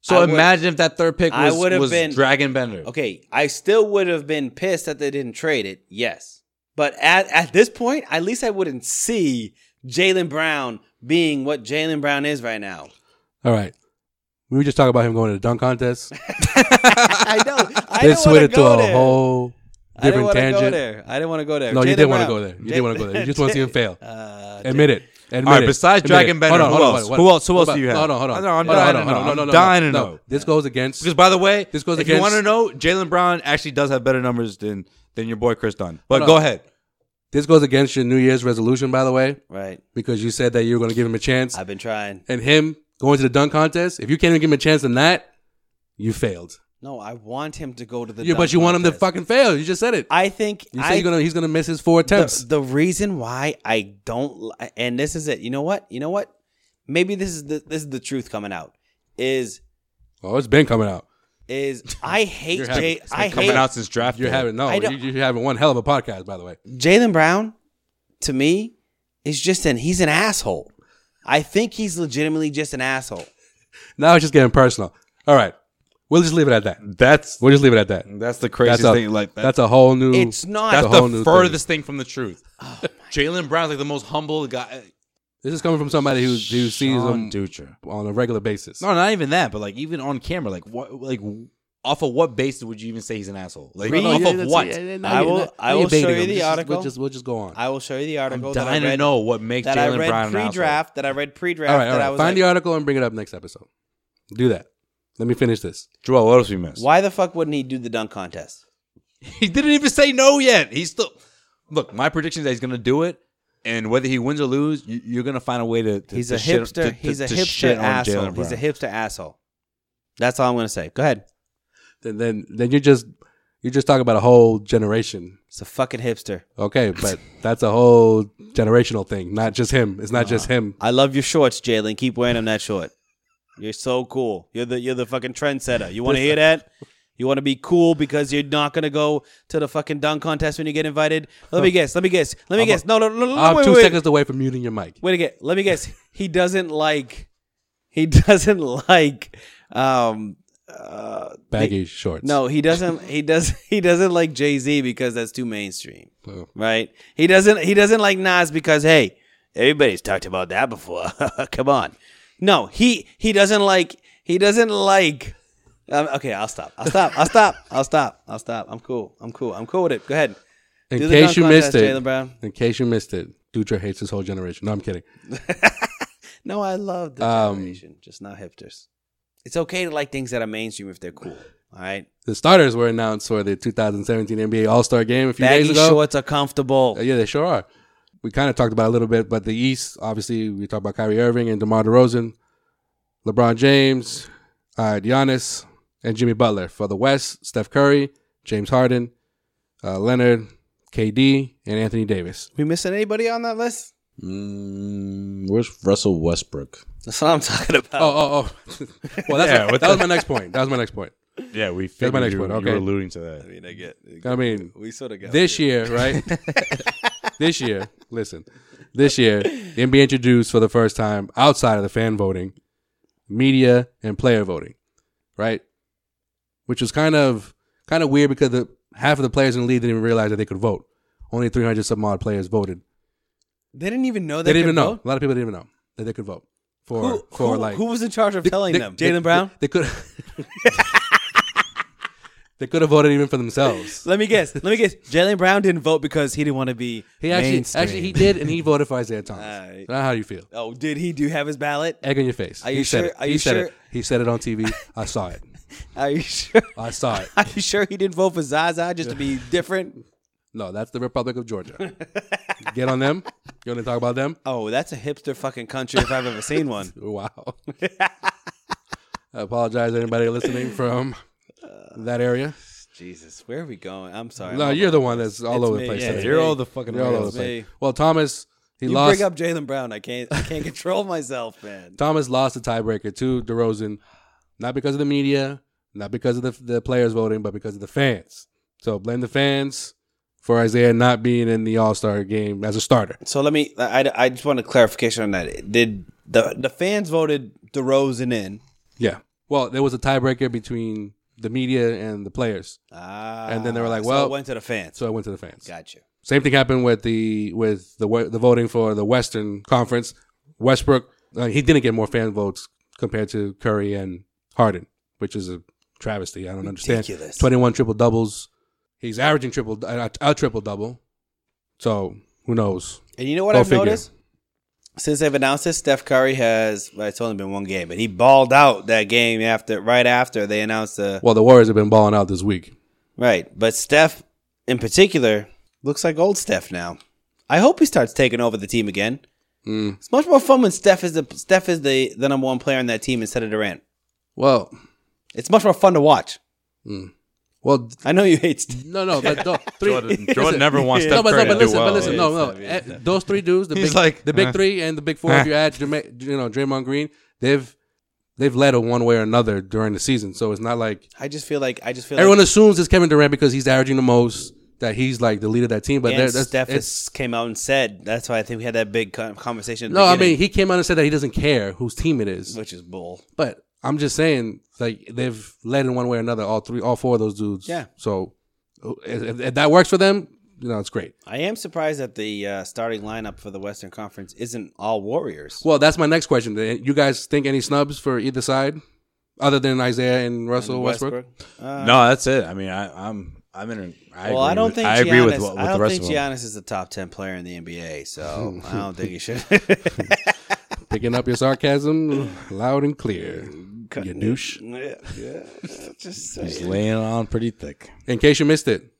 Speaker 7: So
Speaker 5: I would-
Speaker 7: imagine if that third pick
Speaker 5: I
Speaker 7: was,
Speaker 5: would have
Speaker 7: was
Speaker 5: been-
Speaker 7: Dragon Bender.
Speaker 5: Okay, I still would have been pissed that they didn't trade it. Yes, but at at this point, at least I wouldn't see Jalen Brown being what Jalen Brown is right now.
Speaker 6: All right. We were just talking about him going to the dunk contest.
Speaker 5: I know.
Speaker 6: They
Speaker 5: I didn't want to
Speaker 6: switched to
Speaker 5: go
Speaker 6: a
Speaker 5: there.
Speaker 6: whole
Speaker 5: I didn't
Speaker 6: different
Speaker 5: want to
Speaker 6: tangent.
Speaker 5: go there. I didn't want to go there.
Speaker 6: No, you
Speaker 5: Jalen
Speaker 6: did want to
Speaker 5: Brown-
Speaker 6: go there. You did want to go there. You just want to see him fail.
Speaker 5: Uh,
Speaker 6: Admit it. Admit
Speaker 7: All right,
Speaker 6: it.
Speaker 7: besides
Speaker 6: Admit
Speaker 7: Dragon
Speaker 6: it.
Speaker 7: Bender,
Speaker 6: Hold on,
Speaker 7: who
Speaker 6: hold on,
Speaker 7: else?
Speaker 6: wait, wait.
Speaker 7: Who else- who
Speaker 6: Hold
Speaker 7: else
Speaker 6: on,
Speaker 7: do you have?
Speaker 6: Hold on, hold on.
Speaker 7: I know, I'm
Speaker 6: Hold on,
Speaker 7: dying
Speaker 6: hold
Speaker 7: to
Speaker 6: on,
Speaker 7: know.
Speaker 6: hold on,
Speaker 7: I'm
Speaker 6: hold on, hold
Speaker 7: dying to
Speaker 6: on. No,
Speaker 7: know.
Speaker 6: This goes against.
Speaker 7: Because by the way,
Speaker 6: This goes
Speaker 7: if you want to
Speaker 6: against-
Speaker 7: know, Jalen Brown actually does have better numbers than than your boy Chris Dunn. But go ahead.
Speaker 6: This goes against your New Year's resolution, by the way,
Speaker 5: Right.
Speaker 6: because you said that you were going to give him a chance.
Speaker 5: I've been trying.
Speaker 6: And him going to the dunk contest, if you can't even give him a chance in that, you failed.
Speaker 5: No, I want him to go to the.
Speaker 6: Yeah, but
Speaker 5: dunk
Speaker 6: you want him to
Speaker 5: contest.
Speaker 6: fucking fail. You just said it.
Speaker 5: I think
Speaker 6: You
Speaker 5: I-
Speaker 6: said you're gonna, he's going to miss his four attempts.
Speaker 5: The, the reason why I don't, li- and this is it. You know what? You know what? Maybe this is the this is the truth coming out. Is
Speaker 6: oh, it's been coming out.
Speaker 5: is I hate
Speaker 6: You're having-
Speaker 5: Jay.
Speaker 6: it's been
Speaker 5: I
Speaker 6: coming
Speaker 5: hate
Speaker 7: out since draft.
Speaker 6: You're
Speaker 7: day.
Speaker 6: having no.
Speaker 5: I
Speaker 6: You,
Speaker 5: don't-
Speaker 6: you're having one hell of a podcast, by the way.
Speaker 5: Jalen Brown. To me, is just an he's an asshole. I think he's legitimately just an asshole.
Speaker 6: Now it's just getting personal. All right, we'll just leave it at that.
Speaker 7: That's
Speaker 6: we'll just leave it at that.
Speaker 7: That's the craziest
Speaker 6: a-
Speaker 7: thing. Like that-
Speaker 6: that's a whole new.
Speaker 5: It's not-
Speaker 6: that's
Speaker 7: That's
Speaker 6: a whole
Speaker 7: the
Speaker 6: new
Speaker 7: furthest thing. from the truth.
Speaker 12: Oh
Speaker 7: Jalen Brown's like the most humble guy.
Speaker 6: Thing. This is coming from somebody who who sees
Speaker 7: Sean
Speaker 6: him on a regular basis.
Speaker 7: No, not even that, but like even on camera, like what, like off of what basis would you even say he's an asshole? Like
Speaker 12: Read-
Speaker 7: off
Speaker 12: Yeah,
Speaker 7: of
Speaker 12: that's-
Speaker 7: what?
Speaker 12: yeah, yeah, now I you're will- not- I now will you're baiting show you him. the
Speaker 6: Just-
Speaker 12: article.
Speaker 6: We'll just, we'll just go on.
Speaker 12: I will show you the article. that I
Speaker 7: dying to
Speaker 12: read,
Speaker 7: know what makes
Speaker 12: that I
Speaker 7: Jaylen
Speaker 12: read
Speaker 7: Brown an asshole.
Speaker 12: pre-draft. That I read pre-draft.
Speaker 6: all right, all
Speaker 12: that I
Speaker 6: right.
Speaker 12: was
Speaker 6: Find the
Speaker 12: like,
Speaker 6: article and bring it up next episode. Do that. Let me finish this.
Speaker 7: Joel, what else we missed?
Speaker 12: why the fuck wouldn't he do the dunk contest?
Speaker 7: He didn't even say no yet. He's still look. My prediction is that he's going to do it, and whether he wins or lose, you, you're going to find a way to. to
Speaker 5: He's
Speaker 7: to
Speaker 5: a
Speaker 7: shit-
Speaker 5: hipster.
Speaker 7: to- to-
Speaker 5: he's a
Speaker 7: to
Speaker 5: hipster
Speaker 7: shit on Jaylen
Speaker 5: asshole. He's a
Speaker 7: Brown.
Speaker 5: hipster asshole. That's all I'm going to say. Go ahead.
Speaker 6: Then then then you're just you're just talking about a whole generation.
Speaker 5: It's a fucking hipster.
Speaker 6: Okay, but that's a whole generational thing, not just him. It's not
Speaker 12: Uh-huh.
Speaker 6: just him.
Speaker 5: I love your shorts, Jalen. Keep wearing them that short. You're so cool. You're the you're the fucking trendsetter. You want to hear that? You want to be cool because you're not gonna go to the fucking dunk contest when you get invited. Let me guess. Let me guess. Let me
Speaker 6: I'm
Speaker 5: guess.
Speaker 6: a-
Speaker 5: No, no, no, no.
Speaker 6: I'm
Speaker 5: wait,
Speaker 6: two
Speaker 5: wait,
Speaker 6: seconds away from muting your mic.
Speaker 5: Wait a minute. Let me guess. He doesn't like. He doesn't like. Um. Uh,
Speaker 6: Baggy shorts.
Speaker 5: No, he doesn't. He does. He doesn't like Jay Z because that's too mainstream,
Speaker 6: Oh.
Speaker 5: right? He doesn't. He doesn't like Nas because hey, everybody's talked about that before. Come on. No, he he doesn't like. He doesn't like. Um, okay, I'll stop. I'll stop. I'll stop. I'll stop. I'll stop. I'm cool. I'm cool. I'm cool with it. Go ahead.
Speaker 6: In
Speaker 5: Do the
Speaker 6: case
Speaker 5: dunk
Speaker 6: you missed
Speaker 5: contest,
Speaker 6: it,
Speaker 5: Jaylen Brown.
Speaker 6: in case you missed it, Dutra hates his whole generation. No, I'm kidding.
Speaker 5: No, I love the
Speaker 6: Um,
Speaker 5: generation, just not hipsters. It's okay to like things that are mainstream if they're cool. All right.
Speaker 6: The starters were announced for the 2017 NBA All Star Game a few days
Speaker 5: Baggy
Speaker 6: ago.
Speaker 5: shorts are comfortable.
Speaker 6: Uh, yeah, they sure are. We kind of talked about it a little bit, but the East, obviously, we talked about Kyrie Irving and DeMar DeRozan, LeBron James, uh, Giannis, and Jimmy Butler. For the West, Steph Curry, James Harden, uh, Leonard, KD, and Anthony Davis.
Speaker 5: We missing anybody on that list?
Speaker 7: Mm, where's Russell Westbrook?
Speaker 5: That's what I'm talking about.
Speaker 6: Oh, oh, oh. well, that's
Speaker 7: Yeah, what
Speaker 6: that was
Speaker 7: the-
Speaker 6: my next point. That was my next point.
Speaker 7: Yeah, we
Speaker 6: That's
Speaker 7: figured
Speaker 6: my next
Speaker 7: you,
Speaker 6: point.
Speaker 7: you
Speaker 6: Okay.
Speaker 7: were alluding to that.
Speaker 6: Oh.
Speaker 5: mean, I get.
Speaker 6: I mean,
Speaker 5: we sort of got
Speaker 6: this year, right? this year, listen, this year, the NBA introduced for the first time outside of the fan voting, media and player voting, right? Which was kind of kind of weird because the half of the players in the league didn't even realize that they could vote. Only 300 some odd players voted.
Speaker 5: They didn't even know
Speaker 6: They,
Speaker 5: they,
Speaker 6: didn't even
Speaker 5: could
Speaker 6: know.
Speaker 5: vote?
Speaker 6: A lot of people didn't even know that they could vote for
Speaker 5: Who,
Speaker 6: for
Speaker 5: who-
Speaker 6: like
Speaker 5: who was in charge of
Speaker 6: they-
Speaker 5: telling
Speaker 6: they-
Speaker 5: them?
Speaker 6: they-
Speaker 5: Jalen Brown.
Speaker 6: They, could They could have voted even for themselves.
Speaker 5: Let me guess. Let me guess. Jalen Brown didn't vote because he didn't want to be.
Speaker 6: He actually
Speaker 5: mainstream.
Speaker 6: actually he did and he voted for Isaiah Thomas.
Speaker 5: Alright.
Speaker 6: So now how do you feel?
Speaker 5: Oh, did he do have his ballot?
Speaker 6: egg on your face.
Speaker 5: Are
Speaker 6: he
Speaker 5: you
Speaker 6: said
Speaker 5: sure-
Speaker 6: It.
Speaker 5: are
Speaker 6: he
Speaker 5: you
Speaker 6: said
Speaker 5: sure?
Speaker 6: it. He said it on TV. I saw it.
Speaker 5: Are you sure?
Speaker 6: I saw it.
Speaker 5: Are you sure he didn't vote for Zaza just to be different?
Speaker 6: No, that's the Republic of Georgia. Get on them. You want to talk about them?
Speaker 5: Oh, that's a hipster fucking country if I've ever seen one.
Speaker 6: Wow. I apologize to anybody listening from that area.
Speaker 5: Jesus, where are we going? I'm sorry.
Speaker 6: No,
Speaker 5: I'm
Speaker 6: you're
Speaker 5: over-
Speaker 6: the one that's all
Speaker 5: It's
Speaker 6: over
Speaker 5: me.
Speaker 6: the place.
Speaker 5: Yeah,
Speaker 6: today.
Speaker 5: you're all
Speaker 7: the fucking
Speaker 6: You're all
Speaker 7: way.
Speaker 6: over the
Speaker 5: It's
Speaker 6: place.
Speaker 5: me.
Speaker 6: Well, Thomas, he
Speaker 5: you
Speaker 6: lost.
Speaker 5: bring up Jalen Brown. I can't. I can't control myself, man.
Speaker 6: Thomas lost the tiebreaker to DeRozan, not because of the media, not because of the, the players voting, but because of the fans. So blame the fans for Isaiah not being in the All Star game as a starter.
Speaker 5: So let me. I, I just want a clarification on that. Did the the fans voted DeRozan in?
Speaker 6: Yeah. Well, there was a tiebreaker between the media and the players,
Speaker 5: Ah,
Speaker 6: and then they were like,
Speaker 5: so
Speaker 6: "Well,"
Speaker 5: it went to the fans.
Speaker 6: so I went to the fans.
Speaker 5: Gotcha.
Speaker 6: Same thing happened with the with the wa- the voting for the Western Conference. Westbrook uh, he didn't get more fan votes compared to Curry and Harden, which is a travesty. I don't understand.
Speaker 5: Ridiculous.
Speaker 6: Twenty one triple doubles. He's averaging triple a, a triple double. So who knows?
Speaker 5: And you know what
Speaker 6: Go
Speaker 5: I've
Speaker 6: figure.
Speaker 5: noticed since they've announced this, Steph Curry has. Well, it's only been one game, but he balled out that game after right after they announced the
Speaker 6: Well, the Warriors have been balling out this week.
Speaker 5: right. But Steph, in particular, looks like old Steph now. I hope he starts taking over the team again.
Speaker 6: Mm.
Speaker 5: It's much more fun when Steph is the Steph is the, the number one player on that team instead of Durant.
Speaker 6: Well,
Speaker 5: It's much more fun to watch.
Speaker 6: well,
Speaker 5: I know you hate Steph.
Speaker 6: no, no, but no, three,
Speaker 7: Jordan,
Speaker 6: listen.
Speaker 7: Jordan never wants
Speaker 6: no,
Speaker 7: Steph
Speaker 6: but,
Speaker 7: Curry
Speaker 6: no, but
Speaker 7: to
Speaker 6: listen,
Speaker 7: do well.
Speaker 6: but listen,
Speaker 7: Yeah.
Speaker 6: no, no. Eh, Those three dudes, the
Speaker 7: He's
Speaker 6: big,
Speaker 7: like,
Speaker 6: the big
Speaker 7: uh,
Speaker 6: three and the big four. if you add, Jama- you know, Draymond Green, they've they've led a one way or another during the season. So it's not like
Speaker 5: I just feel like I just feel
Speaker 6: everyone
Speaker 5: like
Speaker 6: assumes it's Kevin Durant because he's averaging the most that he's like the leader of that team. But
Speaker 5: and
Speaker 6: there- that's
Speaker 5: Steph
Speaker 6: it's,
Speaker 5: has came out and said that's why I think we had that big con- conversation. At the
Speaker 6: no, I mean
Speaker 5: beginning,
Speaker 6: he came out and said that he doesn't care whose team it is.
Speaker 5: which is bull.
Speaker 6: But I'm just saying, like they've led in one way or another. All three, all four of those dudes.
Speaker 5: Yeah.
Speaker 6: So if, if- if that works for them, you know, it's great.
Speaker 5: I am surprised that the uh, starting lineup for the Western Conference isn't all Warriors.
Speaker 6: Well, that's my next question. Do You guys think any snubs for either side? other than Isaiah and Russell
Speaker 5: And
Speaker 6: Westbrook?
Speaker 5: Uh,
Speaker 13: no, that's it. I mean, I, I'm I'm in. I
Speaker 5: well,
Speaker 13: agree
Speaker 5: I don't
Speaker 13: with,
Speaker 5: think
Speaker 13: I agree
Speaker 5: Giannis,
Speaker 13: with what- with
Speaker 5: I don't
Speaker 13: the rest
Speaker 5: think
Speaker 13: of them.
Speaker 5: Giannis is a top ten player in the NBA, so I don't think he should.
Speaker 6: Picking up your sarcasm loud and clear. you douche.
Speaker 5: yeah, yeah, just
Speaker 6: He's
Speaker 5: saying.
Speaker 6: laying on pretty thick. In case you missed it,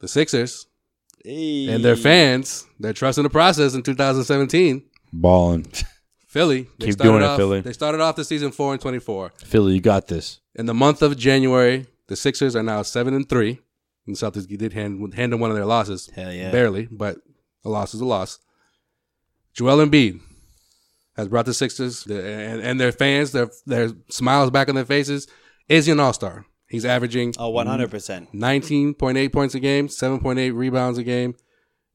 Speaker 6: the Sixers and their
Speaker 5: Hey.
Speaker 6: fans, they're trusting the process in 2017.
Speaker 7: Balling.
Speaker 6: Philly. they
Speaker 7: Keep
Speaker 6: started
Speaker 7: doing it,
Speaker 6: off-
Speaker 7: Philly.
Speaker 6: They started off the season 4 and 24.
Speaker 7: Philly, you got this.
Speaker 6: In the month of January, the Sixers are now 7 and 3. And the Celtics did hand, hand them one of their losses.
Speaker 5: Hell yeah.
Speaker 6: Barely, but a loss is a loss. Joel Embiid has brought the Sixers the- and, and their fans, their, their smiles back on their faces. Is he an all star? He's averaging
Speaker 5: Oh, 100%.
Speaker 6: 19.8 points a game, 7.8 rebounds a game,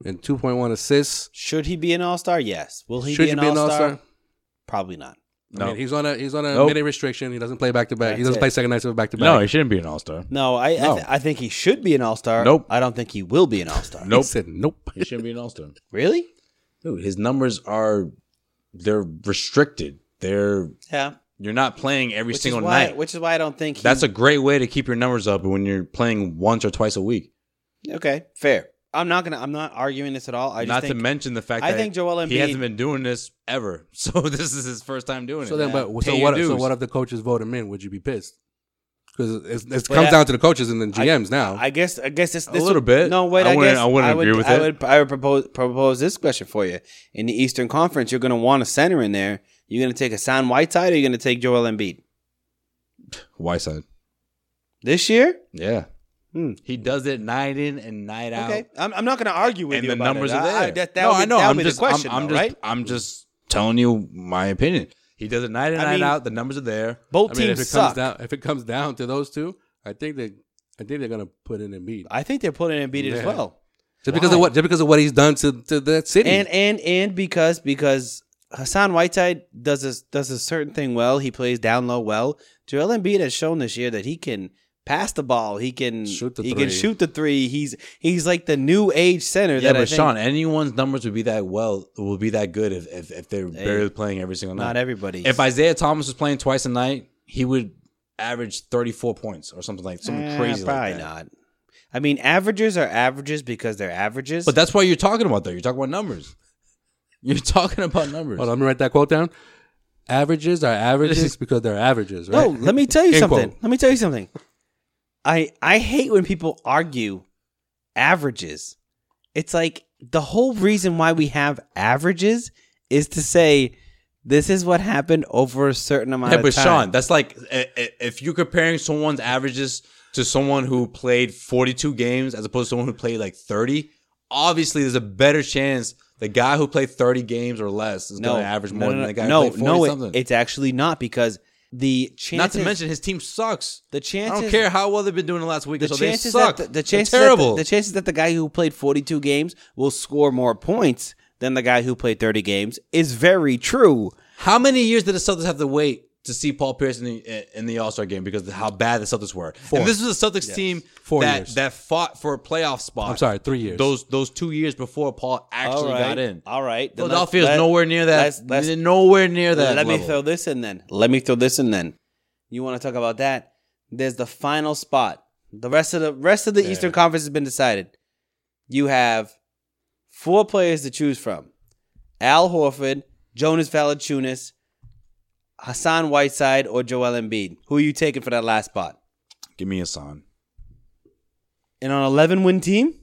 Speaker 6: and 2.1 assists.
Speaker 5: Should he be an All Star? Yes. Will he
Speaker 6: Should
Speaker 5: be an
Speaker 6: he be an
Speaker 5: All Star?
Speaker 6: All-Star?
Speaker 5: Probably not.
Speaker 6: I mean, he's on a he's on a
Speaker 5: Nope.
Speaker 6: minute restriction. He doesn't play back to back. He
Speaker 5: That's
Speaker 6: doesn't
Speaker 5: it.
Speaker 6: play second nights of back to back.
Speaker 7: No, he shouldn't be an all star.
Speaker 5: No, I I,
Speaker 7: No.
Speaker 5: th- I think he should be an All Star.
Speaker 7: Nope.
Speaker 5: I don't think he will be an All Star.
Speaker 7: Nope.
Speaker 6: said nope.
Speaker 7: He shouldn't be an all star.
Speaker 5: Really?
Speaker 7: Dude, his numbers are they're restricted. They're
Speaker 5: Yeah.
Speaker 7: you're not playing every
Speaker 5: Which is
Speaker 7: single
Speaker 5: why-
Speaker 7: night.
Speaker 5: which is why I don't think he,
Speaker 7: That's a great way to keep your numbers up when you're playing once or twice a week.
Speaker 5: okay. Fair. I'm not gonna. I'm not arguing this at all. I just
Speaker 7: Not to
Speaker 5: think-
Speaker 7: mention the fact
Speaker 5: I
Speaker 7: that
Speaker 5: think Joel Embiid
Speaker 7: he hasn't been doing this ever. So this is his first time doing it.
Speaker 6: So then, but
Speaker 7: Pay
Speaker 6: so
Speaker 7: your
Speaker 6: what? So
Speaker 7: dues.
Speaker 6: what if the coaches vote him in? Would you be pissed? Because it
Speaker 5: But
Speaker 6: comes
Speaker 5: I-
Speaker 6: down to the coaches and then
Speaker 5: I-
Speaker 6: GMs now.
Speaker 5: I guess. I guess this,
Speaker 6: A
Speaker 5: this
Speaker 6: little
Speaker 5: would-
Speaker 6: bit.
Speaker 5: No, wait.
Speaker 6: I
Speaker 5: I,
Speaker 6: wouldn't-
Speaker 5: guess
Speaker 6: I wouldn't agree with
Speaker 5: I
Speaker 6: it.
Speaker 5: Would, I would propose propose this question for you. In the Eastern Conference, you're going to want a center in there. You're going to take Hassan Whiteside, or you're going to take Joel Embiid
Speaker 7: Whiteside.
Speaker 5: this year?
Speaker 7: Yeah.
Speaker 5: Hmm.
Speaker 7: He does it night in and night out.
Speaker 5: Okay, I'm, I'm not going to argue with
Speaker 7: And
Speaker 5: you.
Speaker 7: the
Speaker 5: about
Speaker 7: numbers
Speaker 5: it.
Speaker 7: are there.
Speaker 5: I, I, that, that
Speaker 7: no,
Speaker 5: would be,
Speaker 7: I know.
Speaker 5: That
Speaker 7: I'm
Speaker 5: would be
Speaker 7: just,
Speaker 5: the question,
Speaker 7: I'm, I'm
Speaker 5: though,
Speaker 7: just,
Speaker 5: right?
Speaker 7: I'm just telling you my opinion. He does it night in,
Speaker 5: I
Speaker 7: night
Speaker 5: mean,
Speaker 7: out. The numbers are there.
Speaker 5: both
Speaker 6: I mean, if
Speaker 5: teams
Speaker 6: it
Speaker 5: suck.
Speaker 6: comes down, if it comes down to those two, I think they, I think they're gonna put in Embiid.
Speaker 5: I think they're putting Embiid as
Speaker 6: Yeah.
Speaker 5: well.
Speaker 6: Just because of
Speaker 5: Why?
Speaker 6: what? Just because of what he's done to to that city.
Speaker 5: And and and because because Hassan Whiteside does this does a certain thing well. He plays down low well. Joel Embiid has shown this year that he can pass the ball. He can
Speaker 7: Shoot the
Speaker 5: he
Speaker 7: three.
Speaker 5: can shoot the three. He's he's like the new age center.
Speaker 7: Yeah,
Speaker 5: that I
Speaker 7: but
Speaker 5: think-
Speaker 7: Sean, anyone's numbers would be that well, would be that good if if, if they're barely playing every single night.
Speaker 5: not everybody.
Speaker 7: uh, If Isaiah Thomas was playing twice a night, he would average thirty four points or something like something
Speaker 5: Eh,
Speaker 7: crazy.
Speaker 5: Probably
Speaker 7: like that.
Speaker 5: not. I mean, averages are averages because they're averages.
Speaker 7: But that's why you're talking about though. You're talking about numbers. You're talking about numbers.
Speaker 6: Hold on, let me write that quote down. Averages are averages because they're averages, right?
Speaker 5: No, let me tell you
Speaker 6: End
Speaker 5: something.
Speaker 6: quote.
Speaker 5: Let me tell you something. I I hate when people argue averages. It's like the whole reason why we have averages is to say this is what happened over a certain amount
Speaker 7: Yeah,
Speaker 5: of
Speaker 7: but
Speaker 5: time.
Speaker 7: Sean, that's like i- i- if you're comparing someone's averages to someone who played 42 games as opposed to someone who played like 30. Obviously, there's a better chance the guy who played 30 games or less is going to average more than the guy
Speaker 5: no,
Speaker 7: who played 40
Speaker 5: no, it-
Speaker 7: something.
Speaker 5: it's actually not because the chances
Speaker 7: Not to mention his team sucks.
Speaker 5: the chances
Speaker 7: I don't care how well they've been doing the last week or
Speaker 5: the
Speaker 7: so. They
Speaker 5: chances
Speaker 7: suck.
Speaker 5: That the,
Speaker 7: They're
Speaker 5: the chances that the-
Speaker 7: terrible.
Speaker 5: the, chances that the guy who played 42 games will score more points than the guy who played 30 games is very true.
Speaker 7: how many years did the Celtics have to wait to see Paul Pierce in the, in the All Star game because of how bad the Celtics were? And this was a Celtics team
Speaker 6: Four
Speaker 7: that
Speaker 6: years.
Speaker 7: that fought for a playoff spot.
Speaker 6: I'm sorry, three years.
Speaker 7: Those those two years before Paul actually
Speaker 5: All right.
Speaker 7: got in.
Speaker 5: All right. Then
Speaker 7: Philadelphia is
Speaker 5: let's- let-
Speaker 7: nowhere near that.
Speaker 5: let's- let's-
Speaker 7: they're nowhere near that.
Speaker 5: Let me
Speaker 7: level.
Speaker 5: throw this in then. Let me throw this in then. You want to talk about that? There's the final spot. The rest of the rest of the
Speaker 7: Yeah.
Speaker 5: Eastern Conference has been decided. You have four players to choose from: Al Horford, Jonas Valanciunas, Hassan Whiteside, or Joel Embiid. Who are you taking for that last spot?
Speaker 7: Give me Hassan.
Speaker 5: And on an 11 win team,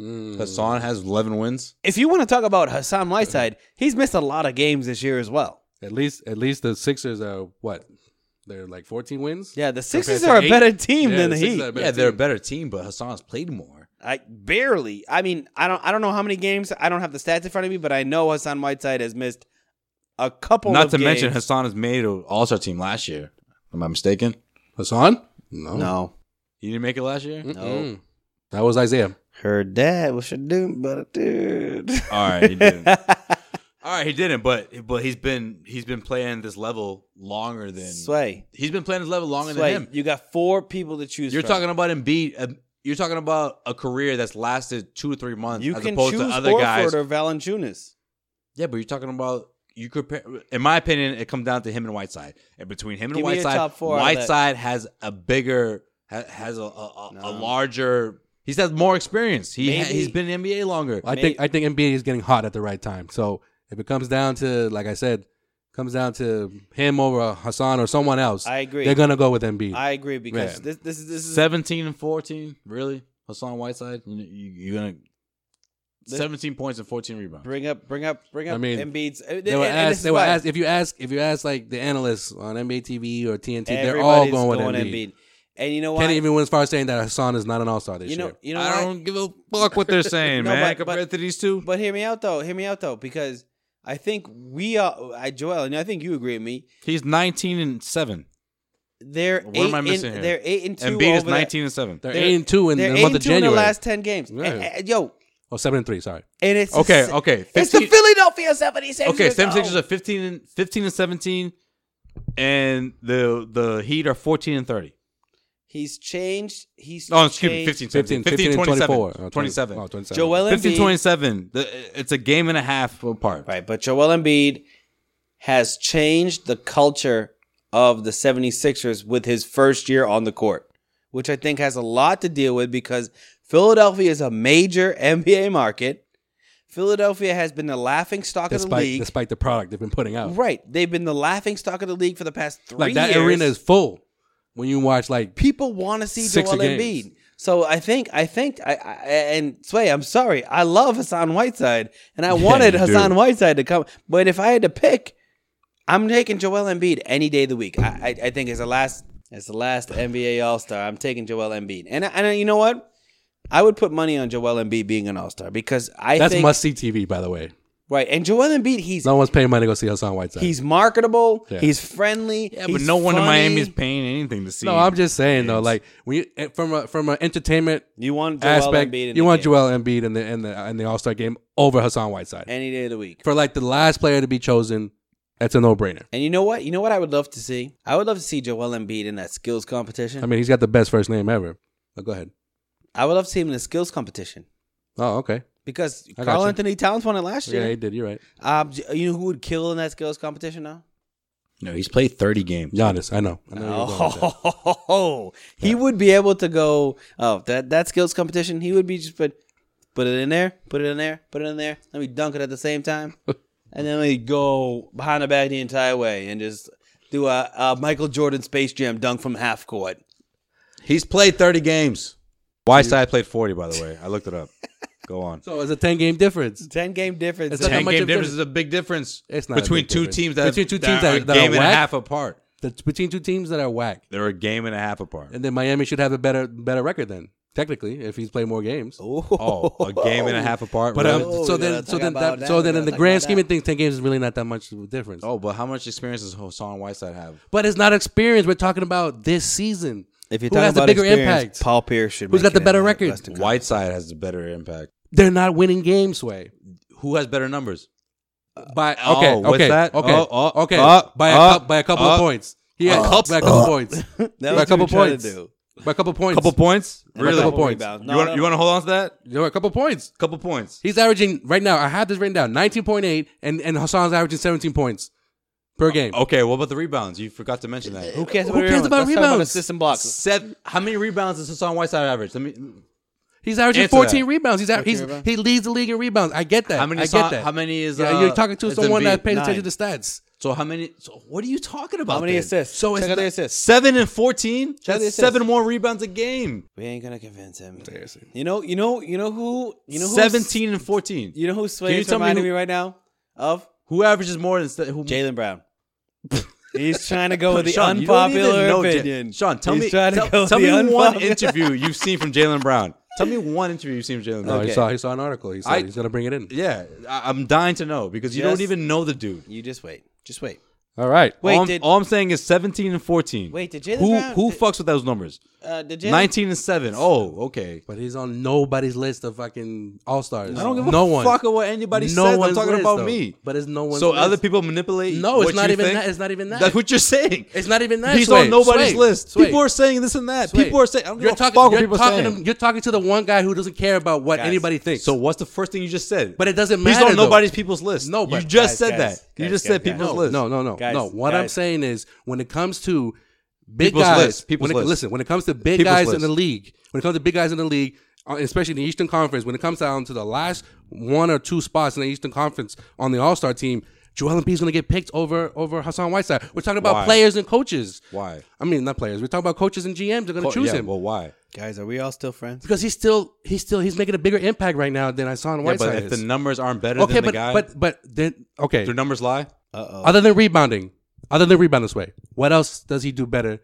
Speaker 6: Mm.
Speaker 7: Hassan has 11 wins.
Speaker 5: if you want to talk about Hassan Whiteside, he's missed a lot of games this year as well.
Speaker 6: At least, at least the Sixers are what? They're like 14 wins.
Speaker 5: Yeah, the Sixers
Speaker 6: Compared
Speaker 5: are
Speaker 6: to
Speaker 5: a
Speaker 6: eight?
Speaker 5: better team
Speaker 6: Yeah,
Speaker 5: than
Speaker 6: the
Speaker 5: the,
Speaker 6: Sixers
Speaker 5: Heat.
Speaker 6: are a better
Speaker 7: Yeah, they're a
Speaker 6: team.
Speaker 7: better team, but Hassan's played more.
Speaker 5: I barely. I mean, I don't. I don't know how many games. I don't have the stats in front of me, but I know Hassan Whiteside has missed a couple.
Speaker 7: Not
Speaker 5: of
Speaker 7: to
Speaker 5: games.
Speaker 7: mention Hassan has made an All Star team last year. Am I mistaken?
Speaker 6: Hassan? No,
Speaker 5: No,
Speaker 7: He didn't make it last
Speaker 6: Mm.
Speaker 7: year.
Speaker 5: no.
Speaker 6: that was Isaiah.
Speaker 5: Her dad was should do, but dude.
Speaker 7: All right, he didn't. All right, he didn't. But but he's been he's been playing this level longer than
Speaker 5: Sway.
Speaker 7: He's been playing this level longer
Speaker 5: Sway,
Speaker 7: than him.
Speaker 5: You got four people to choose.
Speaker 7: You're
Speaker 5: from.
Speaker 7: talking about Embiid. Uh, you're talking about a career that's lasted two or three months,
Speaker 5: You
Speaker 7: as
Speaker 5: can
Speaker 7: opposed
Speaker 5: choose
Speaker 7: to other
Speaker 5: Horford
Speaker 7: guys.
Speaker 5: or Valanciunas.
Speaker 7: yeah, but you're talking about you compare. In my opinion, it comes down to him and Whiteside. And between him and
Speaker 5: Give me your
Speaker 7: Whiteside,
Speaker 5: top four out of that.
Speaker 7: Whiteside has a bigger, ha- has a a, a, a larger. He's had more experience. He ha-
Speaker 6: Maybe-
Speaker 7: he's been in the NBA longer.
Speaker 6: I think I think NBA is getting hot at the right time. So if it comes down to, like I said, comes down to him over Hassan or someone else,
Speaker 5: I agree.
Speaker 6: They're gonna go with Embiid.
Speaker 5: I agree because
Speaker 6: Yeah.
Speaker 5: this this is this is
Speaker 7: seventeen and fourteen. Really, Hassan Whiteside. You, you, you're gonna seventeen points and fourteen rebounds.
Speaker 5: Bring up, bring up, bring up
Speaker 6: I mean,
Speaker 5: Embiid's. and-
Speaker 6: they were
Speaker 5: and- and this
Speaker 6: asked.
Speaker 5: is
Speaker 6: They were
Speaker 5: why
Speaker 6: asked if you ask if you ask like the analysts on NBA TV or TNT, they're all
Speaker 5: everybody's
Speaker 6: going with Embiid.
Speaker 5: And you know what?
Speaker 6: Can't even win as far as saying that Hassan is not an All Star this
Speaker 5: you know,
Speaker 6: year.
Speaker 5: you know,
Speaker 7: I
Speaker 5: why?
Speaker 7: don't give a fuck what they're saying, man.
Speaker 5: compared
Speaker 7: to these two.
Speaker 5: But hear me out though. Hear me out though, because I think we are. I Joel, and I think you agree with me.
Speaker 7: He's nineteen and seven.
Speaker 5: They're
Speaker 7: What
Speaker 5: eight
Speaker 7: am I missing
Speaker 5: in,
Speaker 7: here?
Speaker 5: They're eight and two.
Speaker 7: Embiid is
Speaker 5: over the-
Speaker 7: 19 and seven. They're
Speaker 6: eight and two in
Speaker 5: they're
Speaker 6: the
Speaker 5: eight
Speaker 6: month of
Speaker 5: and two in the
Speaker 6: January.
Speaker 5: last ten games.
Speaker 6: Yeah.
Speaker 5: And- and- yo,
Speaker 6: Oh, seven and three. Sorry.
Speaker 5: and it's the
Speaker 7: Okay,
Speaker 5: si-
Speaker 7: okay,
Speaker 5: It's the
Speaker 7: 15
Speaker 5: Philadelphia Oh. 76ers.
Speaker 7: Okay, 76ers
Speaker 5: though.
Speaker 7: are 15 and 15 and 17 and the the Heat are 14 and 30.
Speaker 5: He's changed. He's
Speaker 7: Oh, excuse me,
Speaker 5: changed.
Speaker 7: 15 17. 15,
Speaker 6: 15,
Speaker 7: 27.
Speaker 6: 24. Oh,
Speaker 7: 27.
Speaker 6: oh, 27.
Speaker 5: Joel
Speaker 7: 15
Speaker 5: Embiid-
Speaker 7: 27. The- It's a game and a half apart.
Speaker 5: Right, but Joel Embiid has changed the culture of the 76ers with his first year on the court, which I think has a lot to deal with because Philadelphia is a major NBA market. Philadelphia has been the laughing stock of the
Speaker 6: Despite
Speaker 5: league.
Speaker 6: despite the product they've been putting out,
Speaker 5: Right. They've been the laughing stock of the league for the past three
Speaker 6: like that
Speaker 5: years.
Speaker 6: arena is full when you watch like
Speaker 5: people want to see
Speaker 6: Six
Speaker 5: Joel
Speaker 6: games.
Speaker 5: Embiid. So I think I think I, I and Sway, I'm sorry. I love Hassan Whiteside, and I wanted
Speaker 7: you do.
Speaker 5: Hassan Whiteside to come. But if I had to pick, I'm taking Joel Embiid any day of the week. I I, I think as the last as the last NBA All Star, I'm taking Joel Embiid. And I- and you know what? I would put money on Joel Embiid being an All Star because I
Speaker 6: that's
Speaker 5: think
Speaker 6: must see TV by the way.
Speaker 5: right. And Joel Embiid, he's
Speaker 6: No one's paying money to go see Hassan Whiteside.
Speaker 5: he's marketable.
Speaker 6: Yeah.
Speaker 5: He's friendly.
Speaker 7: Yeah, but no one in Miami is
Speaker 5: Miami's.
Speaker 7: paying anything to see.
Speaker 6: no, I'm just saying though, like when you eh, from a from an entertainment
Speaker 5: You want Joel
Speaker 6: aspect,
Speaker 5: Embiid in
Speaker 6: you
Speaker 5: the
Speaker 6: want
Speaker 5: game.
Speaker 6: Joel Embiid in the in the in the All Star game over Hassan Whiteside
Speaker 5: any day of the week.
Speaker 6: for like the last player to be chosen. That's a no brainer.
Speaker 5: And you know what? You know what I would love to see? I would love to see Joel Embiid in that skills competition.
Speaker 6: I mean, he's got the best first name ever. But go ahead.
Speaker 5: I would love to see him in the skills competition
Speaker 6: Oh, okay.
Speaker 5: because
Speaker 6: I
Speaker 5: Carl
Speaker 6: gotcha.
Speaker 5: Anthony Towns won it last
Speaker 6: Yeah, he
Speaker 5: year.
Speaker 6: did. You're right.
Speaker 5: Um, j- you know who would kill in that skills competition now?
Speaker 7: No, he's played 30 games.
Speaker 6: Giannis, I know. I know you were going with that.
Speaker 5: Oh, he would be able to go. Oh, that that skills competition, he would be just put put it in there, put it in there, put it in there. Let me dunk it at the same time, and then we go behind the back the entire way and just do a, a Michael Jordan Space Jam dunk from half court.
Speaker 7: He's played 30 games. Whiteside played 40 by the way. I looked it up. Go on.
Speaker 6: So it's a ten game difference.
Speaker 5: Ten game difference.
Speaker 6: It's not that
Speaker 7: 10
Speaker 6: much
Speaker 7: game
Speaker 6: of a
Speaker 7: difference is a big difference.
Speaker 6: It's not a
Speaker 7: between
Speaker 6: big
Speaker 7: two
Speaker 6: difference.
Speaker 7: teams that
Speaker 6: Between two
Speaker 7: that
Speaker 6: teams
Speaker 7: are
Speaker 6: that- that
Speaker 7: a
Speaker 6: are
Speaker 7: game and a
Speaker 6: whack.
Speaker 7: half apart.
Speaker 6: That's between two teams that are whack,
Speaker 7: They're a game and a half apart.
Speaker 6: and then Miami should have a better better record then technically if he's played more games.
Speaker 7: Oh, a game and a half apart.
Speaker 6: But
Speaker 7: really?
Speaker 6: um,
Speaker 5: Oh,
Speaker 6: so
Speaker 5: we gotta
Speaker 6: then, so
Speaker 5: talk
Speaker 6: then,
Speaker 5: about
Speaker 6: that,
Speaker 5: that.
Speaker 6: so
Speaker 5: We
Speaker 6: then, in
Speaker 5: gotta
Speaker 6: the
Speaker 5: talk
Speaker 6: grand
Speaker 5: about
Speaker 6: scheme
Speaker 5: that.
Speaker 6: of things, ten games is really not that much of a difference.
Speaker 7: oh, but how much experience does Hassan Whiteside have?
Speaker 6: But it's not experience. We're talking about this season.
Speaker 5: If you're
Speaker 6: Who
Speaker 5: talking
Speaker 6: has the
Speaker 5: about
Speaker 6: bigger
Speaker 5: experience,
Speaker 6: impact?
Speaker 5: Paul Pierce should.
Speaker 6: Who's got
Speaker 5: make
Speaker 6: the
Speaker 5: it in
Speaker 6: better
Speaker 5: that
Speaker 6: record?
Speaker 5: Western Conference.
Speaker 7: Whiteside has the better impact.
Speaker 6: They're not winning games, way.
Speaker 7: Who has better numbers?
Speaker 6: By okay,
Speaker 7: Oh, what's
Speaker 6: okay,
Speaker 7: that?
Speaker 6: okay,
Speaker 7: Oh, oh,
Speaker 6: okay.
Speaker 7: oh,
Speaker 6: by a
Speaker 7: oh,
Speaker 6: cou- by a couple
Speaker 7: oh.
Speaker 6: of points. Yeah,
Speaker 7: Oh.
Speaker 6: by a couple points.
Speaker 5: That
Speaker 6: by a
Speaker 5: was what
Speaker 6: couple
Speaker 5: we tried to
Speaker 6: points.
Speaker 5: do.
Speaker 6: By a couple points.
Speaker 7: Couple points?
Speaker 6: And
Speaker 7: Really?
Speaker 6: a couple points.
Speaker 5: rebounds.
Speaker 7: You want
Speaker 5: No,
Speaker 7: you want to hold on to that?
Speaker 6: You know, a couple points.
Speaker 7: Couple points.
Speaker 6: He's averaging right now. I have this written down: nineteen point eight, and and Hassan's averaging seventeen points
Speaker 7: Oh,
Speaker 6: per game.
Speaker 7: Okay, what about the rebounds? You forgot to mention that.
Speaker 5: Who cares
Speaker 6: Who
Speaker 5: about
Speaker 6: cares
Speaker 5: rebounds?
Speaker 6: about
Speaker 5: Let's talk
Speaker 6: rebounds?
Speaker 5: assists and blocks.
Speaker 7: Seth, how many rebounds does Hassan Whiteside average? Let me.
Speaker 6: He's averaging
Speaker 7: Answer
Speaker 6: fourteen
Speaker 7: that.
Speaker 6: rebounds. He's, a- he's
Speaker 5: rebounds?
Speaker 6: he leads the league in rebounds. I get that.
Speaker 7: How many
Speaker 6: I
Speaker 7: Hassan-
Speaker 6: get that.
Speaker 7: how many is,
Speaker 6: Yeah,
Speaker 7: uh,
Speaker 6: you're talking to
Speaker 7: is
Speaker 6: someone that
Speaker 7: Embiid?
Speaker 6: pays
Speaker 5: Nine.
Speaker 6: attention to stats.
Speaker 7: So how many? So what are you talking about?
Speaker 5: How many
Speaker 7: then?
Speaker 5: assists?
Speaker 6: So it's
Speaker 5: Check out
Speaker 6: the-
Speaker 5: the assists.
Speaker 7: Seven and fourteen.
Speaker 5: the
Speaker 7: That's
Speaker 5: assists.
Speaker 7: seven more rebounds a game.
Speaker 5: We ain't gonna convince him. You know, you know, you know who, you know who,
Speaker 7: seventeen and fourteen.
Speaker 5: You know who Sway
Speaker 7: Can you
Speaker 5: is
Speaker 7: tell me
Speaker 5: reminding
Speaker 7: who-
Speaker 5: me right now of
Speaker 7: Who averages more than Ste- who?
Speaker 5: Jalen Brown. He's trying to go with the
Speaker 7: Sean, you don't even
Speaker 5: unpopular
Speaker 7: know Ja-
Speaker 5: opinion.
Speaker 7: Sean, tell
Speaker 5: He's
Speaker 7: me,
Speaker 5: trying to
Speaker 7: tell,
Speaker 5: go with
Speaker 7: tell
Speaker 5: the
Speaker 7: me one
Speaker 5: unpopular-
Speaker 7: interview you've seen from Jalen Brown. Tell me one interview you've seen from Jalen
Speaker 6: No,
Speaker 7: Brown.
Speaker 6: he saw he saw an article. He said
Speaker 7: I-
Speaker 6: he's gonna bring it in.
Speaker 7: Yeah, I, I'm dying to know because you
Speaker 5: Yes.
Speaker 7: don't even know the dude.
Speaker 5: You just wait. Just wait.
Speaker 6: All right.
Speaker 5: Wait,
Speaker 7: all, I'm-
Speaker 5: did-
Speaker 7: all I'm saying is 17 and 14.
Speaker 5: Wait, did Jalen
Speaker 7: who
Speaker 5: Brown-
Speaker 7: who
Speaker 5: did-
Speaker 7: fucks with those numbers?
Speaker 5: Uh, did Jalen?
Speaker 7: 19 and seven. Oh, okay.
Speaker 6: But he's on nobody's list of fucking all stars.
Speaker 7: I don't give a
Speaker 6: no one.
Speaker 7: fuck what anybody
Speaker 6: No
Speaker 7: says. I'm
Speaker 6: one's
Speaker 7: talking
Speaker 6: list,
Speaker 7: about
Speaker 6: though.
Speaker 7: me.
Speaker 6: But it's no one's
Speaker 7: So
Speaker 6: list.
Speaker 7: other people manipulate.
Speaker 6: No, it's
Speaker 7: what
Speaker 6: not
Speaker 7: you
Speaker 6: even
Speaker 7: think?
Speaker 6: that. It's not even that.
Speaker 7: That's what you're saying.
Speaker 6: It's not even that.
Speaker 7: He's
Speaker 6: Sway.
Speaker 7: on nobody's
Speaker 6: Sway.
Speaker 7: list.
Speaker 6: Sway.
Speaker 7: People are saying this and that.
Speaker 6: Sway.
Speaker 7: People are saying. I don't give
Speaker 6: You're
Speaker 7: a
Speaker 6: talking.
Speaker 7: fuck what
Speaker 6: you're
Speaker 7: people are
Speaker 6: talking.
Speaker 7: saying.
Speaker 6: To, you're talking to the one guy who doesn't care about what
Speaker 5: Guys,
Speaker 6: anybody thinks.
Speaker 7: So what's the first thing you just said?
Speaker 6: But it doesn't
Speaker 7: He's
Speaker 6: matter,
Speaker 7: on
Speaker 6: though.
Speaker 7: nobody's people's list.
Speaker 6: No, but-
Speaker 7: you just
Speaker 5: Guys,
Speaker 7: said
Speaker 5: guys,
Speaker 7: that. you just said people's list.
Speaker 6: No, no, no, no. What I'm saying is, when it comes to big
Speaker 7: People's
Speaker 6: guys,
Speaker 7: list, people's
Speaker 6: when it,
Speaker 7: list.
Speaker 6: listen, when it comes to big
Speaker 7: People's
Speaker 6: guys in
Speaker 7: list.
Speaker 6: the league, when it comes to big guys in the league, uh, especially in the Eastern Conference, when it comes down to the last one or two spots in the Eastern Conference on the All Star team, Joel Embiid's going to get picked over over Hassan Whiteside. We're talking about
Speaker 7: Why?
Speaker 6: players and coaches.
Speaker 7: Why?
Speaker 6: I mean, not players. We're talking about coaches and GMs. They're going to
Speaker 7: Co-
Speaker 6: choose
Speaker 7: yeah,
Speaker 6: him
Speaker 7: Well, why?
Speaker 5: Guys, are we all still friends?
Speaker 6: because he's still he's still he's making a bigger impact right now than Hassan
Speaker 7: Yeah,
Speaker 6: Whiteside
Speaker 7: but if
Speaker 6: is.
Speaker 7: the numbers aren't better
Speaker 6: okay,
Speaker 7: than
Speaker 6: but,
Speaker 7: the guy,
Speaker 6: but but then okay,
Speaker 7: do numbers lie?
Speaker 5: Uh-oh.
Speaker 6: other than rebounding, other than rebound this way, what else does he do better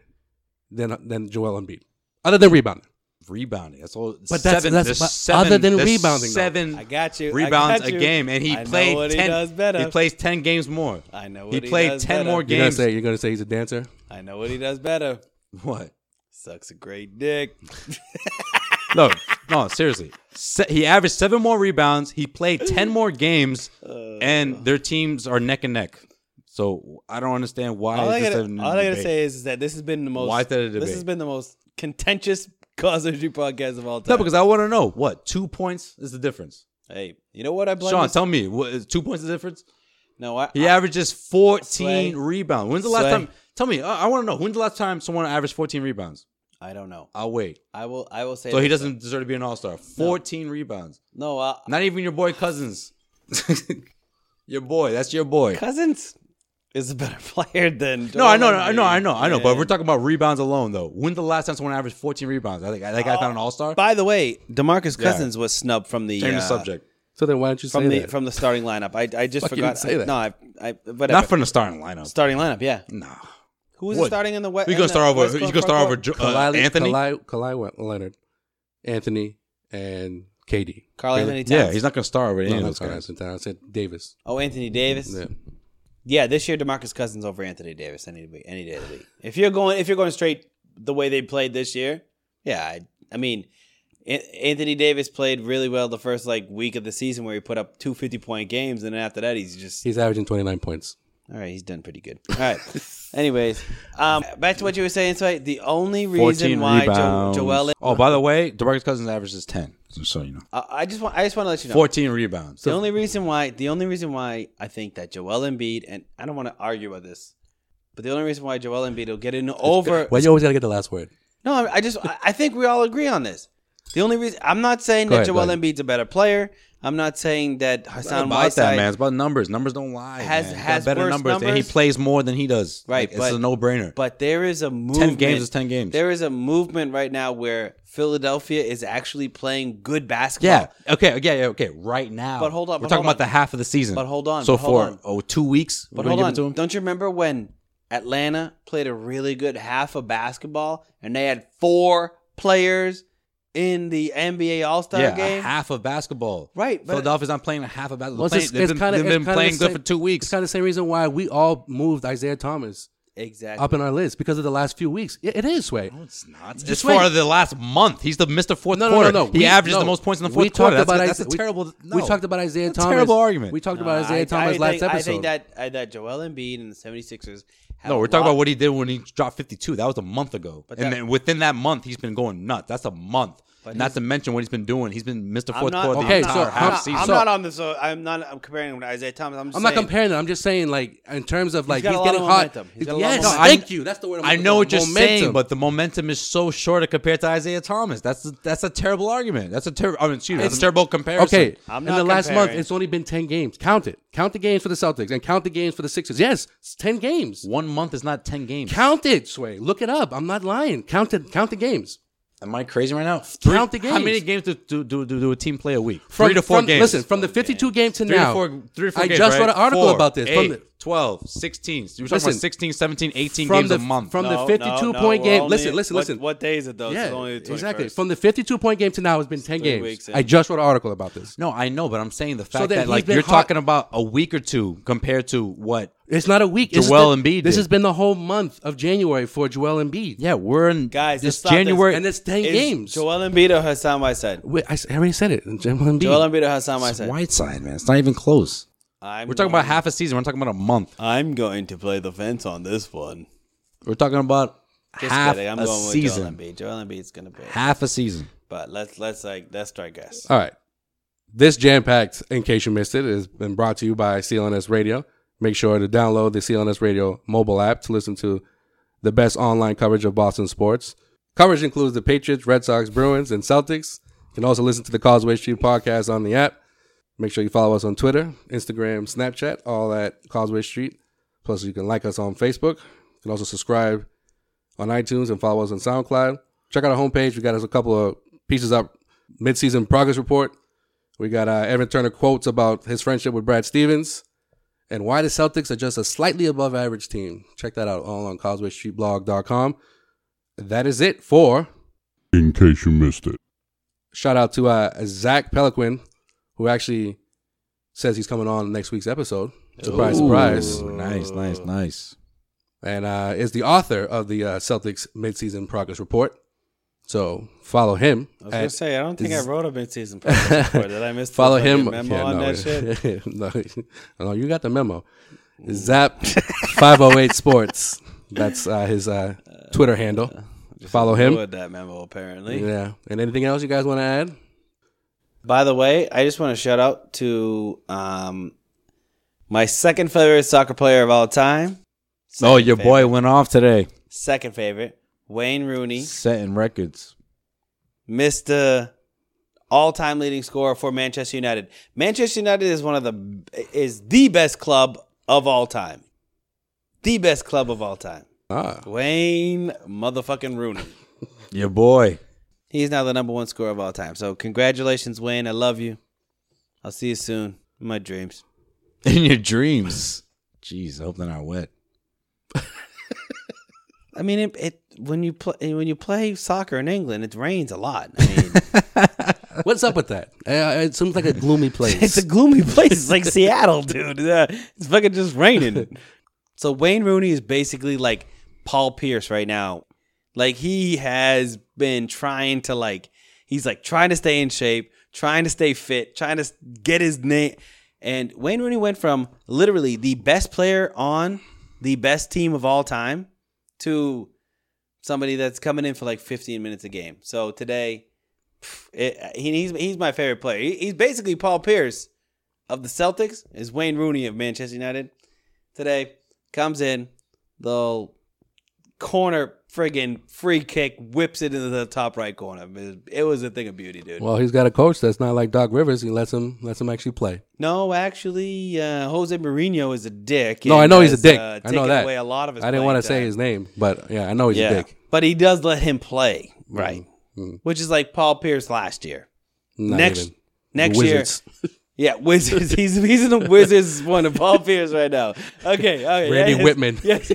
Speaker 6: than than Joel Embiid? Other than rebounding,
Speaker 7: Rebounding. That's all.
Speaker 6: But that's-
Speaker 7: seven,
Speaker 6: that's-
Speaker 7: there's
Speaker 6: but
Speaker 7: seven-
Speaker 6: other than
Speaker 7: there's
Speaker 6: rebounding, though.
Speaker 7: seven.
Speaker 5: I got you. I
Speaker 7: Rebounds
Speaker 5: got you.
Speaker 7: a game, and he
Speaker 5: I know
Speaker 7: played
Speaker 5: what he
Speaker 7: ten.
Speaker 5: does better.
Speaker 7: He plays ten games more.
Speaker 5: I know
Speaker 7: he
Speaker 5: what he
Speaker 7: played
Speaker 5: does
Speaker 7: ten
Speaker 5: better.
Speaker 7: more
Speaker 6: you're gonna
Speaker 7: games.
Speaker 6: say you're gonna say he's a dancer.
Speaker 5: I know what he does better.
Speaker 7: What?
Speaker 5: Sucks a great dick.
Speaker 7: No, no, seriously. Se- he averaged seven more rebounds. He played ten more games,
Speaker 5: Uh.
Speaker 7: and their teams are neck and neck. So I don't understand why.
Speaker 5: all I
Speaker 7: is this
Speaker 5: gotta,
Speaker 7: an
Speaker 5: all I gotta
Speaker 7: debate?
Speaker 5: say is, is that this has been the most.
Speaker 7: Why is that a
Speaker 5: This
Speaker 7: debate?
Speaker 5: has been the most contentious cause injury podcast of all time.
Speaker 7: no, because I want to know what two points is the difference.
Speaker 5: hey, you know what I blame?
Speaker 7: Sean,
Speaker 5: this-
Speaker 7: tell me, what is two points the difference?
Speaker 5: no, I,
Speaker 7: He
Speaker 5: I-
Speaker 7: averages fourteen
Speaker 5: Sway.
Speaker 7: rebounds. When's the last
Speaker 5: Sway.
Speaker 7: time? Tell me, I, I want to know. When's the last time someone averaged fourteen rebounds?
Speaker 5: I don't know.
Speaker 7: I'll wait.
Speaker 5: I will. I will say.
Speaker 7: So he
Speaker 5: this,
Speaker 7: doesn't deserve to be an all star. Fourteen rebounds.
Speaker 5: No, uh,
Speaker 7: Not even your boy Cousins. your boy. That's your boy.
Speaker 5: Cousins is a better player than.
Speaker 7: No, I know,
Speaker 5: Joel
Speaker 7: I know, I know,
Speaker 5: Embiid.
Speaker 7: I know. But
Speaker 5: Yeah.
Speaker 7: we're talking about rebounds alone, though. When's the last time someone averaged 14 rebounds? I think I think I
Speaker 5: Oh,
Speaker 7: found an all star.
Speaker 5: By the way, Demarcus
Speaker 7: Yeah.
Speaker 5: Cousins was snubbed from the
Speaker 7: Change the
Speaker 5: uh,
Speaker 7: subject.
Speaker 6: So then why don't you say
Speaker 5: from the
Speaker 6: that?
Speaker 5: from the starting lineup. I I just
Speaker 6: Fuck, you
Speaker 5: forgot.
Speaker 6: didn't say that.
Speaker 5: No, I I whatever.
Speaker 7: Not from the starting lineup.
Speaker 5: starting lineup. Yeah.
Speaker 7: No.
Speaker 5: Who was
Speaker 7: What?
Speaker 5: starting in the West?
Speaker 7: We gonna start over- you gonna start over Jo- uh,
Speaker 6: Kawhi-
Speaker 7: Anthony?
Speaker 6: Kawhi, Kawhi Leonard, Anthony, and KD.
Speaker 5: Carl Anthony Towns.
Speaker 7: Yeah, he's not going to start over
Speaker 6: No,
Speaker 7: any
Speaker 6: not
Speaker 7: of those
Speaker 6: Kawhi
Speaker 7: guys.
Speaker 6: Leonard, I said Davis.
Speaker 5: Oh, Anthony Davis.
Speaker 6: Yeah.
Speaker 5: Yeah. this year Demarcus Cousins over Anthony Davis any day- any day of the week. If you're going if you're going straight the way they played this year, yeah, I, I mean An- Anthony Davis played really well the first like week of the season where he put up two 50 point games and then after that he's just
Speaker 6: He's averaging 29 points.
Speaker 5: all right, he's done pretty good. All right. Anyways, um, back to what you were saying, Sway. The only
Speaker 7: 14
Speaker 5: reason why jo-
Speaker 7: rebounds.
Speaker 5: Joel,
Speaker 7: oh, by the way, DeMarcus Cousins averages 10. Just so you know.
Speaker 5: I I just want I just want to let you know.
Speaker 7: 14 rebounds.
Speaker 5: The only reason why, the only reason why I think that Joel Embiid, and I don't want to argue about this, but the only reason why Joel Embiid will get in over.
Speaker 6: Why you always got to get the last word?
Speaker 5: No, I I just, I I think we all agree on this. The only reason, I'm not saying
Speaker 6: Go
Speaker 5: that
Speaker 6: ahead,
Speaker 5: Joel
Speaker 6: go ahead.
Speaker 5: Embiid's a better player. I'm not saying that
Speaker 7: It's not
Speaker 5: Hassan
Speaker 7: about that, man.
Speaker 5: Whiteside.
Speaker 7: It's about numbers. Numbers don't lie.
Speaker 5: Has-
Speaker 7: man. He's got
Speaker 5: has
Speaker 7: better
Speaker 5: worse
Speaker 7: numbers, and he
Speaker 5: numbers.
Speaker 7: plays more than he does.
Speaker 5: Right,
Speaker 7: Like, it's
Speaker 5: but-
Speaker 7: a no brainer.
Speaker 5: But there is a movement.
Speaker 7: games is 10 games.
Speaker 5: There is a movement right now where Philadelphia is actually playing good
Speaker 7: Yeah.
Speaker 5: basketball.
Speaker 7: Okay. Yeah. Yeah. Okay. Right now.
Speaker 5: But hold on,
Speaker 7: We're
Speaker 5: but
Speaker 7: talking
Speaker 5: hold
Speaker 7: about the
Speaker 5: on.
Speaker 7: half of the season.
Speaker 5: But hold on,
Speaker 7: So
Speaker 5: but hold
Speaker 7: for
Speaker 5: on.
Speaker 7: oh two weeks, we're
Speaker 5: But
Speaker 7: gonna
Speaker 5: hold
Speaker 7: give
Speaker 5: on,
Speaker 7: it to him.
Speaker 5: don't you remember when Atlanta played a really good half of basketball and they had four players in the NBA All Star
Speaker 7: yeah,
Speaker 5: game?
Speaker 7: a half of basketball.
Speaker 5: Right, but-
Speaker 7: Philadelphia's not playing a half of basketball.
Speaker 6: Well,
Speaker 7: They're
Speaker 6: it's-
Speaker 7: playing-
Speaker 6: it's
Speaker 7: they've been,
Speaker 6: kinda-
Speaker 7: they've
Speaker 6: it's
Speaker 7: been
Speaker 6: kinda
Speaker 7: playing
Speaker 6: the
Speaker 7: good
Speaker 6: same-
Speaker 7: for two
Speaker 6: It's
Speaker 7: weeks.
Speaker 6: kind of the same reason why we all moved Isaiah Thomas
Speaker 5: exactly.
Speaker 6: up in our list because of the last few weeks. It, it is, way.
Speaker 7: It's not.
Speaker 6: Just
Speaker 7: It's
Speaker 6: wait.
Speaker 7: for the last month. He's the Mr. Fourth
Speaker 6: No, no,
Speaker 7: Quarter.
Speaker 6: no, no.
Speaker 7: He
Speaker 6: We-
Speaker 7: averages the
Speaker 6: no.
Speaker 7: most points in the
Speaker 6: We
Speaker 7: fourth
Speaker 6: talked
Speaker 7: quarter. That's,
Speaker 6: about
Speaker 7: that's
Speaker 6: Isa-
Speaker 7: a
Speaker 6: we-
Speaker 7: terrible.
Speaker 6: we talked about Isaiah
Speaker 7: That's a
Speaker 6: Thomas.
Speaker 7: terrible argument.
Speaker 6: We talked
Speaker 5: No,
Speaker 6: about Isaiah
Speaker 5: I-
Speaker 6: Thomas
Speaker 5: I
Speaker 6: last
Speaker 5: think,
Speaker 6: episode.
Speaker 5: I think that I, that Joel Embiid and the 76ers. Have
Speaker 7: No,
Speaker 5: a
Speaker 7: we're talking
Speaker 5: lot-
Speaker 7: about what he did when he dropped 52. That was a month ago.
Speaker 5: But
Speaker 7: and
Speaker 5: that-
Speaker 7: then within that month, he's been going nuts. That's a month.
Speaker 5: But
Speaker 7: Not
Speaker 5: he's-
Speaker 7: to mention what he's been doing. He's been Mr.
Speaker 5: I'm
Speaker 7: Fourth
Speaker 5: not-
Speaker 7: Quarter
Speaker 5: I'm
Speaker 6: Okay,
Speaker 7: the
Speaker 5: not-
Speaker 6: so
Speaker 7: entire
Speaker 5: I'm,
Speaker 7: half
Speaker 5: not,
Speaker 7: season.
Speaker 5: I'm
Speaker 6: So-
Speaker 5: not on this. So I'm not. I'm comparing him to Isaiah Thomas. I'm, just
Speaker 6: I'm not
Speaker 5: saying.
Speaker 6: comparing it. I'm just saying, like, in terms of like
Speaker 5: got
Speaker 6: he's,
Speaker 5: a lot
Speaker 6: getting
Speaker 5: of
Speaker 6: hot.
Speaker 5: momentum. He's
Speaker 6: He's-
Speaker 5: got a lot of
Speaker 6: Yes,
Speaker 5: momentum.
Speaker 6: thank you. That's the word. I'm
Speaker 7: I
Speaker 6: looking
Speaker 7: know
Speaker 6: for.
Speaker 7: what you're saying,
Speaker 6: Momentum.
Speaker 7: but the momentum is so short compared to Isaiah Thomas. That's that's a terrible argument. That's a terrible. I mean, excuse me. That's a terrible comparison.
Speaker 6: Okay,
Speaker 5: I'm
Speaker 6: in
Speaker 5: not
Speaker 6: the last month,
Speaker 5: comparing.
Speaker 6: it's only been ten games. Count it. Count the games for the Celtics and count the games for the Sixers. Yes, it's ten games.
Speaker 7: one month is not ten games.
Speaker 6: Count it, Sway. Look it up. I'm not lying. Count it. Count the games.
Speaker 7: Am I crazy right now?
Speaker 6: Count the
Speaker 7: How many
Speaker 6: games.
Speaker 7: games do do, do, do a team play a week? three to four
Speaker 6: from-
Speaker 7: games.
Speaker 6: Listen, from the 52 game to
Speaker 7: three
Speaker 6: now,
Speaker 7: to four, three to four
Speaker 6: I
Speaker 7: games,
Speaker 6: just
Speaker 7: right?
Speaker 6: read an article
Speaker 7: Four,
Speaker 6: about this.
Speaker 7: Eight,
Speaker 6: from the,
Speaker 7: 12, 16. You were talking about
Speaker 6: Listen,
Speaker 7: 16, 17, 18
Speaker 6: from
Speaker 7: games
Speaker 6: the-
Speaker 7: a month.
Speaker 6: from the
Speaker 5: No,
Speaker 6: 52
Speaker 5: no,
Speaker 6: point
Speaker 5: no,
Speaker 6: game.
Speaker 5: we're
Speaker 6: listen,
Speaker 5: only-
Speaker 6: listen,
Speaker 5: what-
Speaker 6: listen.
Speaker 5: What day is it though? It's only the
Speaker 6: exactly.
Speaker 5: 21st.
Speaker 6: From the 52 point game to now, it's been 10
Speaker 5: three
Speaker 6: games.
Speaker 5: weeks in.
Speaker 6: I just wrote an article about this.
Speaker 7: no, I know, but I'm saying the fact
Speaker 6: then
Speaker 7: that
Speaker 6: he's
Speaker 7: like
Speaker 6: been
Speaker 7: you're
Speaker 6: hot-
Speaker 7: talking about a week or two compared to what?
Speaker 6: It's not a week. This has
Speaker 7: Joel
Speaker 6: been-
Speaker 7: Embiid
Speaker 6: This
Speaker 7: did.
Speaker 6: has been the whole month of January for Joel Embiid.
Speaker 7: Yeah, we're in
Speaker 5: guys, let's
Speaker 7: This
Speaker 5: stop this.
Speaker 7: January,
Speaker 6: And it's 10
Speaker 5: Is
Speaker 6: games.
Speaker 5: Joel Embiid or Hassan Whiteside?
Speaker 6: Wait, I s- I already said it. Joel Embiid.
Speaker 5: Joel Embiid or Hassan Whiteside?
Speaker 7: Whiteside, man. It's not even close.
Speaker 5: I'm
Speaker 7: We're talking
Speaker 5: going-
Speaker 7: about half a season. We're talking about a month.
Speaker 5: I'm going to play the fence on this one.
Speaker 7: We're talking about
Speaker 5: Just
Speaker 7: half
Speaker 5: kidding. I'm
Speaker 7: a
Speaker 5: going
Speaker 7: season.
Speaker 5: with Joel Embiid. Joel Embiid's gonna be.
Speaker 7: Half a season.
Speaker 5: But let's let's like let's try guess.
Speaker 6: All right. This jam packed, in case you missed it, has been brought to you by CLNS Radio. Make sure to download the CLNS Radio mobile app to listen to the best online coverage of Boston sports. Coverage includes the Patriots, Red Sox, Bruins, and Celtics. You can also listen to the Causeway Street podcast on the app. Make sure you follow us on Twitter, Instagram, Snapchat, all at Causeway Street. Plus, you can like us on Facebook. You can also subscribe on iTunes and follow us on SoundCloud. Check out our homepage. We got us a couple of pieces up midseason progress report. We got uh, Evan Turner quotes about his friendship with Brad Stevens and why the Celtics are just a slightly above average team. Check that out all on causewaystreetblog.com. That is it for
Speaker 14: In case you missed it.
Speaker 6: shout out to uh, Zach Peliquin, who actually says he's coming on next week's episode. Surprise,
Speaker 7: Ooh.
Speaker 6: surprise.
Speaker 7: Nice, nice, nice.
Speaker 6: And uh, is the author of the uh, Celtics midseason progress report. So follow him.
Speaker 5: I was gonna
Speaker 7: Uh,
Speaker 6: at-
Speaker 5: say, I don't think I wrote a midseason progress report. Did I miss the
Speaker 6: follow
Speaker 5: fucking
Speaker 6: him?
Speaker 5: memo on that shit?
Speaker 6: no, no, you got the memo. Zap five hundred eight sports. That's uh, his uh, Twitter handle. follow him.
Speaker 5: ignored that memo, apparently.
Speaker 6: Yeah. And anything else you guys want to add?
Speaker 5: By the way, I just want to shout out to um, my second favorite soccer player of all time.
Speaker 7: oh, your boy went off today,
Speaker 5: Second favorite, Wayne Rooney,
Speaker 7: setting records.
Speaker 5: Mr. all-time leading scorer for Manchester United. Manchester United is one of the is the best club of all time. The best club of all time.
Speaker 6: Ah.
Speaker 5: Wayne motherfucking Rooney.
Speaker 7: Your boy.
Speaker 5: He's now the number one scorer of all time. So congratulations, Wayne. I love you. I'll see you soon. In my dreams.
Speaker 7: In your dreams. Jeez, I hope they're not wet.
Speaker 5: I mean, it, it when you play when you play soccer in England, it rains a lot. I mean,
Speaker 6: What's up with that? Uh, it seems like a gloomy place.
Speaker 5: it's a gloomy place. It's like Seattle, dude. Yeah, it's fucking just raining. so Wayne Rooney is basically like Paul Pierce right now. Like he has been trying to like he's like trying to stay in shape, trying to stay fit, trying to s- get his name. And Wayne Rooney went from literally the best player on the best team of all time to somebody that's coming in for like 15 minutes a game. So today, pff, it, he, he's he's my favorite player. He, he's basically Paul Pierce of the Celtics. Is Wayne Rooney of Manchester United today comes in the corner friggin' free kick whips it into the top right corner. It, it was a thing of beauty, dude.
Speaker 6: well, he's got a coach that's not like Doc Rivers. He lets him lets him actually play.
Speaker 5: no, actually, uh, Jose Mourinho is a dick.
Speaker 6: no, I
Speaker 5: and
Speaker 6: know he's a
Speaker 5: has,
Speaker 6: dick.
Speaker 5: uh,
Speaker 6: I
Speaker 5: taken
Speaker 6: know that.
Speaker 5: Away a lot of his
Speaker 6: I didn't
Speaker 5: playing
Speaker 6: want to
Speaker 5: time.
Speaker 6: say his name, but yeah, I know he's
Speaker 5: Yeah.
Speaker 6: a dick.
Speaker 5: But he does let him play,
Speaker 6: Mm-hmm.
Speaker 5: right? Which is like Paul Pierce last year.
Speaker 6: Not
Speaker 5: next
Speaker 6: even.
Speaker 5: next
Speaker 6: The
Speaker 5: year.
Speaker 6: Wizards.
Speaker 5: Yeah, Wizards. He's he's in the Wizards one of Paul Pierce right now. Okay, okay.
Speaker 6: Randy
Speaker 5: yes,
Speaker 6: Whitman.
Speaker 5: Yes,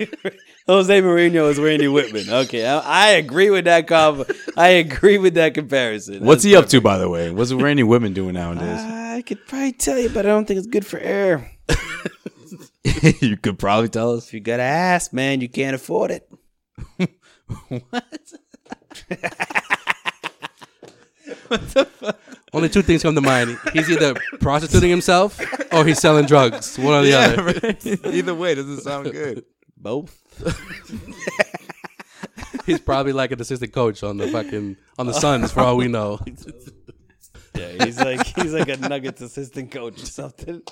Speaker 5: Jose Mourinho is Randy Whitman. Okay, I, I agree with that. Com- I agree with that comparison.
Speaker 7: What's he up to, by the way? What's Randy Women doing nowadays?
Speaker 5: I could probably tell you, but I don't think it's good for air.
Speaker 7: you could probably tell us.
Speaker 5: If you got an ass, man, you can't afford it.
Speaker 6: Only two things come to mind. He's either prostituting himself or he's selling drugs. One or the other.
Speaker 7: Either way, doesn't sound good.
Speaker 5: Both.
Speaker 6: He's probably like an assistant coach on the fucking on the Suns for all we know.
Speaker 5: Yeah, he's like he's like a Nuggets assistant coach or something.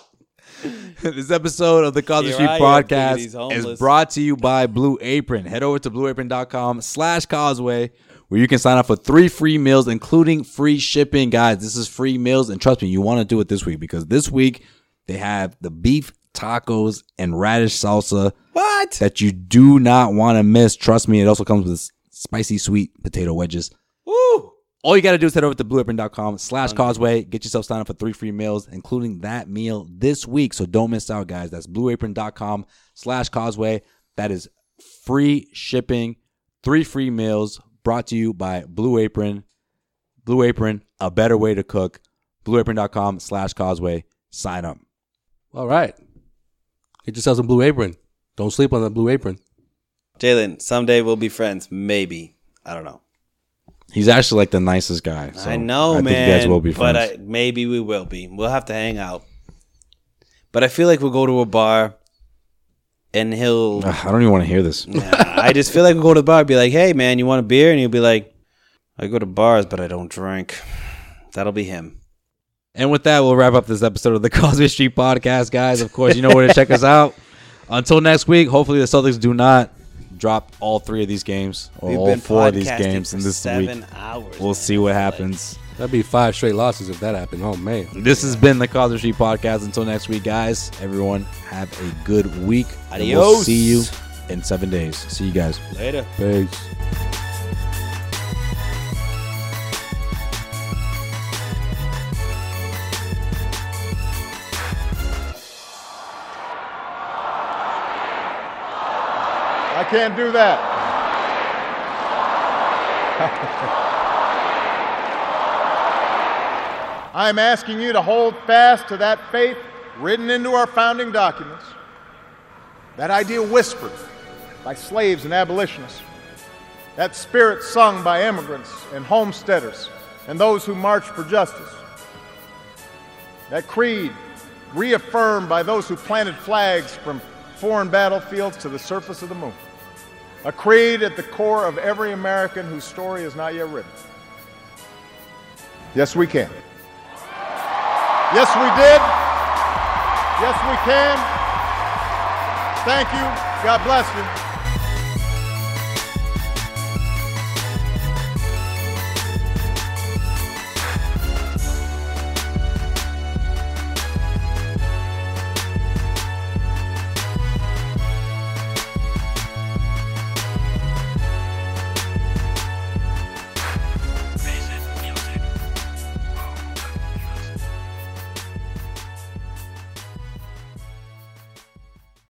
Speaker 7: this episode of the Cosmic
Speaker 5: Here
Speaker 7: Street
Speaker 5: I am thinking he's
Speaker 7: Podcast
Speaker 5: homeless.
Speaker 7: is brought to you by Blue Apron. Head over to blueapron.com slash causeway where you can sign up for three free meals, including free shipping. Guys, this is free meals. And trust me, you want to do it this week because this week they have the beef tacos and radish salsa.
Speaker 5: What?
Speaker 7: That you do not want to miss. Trust me, it also comes with spicy sweet potato wedges.
Speaker 5: Woo!
Speaker 7: All you got to do is head over to blueapron.com slash causeway. Get yourself signed up for three free meals, including that meal this week. So don't miss out, guys. That's blueapron.com slash causeway. That is free shipping, three free meals brought to you by Blue Apron. Blue Apron, a better way to cook. Blueapron.com slash causeway. Sign up.
Speaker 6: All right. Get yourself a blue apron. Don't sleep on the blue apron.
Speaker 5: Jalen, someday we'll be friends. Maybe I don't know.
Speaker 7: He's actually like the nicest guy. so
Speaker 5: I know,
Speaker 7: I
Speaker 5: man.
Speaker 7: think you guys will be
Speaker 5: but
Speaker 7: friends.
Speaker 5: I, maybe we will be. We'll have to hang out. But I feel like we'll go to a bar, and he'll.
Speaker 7: Ugh, I don't even want to hear this.
Speaker 5: Nah, I just feel like we'll go to the bar. and Be like, hey, man, you want a beer? And he'll be like, I go to bars, but I don't drink. That'll be him.
Speaker 7: And with that, we'll wrap up this episode of the Cosby Street Podcast, guys. Of course, you know where to check us out. Until next week, hopefully the Celtics do not drop all three of these games or
Speaker 5: We've
Speaker 7: all
Speaker 5: been
Speaker 7: four of these
Speaker 5: podcasting
Speaker 7: games
Speaker 5: for
Speaker 7: in this
Speaker 5: seven
Speaker 7: week.
Speaker 5: hours,
Speaker 7: we'll see what happens.
Speaker 6: That'd be five straight losses if that happened. Oh man.
Speaker 7: This has been the Cosby Street Podcast. Until next week, guys. Everyone have a good week. And We'll
Speaker 5: Adios.
Speaker 7: see you in seven days. See you guys
Speaker 5: Later.
Speaker 7: Peace.
Speaker 11: I can't do that. I am asking you to hold fast to that faith written into our founding documents, that idea whispered by slaves and abolitionists, that spirit sung by immigrants and homesteaders and those who marched for justice, that creed reaffirmed by those who planted flags from foreign battlefields to the surface of the moon. A creed at the core of every American whose story is not yet written. Yes, we can. Yes, we did. Yes, we can. Thank you. God bless you.